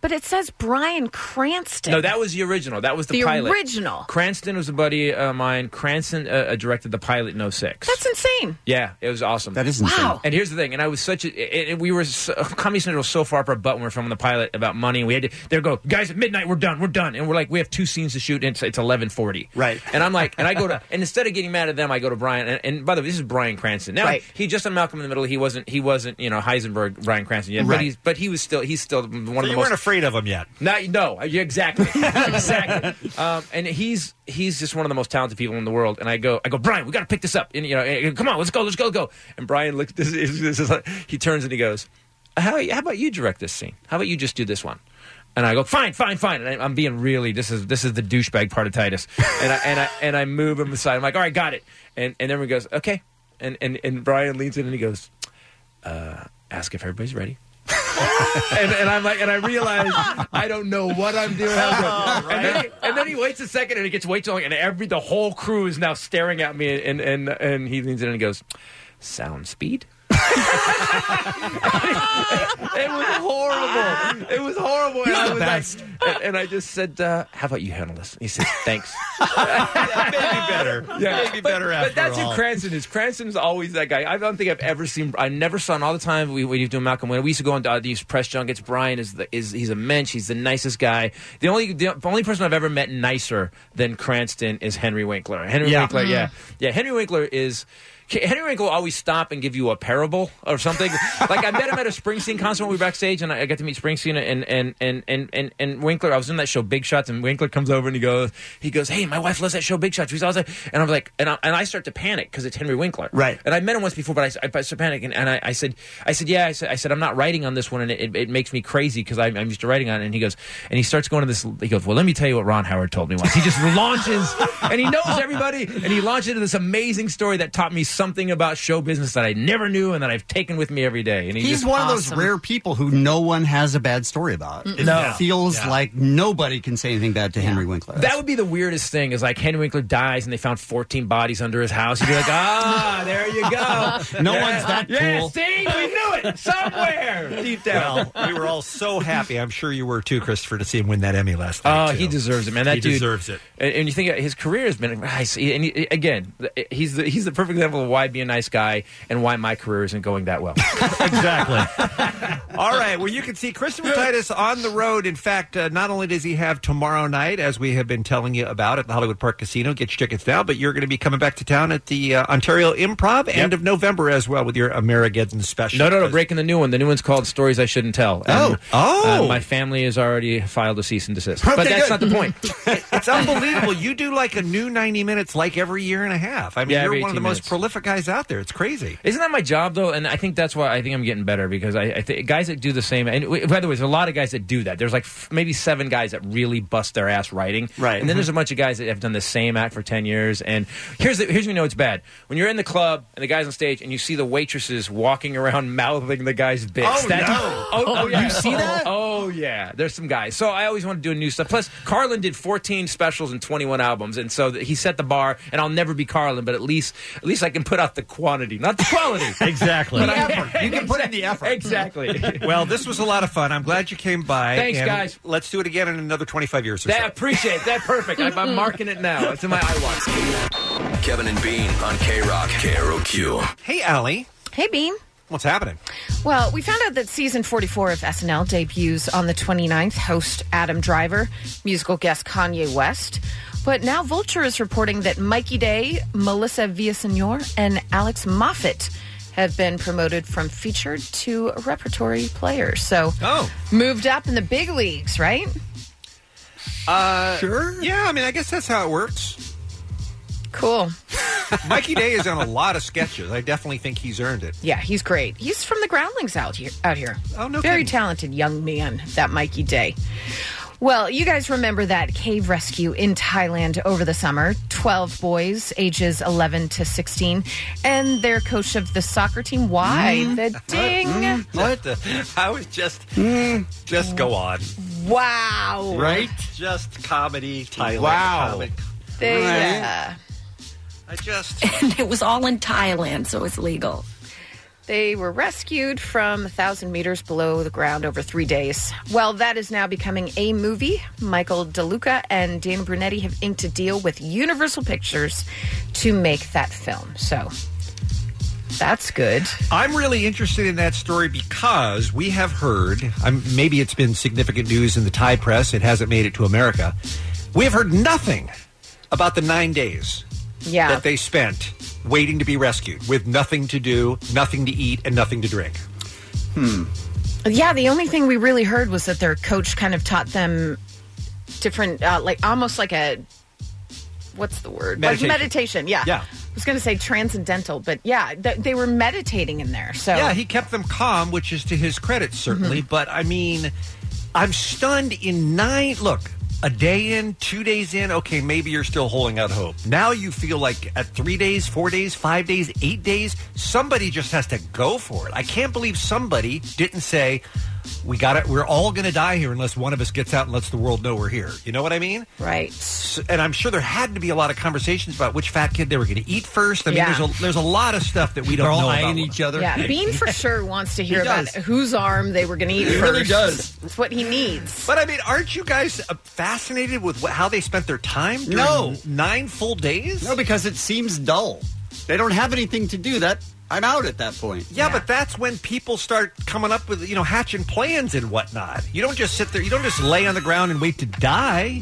[SPEAKER 14] But it says Brian Cranston.
[SPEAKER 22] No, that was the original. That was the,
[SPEAKER 14] The
[SPEAKER 22] pilot.
[SPEAKER 14] original.
[SPEAKER 22] Cranston was a buddy of mine. Cranston uh, uh, directed the pilot in 06.
[SPEAKER 14] That's insane.
[SPEAKER 22] Yeah, it was awesome. That is
[SPEAKER 14] insane. Wow.
[SPEAKER 22] And here's the thing, and I was such a, and- and we were so, Comedy Central was so far up our butt when we were filming the pilot about money. And we had to, they go, guys, at midnight, we're done, we're done, and we're like, we have two scenes to shoot, and it's, it's eleven forty. Right. And I'm like, and I go to, and instead of getting mad at them, I go to Brian. And, and by the way, this is Brian Cranston. Now
[SPEAKER 5] Right.
[SPEAKER 22] he just on Malcolm in the Middle. He wasn't, he wasn't, you know, Heisenberg, Brian Cranston yet, but
[SPEAKER 4] Right.
[SPEAKER 22] he's, but he was still, he's still one of the
[SPEAKER 4] you
[SPEAKER 22] most
[SPEAKER 4] weren't afraid of him yet.
[SPEAKER 22] no, no, you- exactly, exactly. Um, and he's he's just one of the most talented people in the world. And I go, I go, Brian, we got to pick this up. And you know, and- come on, let's go, let's go, let's go. And Brian looks, this is, this is like- he turns and he goes, how, how about you direct this scene? How about you just do this one? And I go, fine, fine, fine. And I, I'm being really this is this is the douchebag part of Titus. And I and I and I move him aside. I'm like, all right, got it. And and everyone goes, okay. And and and Brian leans in and he goes, uh, ask if everybody's ready and, and I'm like, and I realize I don't know what I'm doing.
[SPEAKER 17] Oh,
[SPEAKER 22] and, then he, and then he waits a second, and it gets way too long, and every the whole crew is now staring at me, and and and he leans in and he goes, "Sound speed." it was horrible. It was horrible. and I was like, and, and I just said, uh, "How about you handle this?" And he said, "Thanks."
[SPEAKER 4] Better. Maybe
[SPEAKER 22] but,
[SPEAKER 4] better
[SPEAKER 22] but
[SPEAKER 4] after
[SPEAKER 22] that's
[SPEAKER 4] all.
[SPEAKER 22] who Cranston is. Cranston's always that guy. I don't think I've ever seen. I never saw him all the time. We, we used to do Malcolm when we used to go on uh, these press junkets. Brian is the is he's a mensch. He's the nicest guy. The only the only person I've ever met nicer than Cranston is Henry Winkler. Henry
[SPEAKER 4] Yeah.
[SPEAKER 22] Winkler,
[SPEAKER 4] Mm.
[SPEAKER 22] yeah, yeah. Henry Winkler is. Henry Winkler will always stop and give you a parable or something. like I met him at a Springsteen concert when we were backstage, and I, I got to meet Springsteen and and and and and and Winkler. I was in that show Big Shots, and Winkler comes over and he goes, he goes, "Hey, my wife loves that show Big Shots." She's always like, and I'm like, and I, and I start to panic because it's Henry Winkler, right? And I met him once before, but I, s- I started panicking, and, and I, I said, I said, yeah, I said, I said, I'm not writing on this one, and it, it, it makes me crazy because I'm, I'm used to writing on it. And he goes, and he starts going to this. He goes, well, let me tell you what Ron Howard told me once. He just launches, and he knows everybody, and he launched into this amazing story that taught me something about show business that I never knew and that I've taken with me every day. And he
[SPEAKER 12] He's
[SPEAKER 22] just-
[SPEAKER 12] one of those rare people who
[SPEAKER 14] Mm-hmm.
[SPEAKER 12] no one has a bad story about.
[SPEAKER 22] Mm-mm.
[SPEAKER 12] It
[SPEAKER 22] No.
[SPEAKER 12] feels like nobody can say anything bad to Henry Winkler.
[SPEAKER 22] That would be the weirdest thing is like Henry Winkler dies and they found 14 bodies under his house. You'd be like, ah, there you go.
[SPEAKER 4] No
[SPEAKER 22] Yeah.
[SPEAKER 4] one's that
[SPEAKER 22] yeah,
[SPEAKER 4] cool.
[SPEAKER 22] see, we knew it somewhere deep down.
[SPEAKER 4] Well, we were all so happy. I'm sure you were too, Christopher, to see him win that Emmy last night.
[SPEAKER 22] Oh, he deserves it, man. That
[SPEAKER 4] he
[SPEAKER 22] dude
[SPEAKER 4] deserves it.
[SPEAKER 22] And, and you think his career has been nice. And he, again, he's the, he's the perfect example of why be a nice guy and why my career isn't going that well.
[SPEAKER 4] All right. Well, you can see Christopher Titus on the road. In fact, uh, not only does he have tomorrow night, as we have been telling you about at the Hollywood Park Casino, get your tickets now, but you're going to be coming back to town at the uh, Ontario Improv end of November as well with your American special.
[SPEAKER 22] No, no, no. Breaking the new one. The new one's called "Stories I Shouldn't Tell." And,
[SPEAKER 4] Oh.
[SPEAKER 22] uh, my family has already filed a cease and desist.
[SPEAKER 4] Okay,
[SPEAKER 22] but that's
[SPEAKER 4] good.
[SPEAKER 22] not the point.
[SPEAKER 4] It's unbelievable. You do like a new 90 minutes like every year and a half. I mean,
[SPEAKER 22] Yeah,
[SPEAKER 4] you're
[SPEAKER 22] every
[SPEAKER 4] one of the
[SPEAKER 22] 18
[SPEAKER 4] most
[SPEAKER 22] minutes.
[SPEAKER 4] prolific guys out there. It's crazy.
[SPEAKER 22] Isn't that my job though? And I think that's why I think I'm getting better because I, I think guys that do the same. And w- by the way, there's a lot of guys that do that. There's like f- maybe seven guys that really bust their ass writing. Right.
[SPEAKER 4] Mm-hmm.
[SPEAKER 22] And then there's a bunch of guys that have done the same act for ten years. And here's the, here's when you know it's bad when you're in the club and the guys on stage and you see the waitresses walking around mouthing the guy's bits.
[SPEAKER 4] Oh,
[SPEAKER 22] That-
[SPEAKER 4] no.
[SPEAKER 22] Oh,
[SPEAKER 4] Oh,
[SPEAKER 22] oh, yeah.
[SPEAKER 4] you see that?
[SPEAKER 22] Oh yeah. There's some guys. So I always want to do new stuff. Plus, Carlin did 14 specials and 21 albums, and so th- he set the bar. And I'll never be Carlin, but at least at least I can put out the quantity, not the quality.
[SPEAKER 4] Exactly.
[SPEAKER 22] But
[SPEAKER 4] The
[SPEAKER 22] I-
[SPEAKER 4] effort. You can put in the effort.
[SPEAKER 22] Exactly.
[SPEAKER 4] well, this was a lot of fun. I'm glad you came by.
[SPEAKER 22] Thanks,
[SPEAKER 4] and
[SPEAKER 22] guys.
[SPEAKER 4] Let's do it again in another 25 years or
[SPEAKER 22] That
[SPEAKER 4] so.
[SPEAKER 22] appreciate that. Perfect. I'm, I'm marking it
[SPEAKER 13] Oh,
[SPEAKER 22] now. It's in my iWatch.
[SPEAKER 16] Kevin and Bean on K Rock, KROQ.
[SPEAKER 4] Hey, Allie.
[SPEAKER 14] Hey, Bean.
[SPEAKER 4] What's happening?
[SPEAKER 14] Well, we found out that season 44 of SNL debuts on the 29th. Host Adam Driver, musical guest Kanye West. But now Vulture is reporting that Mikey Day, Melissa Villasenor, and Alex Moffat have been promoted from featured to repertory players. So
[SPEAKER 4] oh.
[SPEAKER 14] moved up in the big leagues, right?
[SPEAKER 4] Uh, sure. Yeah, I mean, I guess that's how it works.
[SPEAKER 14] Cool.
[SPEAKER 4] Mikey Day is on a lot of sketches. I definitely think he's earned it.
[SPEAKER 14] Yeah, he's great. He's from the Groundlings out here. Out here.
[SPEAKER 4] Oh no,
[SPEAKER 14] very talented young man. That Mikey Day. Well, you guys remember that cave rescue in Thailand over the summer. 12 boys, ages 11 to 16, and their coach of the soccer team. Why?
[SPEAKER 4] Mm-hmm.
[SPEAKER 14] The ding.
[SPEAKER 13] What? the- I was just, just go on.
[SPEAKER 14] Wow.
[SPEAKER 13] Just comedy, Thailand.
[SPEAKER 14] Wow.
[SPEAKER 13] Comic.
[SPEAKER 14] They,
[SPEAKER 13] Right.
[SPEAKER 14] uh,
[SPEAKER 13] I just.
[SPEAKER 15] And it was all in Thailand, so it's legal.
[SPEAKER 14] They were rescued from a thousand meters below the ground over three days. Well, that is now becoming a movie. Michael DeLuca and Dan Brunetti have inked a deal with Universal Pictures to make that film. So that's good.
[SPEAKER 13] I'm really interested in that story because we have heard, I'm, maybe it's been significant news in the Thai press, it hasn't made it to America. We have heard nothing about the nine days
[SPEAKER 14] yeah.
[SPEAKER 13] that they spent waiting to be rescued with nothing to do, nothing to eat, and nothing to drink. Hmm.
[SPEAKER 14] Yeah, the only thing we really heard was that their coach kind of taught them different, uh, like almost like a what's the word?
[SPEAKER 13] Meditation.
[SPEAKER 14] Like meditation. Yeah.
[SPEAKER 13] Yeah.
[SPEAKER 14] I was going to say transcendental, but yeah, th- they were meditating in there. So Mm-hmm.
[SPEAKER 13] Yeah, he kept them calm, which is to his credit, certainly. But I mean, I'm stunned in nine. Look, a day in, two days in, okay, maybe you're still holding out hope. Now you feel like at three days, four days, five days, eight days, somebody just has to go for it. I can't believe somebody didn't say, we got it. We're all going to die here unless one of us gets out and lets the world know we're here. You know what I mean?
[SPEAKER 14] Right.
[SPEAKER 13] and I'm sure there had to be a lot of conversations about which fat kid they were going to eat first. I mean,
[SPEAKER 14] Yeah.
[SPEAKER 13] there's a there's a lot of stuff that we don't
[SPEAKER 12] They're all
[SPEAKER 13] know
[SPEAKER 12] eyeing
[SPEAKER 13] about
[SPEAKER 12] each other.
[SPEAKER 14] Yeah, Bean for sure wants to hear
[SPEAKER 13] He
[SPEAKER 14] about
[SPEAKER 13] does.
[SPEAKER 14] whose arm they were going to eat
[SPEAKER 13] He
[SPEAKER 14] first.
[SPEAKER 13] really does.
[SPEAKER 14] It's what he needs.
[SPEAKER 13] But I mean, aren't you guys uh, fascinated with wh- how they spent their time? during
[SPEAKER 12] No.
[SPEAKER 13] nine full days.
[SPEAKER 12] No, because it seems dull. They don't have anything to do. That I'm out at that point.
[SPEAKER 13] Yeah, but that's when people start coming up with you know hatching plans and whatnot. You don't just sit there. You don't just lay on the ground and wait to die.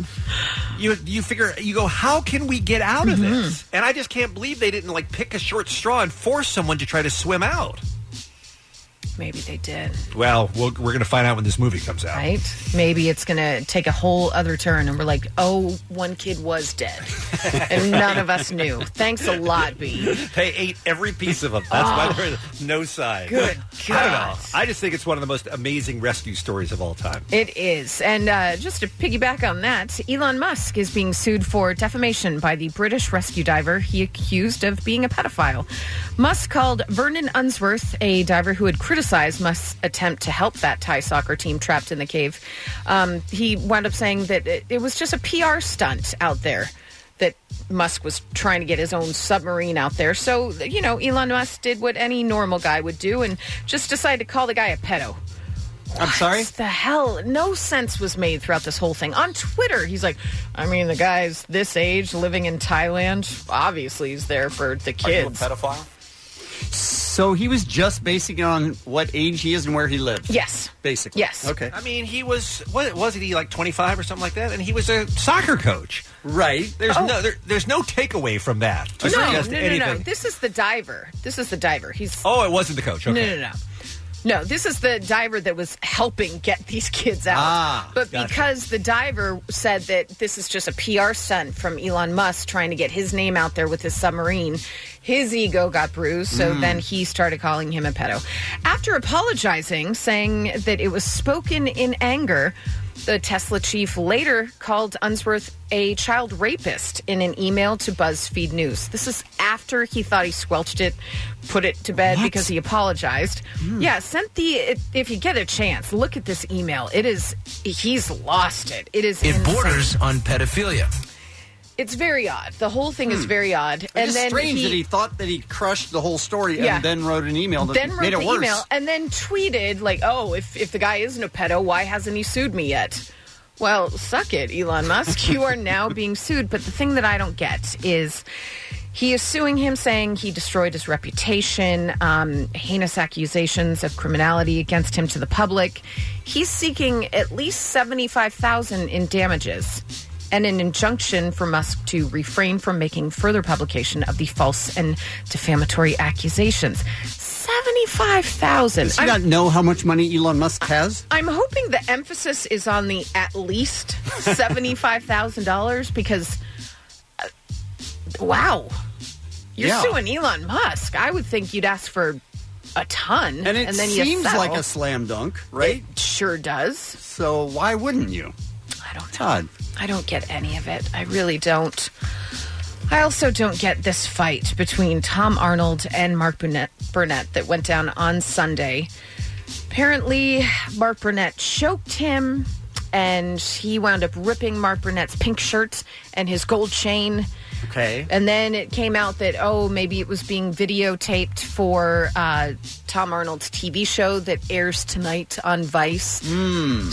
[SPEAKER 13] You you figure you go. How can we get out of
[SPEAKER 14] Mm-hmm.
[SPEAKER 13] this? And I just can't believe they didn't like pick a short straw and force someone to try to swim out.
[SPEAKER 14] Maybe they did.
[SPEAKER 13] Well, we'll we're going to find out when this movie comes out.
[SPEAKER 14] Right? Maybe it's going to take a whole other turn and we're like, oh, one kid was dead. and none of us knew. Thanks a lot, B.
[SPEAKER 13] They ate every piece of them. That's why there was no side.
[SPEAKER 14] Oh. Good
[SPEAKER 13] I don't know. I just think it's one of the most amazing rescue stories of all time.
[SPEAKER 14] It is. And uh, just to piggyback on that, Elon Musk is being sued for defamation by the British rescue diver he accused of being a pedophile. Musk called Vernon Unsworth, a diver who had criticized Musk's attempt to help that Thai soccer team trapped in the cave. Um, he wound up saying that it, it was just a PR stunt out there. That Musk was trying to get his own submarine out there. So, you know, Elon Musk did what any normal guy would do and just decided to call the guy a pedo.
[SPEAKER 12] I'm sorry.
[SPEAKER 14] What the hell? No sense was made throughout this whole thing. On Twitter, he's like, I mean, the guy's this age, living in Thailand. Obviously, he's there for the kids.
[SPEAKER 13] pedophile?
[SPEAKER 12] So he was just basing it on what age he is and where he lives.
[SPEAKER 14] Yes.
[SPEAKER 12] Basically. Okay.
[SPEAKER 13] I mean, he was what wasn't he like twenty five or something like that? And he was a soccer coach. Right. There's
[SPEAKER 14] Oh.
[SPEAKER 13] no there, there's no takeaway from that. to
[SPEAKER 14] No, no,
[SPEAKER 13] suggest
[SPEAKER 14] no, no.
[SPEAKER 13] anything.
[SPEAKER 14] This is the diver. This is the diver. He's.
[SPEAKER 13] Oh, it wasn't the coach. Okay.
[SPEAKER 14] No, no, no. No, this is the diver that was helping get these kids out.
[SPEAKER 13] Ah,
[SPEAKER 14] but
[SPEAKER 13] gotcha.
[SPEAKER 14] because the diver said that this is just a PR stunt from Elon Musk trying to get his name out there with his submarine, his ego got bruised. So
[SPEAKER 13] Hmm.
[SPEAKER 25] Mm.
[SPEAKER 14] then he started calling him a pedo. After apologizing, saying that it was spoken in anger, the Tesla chief later called Unsworth a child rapist in an email to BuzzFeed News. This is after he thought he squelched it, put it to bed because he apologized.
[SPEAKER 12] Hmm.
[SPEAKER 14] Yeah, sent the if you get a chance, look at this email. It is he's lost it. It is
[SPEAKER 22] It
[SPEAKER 14] insane.
[SPEAKER 22] borders on pedophilia.
[SPEAKER 14] It's very odd. The whole thing is
[SPEAKER 12] Hmm.
[SPEAKER 14] very odd.
[SPEAKER 12] It's just strange that he thought that he crushed the whole story
[SPEAKER 14] Yeah.
[SPEAKER 12] and then wrote an email that
[SPEAKER 14] then wrote
[SPEAKER 12] made
[SPEAKER 14] the
[SPEAKER 12] it worse.
[SPEAKER 14] email and then tweeted like, "Oh, if if the guy isn't a pedo, why hasn't he sued me yet?" Well, suck it, Elon Musk. you are now being sued. But the thing that I don't get is. He is suing him, saying he destroyed his reputation, um, heinous accusations of criminality against him to the public. He's seeking at least seventy-five thousand in damages and an injunction for Musk to refrain from making further publication of the false and defamatory accusations. Seventy-five thousand.
[SPEAKER 12] Does he not know how much money Elon Musk has?
[SPEAKER 14] I'm hoping the emphasis is on the at least seventy-five thousand dollars because, uh, wow, you're
[SPEAKER 12] Yeah.
[SPEAKER 14] suing Elon Musk. I would think you'd ask for a ton,
[SPEAKER 12] And it
[SPEAKER 14] Mm-hmm. then you
[SPEAKER 12] seems
[SPEAKER 14] settle.
[SPEAKER 12] like a slam dunk, right?
[SPEAKER 14] It sure does.
[SPEAKER 12] So why wouldn't you? Todd.
[SPEAKER 14] I don't get any of it. I really don't. I also don't get this fight between Tom Arnold and Mark Burnett, Burnett that went down on Sunday. Apparently, Mark Burnett choked him and he wound up ripping Mark Burnett's pink shirt and his gold chain.
[SPEAKER 12] Okay.
[SPEAKER 14] And then it came out that, oh, maybe it was being videotaped for uh, Tom Arnold's TV show that airs tonight on Vice.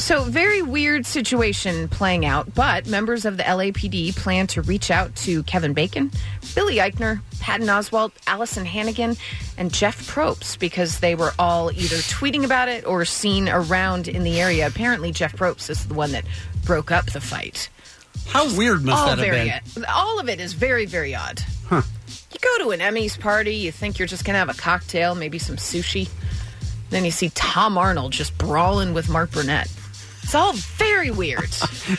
[SPEAKER 14] So, very weird situation playing out, but members of the LAPD plan to reach out to Kevin Bacon, Billy Eichner, Patton Oswalt, Allison Hannigan, and Jeff Probst because they were all either tweeting about it or seen around in the area. Apparently, Jeff Probst is the one that broke up the fight.
[SPEAKER 12] How weird must
[SPEAKER 14] all
[SPEAKER 12] that have
[SPEAKER 14] very
[SPEAKER 12] been?
[SPEAKER 14] all of it is very very odd.
[SPEAKER 12] Huh.
[SPEAKER 14] You go to an Emmys party, you think you're just gonna have a cocktail, maybe some sushi. Then you see Tom Arnold just brawling with Mark Burnett. It's all very weird.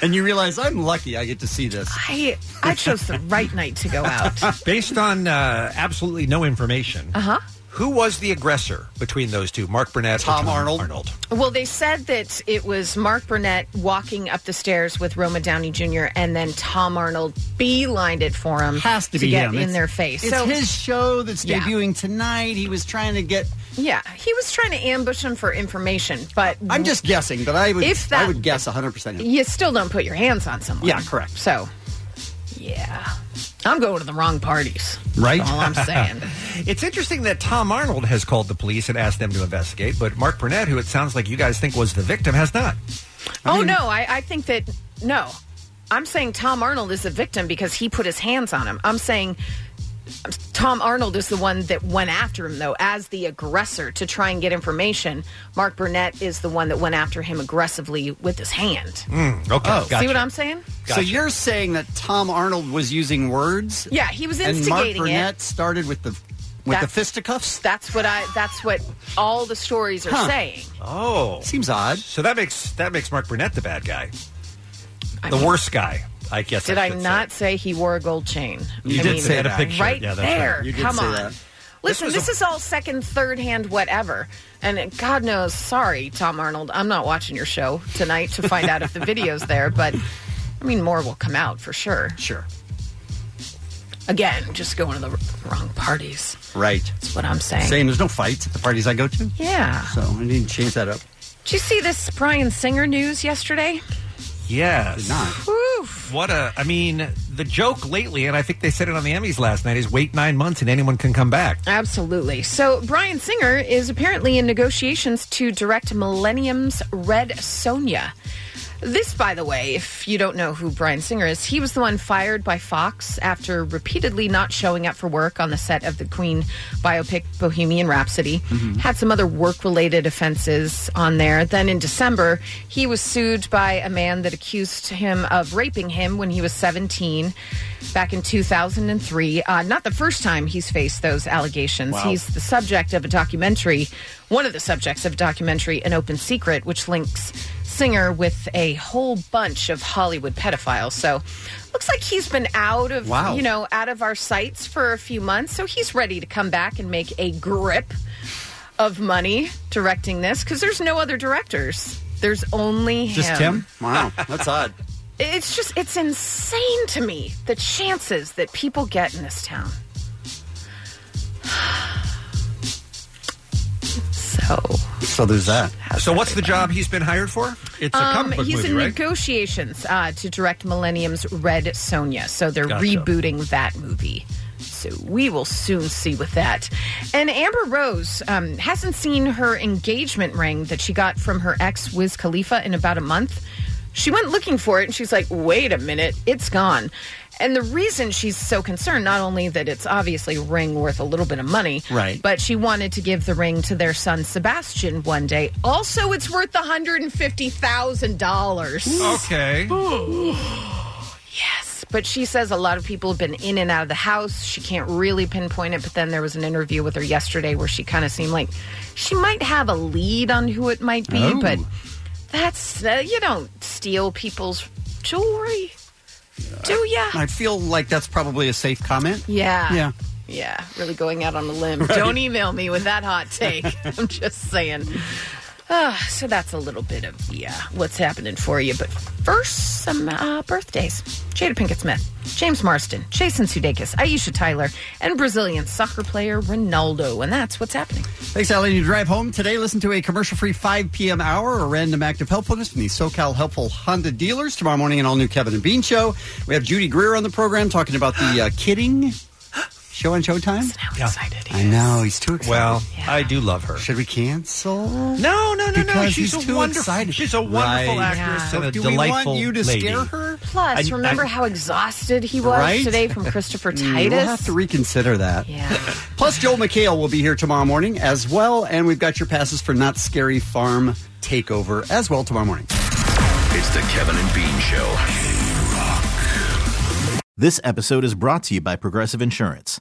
[SPEAKER 12] And you realize I'm lucky I get to see this.
[SPEAKER 14] I I chose the right night to go out.
[SPEAKER 4] Based on uh, absolutely no information,
[SPEAKER 14] Uh huh.
[SPEAKER 4] who was the aggressor between those two, Mark Burnett Tom, or Tom Arnold? Arnold.
[SPEAKER 14] Well, they said that it was Mark Burnett walking up the stairs with Roma Downey Jr. and then Tom Arnold beelined it for him. Has
[SPEAKER 12] to be
[SPEAKER 14] get
[SPEAKER 12] him.
[SPEAKER 14] in
[SPEAKER 12] It's-
[SPEAKER 14] their face.
[SPEAKER 12] It's
[SPEAKER 14] so
[SPEAKER 12] his show that's
[SPEAKER 14] Yeah.
[SPEAKER 12] debuting tonight. He was trying to get.
[SPEAKER 14] yeah, he was trying to ambush him for information, but
[SPEAKER 12] I'm just guessing, but I would.
[SPEAKER 14] If that-
[SPEAKER 12] I would guess 100. percent
[SPEAKER 14] you still don't put your hands on someone.
[SPEAKER 12] Yeah, correct.
[SPEAKER 14] So, yeah, I'm going to the wrong parties.
[SPEAKER 4] Right?
[SPEAKER 14] That's all I'm saying. Oh,
[SPEAKER 4] it's interesting that Tom Arnold has called the police and asked them to investigate, but Mark Burnett, who it sounds like you guys think was the victim, has not.
[SPEAKER 14] oh no, I, I think that no. I'm saying Tom Arnold is the victim because he put his hands on him. I'm saying Tom Arnold is the one that went after him though as the aggressor to try and get information. Mark Burnett is the one that went after him aggressively with his hand.
[SPEAKER 12] Mm, okay,
[SPEAKER 14] See what I'm saying?
[SPEAKER 12] Oh. So you're saying that Tom Arnold was using words?
[SPEAKER 14] Yeah, he was
[SPEAKER 12] And Mark
[SPEAKER 14] instigating it.
[SPEAKER 12] Burnett started with the with the
[SPEAKER 14] That's-
[SPEAKER 12] fisticuffs.
[SPEAKER 14] That's what I that's what all the stories are
[SPEAKER 12] Huh.
[SPEAKER 14] saying.
[SPEAKER 4] Oh,
[SPEAKER 12] seems odd.
[SPEAKER 4] So that makes that makes Mark Burnett the bad guy, the worst guy, I guess.
[SPEAKER 14] Did I
[SPEAKER 4] should
[SPEAKER 14] not say he wore a gold chain?
[SPEAKER 4] You
[SPEAKER 14] I
[SPEAKER 4] did
[SPEAKER 14] mean,
[SPEAKER 4] say that.
[SPEAKER 14] right
[SPEAKER 4] Yeah, that's right.
[SPEAKER 14] there.
[SPEAKER 4] You did
[SPEAKER 14] Come
[SPEAKER 4] say
[SPEAKER 14] on.
[SPEAKER 4] that.
[SPEAKER 14] Listen,
[SPEAKER 4] was
[SPEAKER 14] this,
[SPEAKER 4] a-
[SPEAKER 14] is all second, third hand, whatever. And God knows, sorry, Tom Arnold, I'm not watching your show tonight to find out if the video's there. But I mean, more will come out for sure.
[SPEAKER 12] Sure.
[SPEAKER 14] Again, just going to the r- wrong parties.
[SPEAKER 12] Right.
[SPEAKER 14] That's what I'm saying.
[SPEAKER 12] Saying there's no fights at the parties I go to.
[SPEAKER 14] Yeah.
[SPEAKER 12] So I need to change that up.
[SPEAKER 14] Did you see this Brian Singer news yesterday?
[SPEAKER 4] Yes.
[SPEAKER 14] Oof.
[SPEAKER 4] What a! I mean, the joke lately, and I think they said it on the Emmys last night, is wait nine months and anyone can come back.
[SPEAKER 14] Absolutely. So Brian Singer is apparently in negotiations to direct Millennium's Red Sonja. This, by the way, if you don't know who Brian Singer is, he was the one fired by Fox after repeatedly not showing up for work on the set of the Queen biopic Bohemian Rhapsody. Had some other work related offenses on there. Then in December, he was sued by a man that accused him of raping him when he was 17 back in 2003. Uh, not the first time he's faced those allegations.
[SPEAKER 6] Wow.
[SPEAKER 14] He's the subject of a documentary, one of the subjects of a documentary, An Open Secret, which links Singer with a whole bunch of Hollywood pedophiles. So looks like he's been out of,
[SPEAKER 6] Wow.
[SPEAKER 14] you know, out of our sights for a few months. So he's ready to come back and make a grip of money directing this because there's no other directors. There's only him.
[SPEAKER 12] Just Tim? Wow, that's odd.
[SPEAKER 14] It's just, it's insane to me the chances that people get in this town. So.
[SPEAKER 12] So there's that.
[SPEAKER 4] So what's the job he's been hired for? It's a comic book
[SPEAKER 14] Um, he's
[SPEAKER 4] movie,
[SPEAKER 14] in
[SPEAKER 4] right?
[SPEAKER 14] negotiations uh, to direct Millennium's Red Sonja, so they're
[SPEAKER 4] Gotcha.
[SPEAKER 14] rebooting that movie. So we will soon see with that. And Amber Rose um, hasn't seen her engagement ring that she got from her ex Wiz Khalifa in about a month. She went looking for it and she's like, wait a minute, it's gone. And the reason she's so concerned, not only that it's obviously a ring worth a little bit of money,
[SPEAKER 12] Right.
[SPEAKER 14] but she wanted to give the ring to their son Sebastian one day. Also, it's worth one hundred and fifty thousand dollars.
[SPEAKER 4] Okay.
[SPEAKER 14] Yes, but she says a lot of people have been in and out of the house. She can't really pinpoint it. But then there was an interview with her yesterday where she kind of seemed like she might have a lead on who it might be.
[SPEAKER 6] Oh.
[SPEAKER 14] But that's uh, you don't steal people's jewelry, do ya?
[SPEAKER 12] I feel like that's probably a safe comment.
[SPEAKER 14] Yeah.
[SPEAKER 12] Yeah.
[SPEAKER 14] Yeah. Really going out on a limb.
[SPEAKER 12] Right.
[SPEAKER 14] Don't email me with that hot take. I'm just saying. Uh, so that's a little bit of yeah, what's happening for you. But first, some uh, birthdays: Jada Pinkett Smith, James Marsden, Jason Sudeikis, Aisha Tyler, and Brazilian soccer player Ronaldo. And that's what's happening.
[SPEAKER 12] Thanks, Ellie. You drive home today. Listen to a commercial-free 5 p.m. hour or random act of helpfulness from the SoCal Helpful Honda dealers. Tomorrow morning, an all-new Kevin and Bean show. We have Judy Greer on the program talking about the uh, kidding show on Showtime.
[SPEAKER 14] excited.
[SPEAKER 12] I know he's too excited.
[SPEAKER 4] Well, I do love her.
[SPEAKER 12] Should we cancel?
[SPEAKER 4] No, no, no, no.
[SPEAKER 12] Because
[SPEAKER 4] She's
[SPEAKER 12] he's
[SPEAKER 4] a
[SPEAKER 12] too
[SPEAKER 4] wonderful.
[SPEAKER 12] excited.
[SPEAKER 4] She's a wonderful
[SPEAKER 12] Right.
[SPEAKER 4] actress
[SPEAKER 12] Yeah.
[SPEAKER 4] and a
[SPEAKER 12] Do we want
[SPEAKER 4] delightful
[SPEAKER 12] you to
[SPEAKER 4] lady.
[SPEAKER 12] scare her?
[SPEAKER 14] Plus,
[SPEAKER 4] I-
[SPEAKER 14] remember
[SPEAKER 4] I-
[SPEAKER 14] how exhausted he was
[SPEAKER 12] Right?
[SPEAKER 14] today from Christopher
[SPEAKER 12] Mm, We'll have
[SPEAKER 14] Titus.
[SPEAKER 12] to reconsider that. Yeah. Plus, Joel McHale will be here tomorrow morning as well, and we've got your passes for Not Scary Farm Takeover as well tomorrow morning.
[SPEAKER 16] It's the Kevin and Bean Show.
[SPEAKER 6] This episode is brought to you by Progressive Insurance.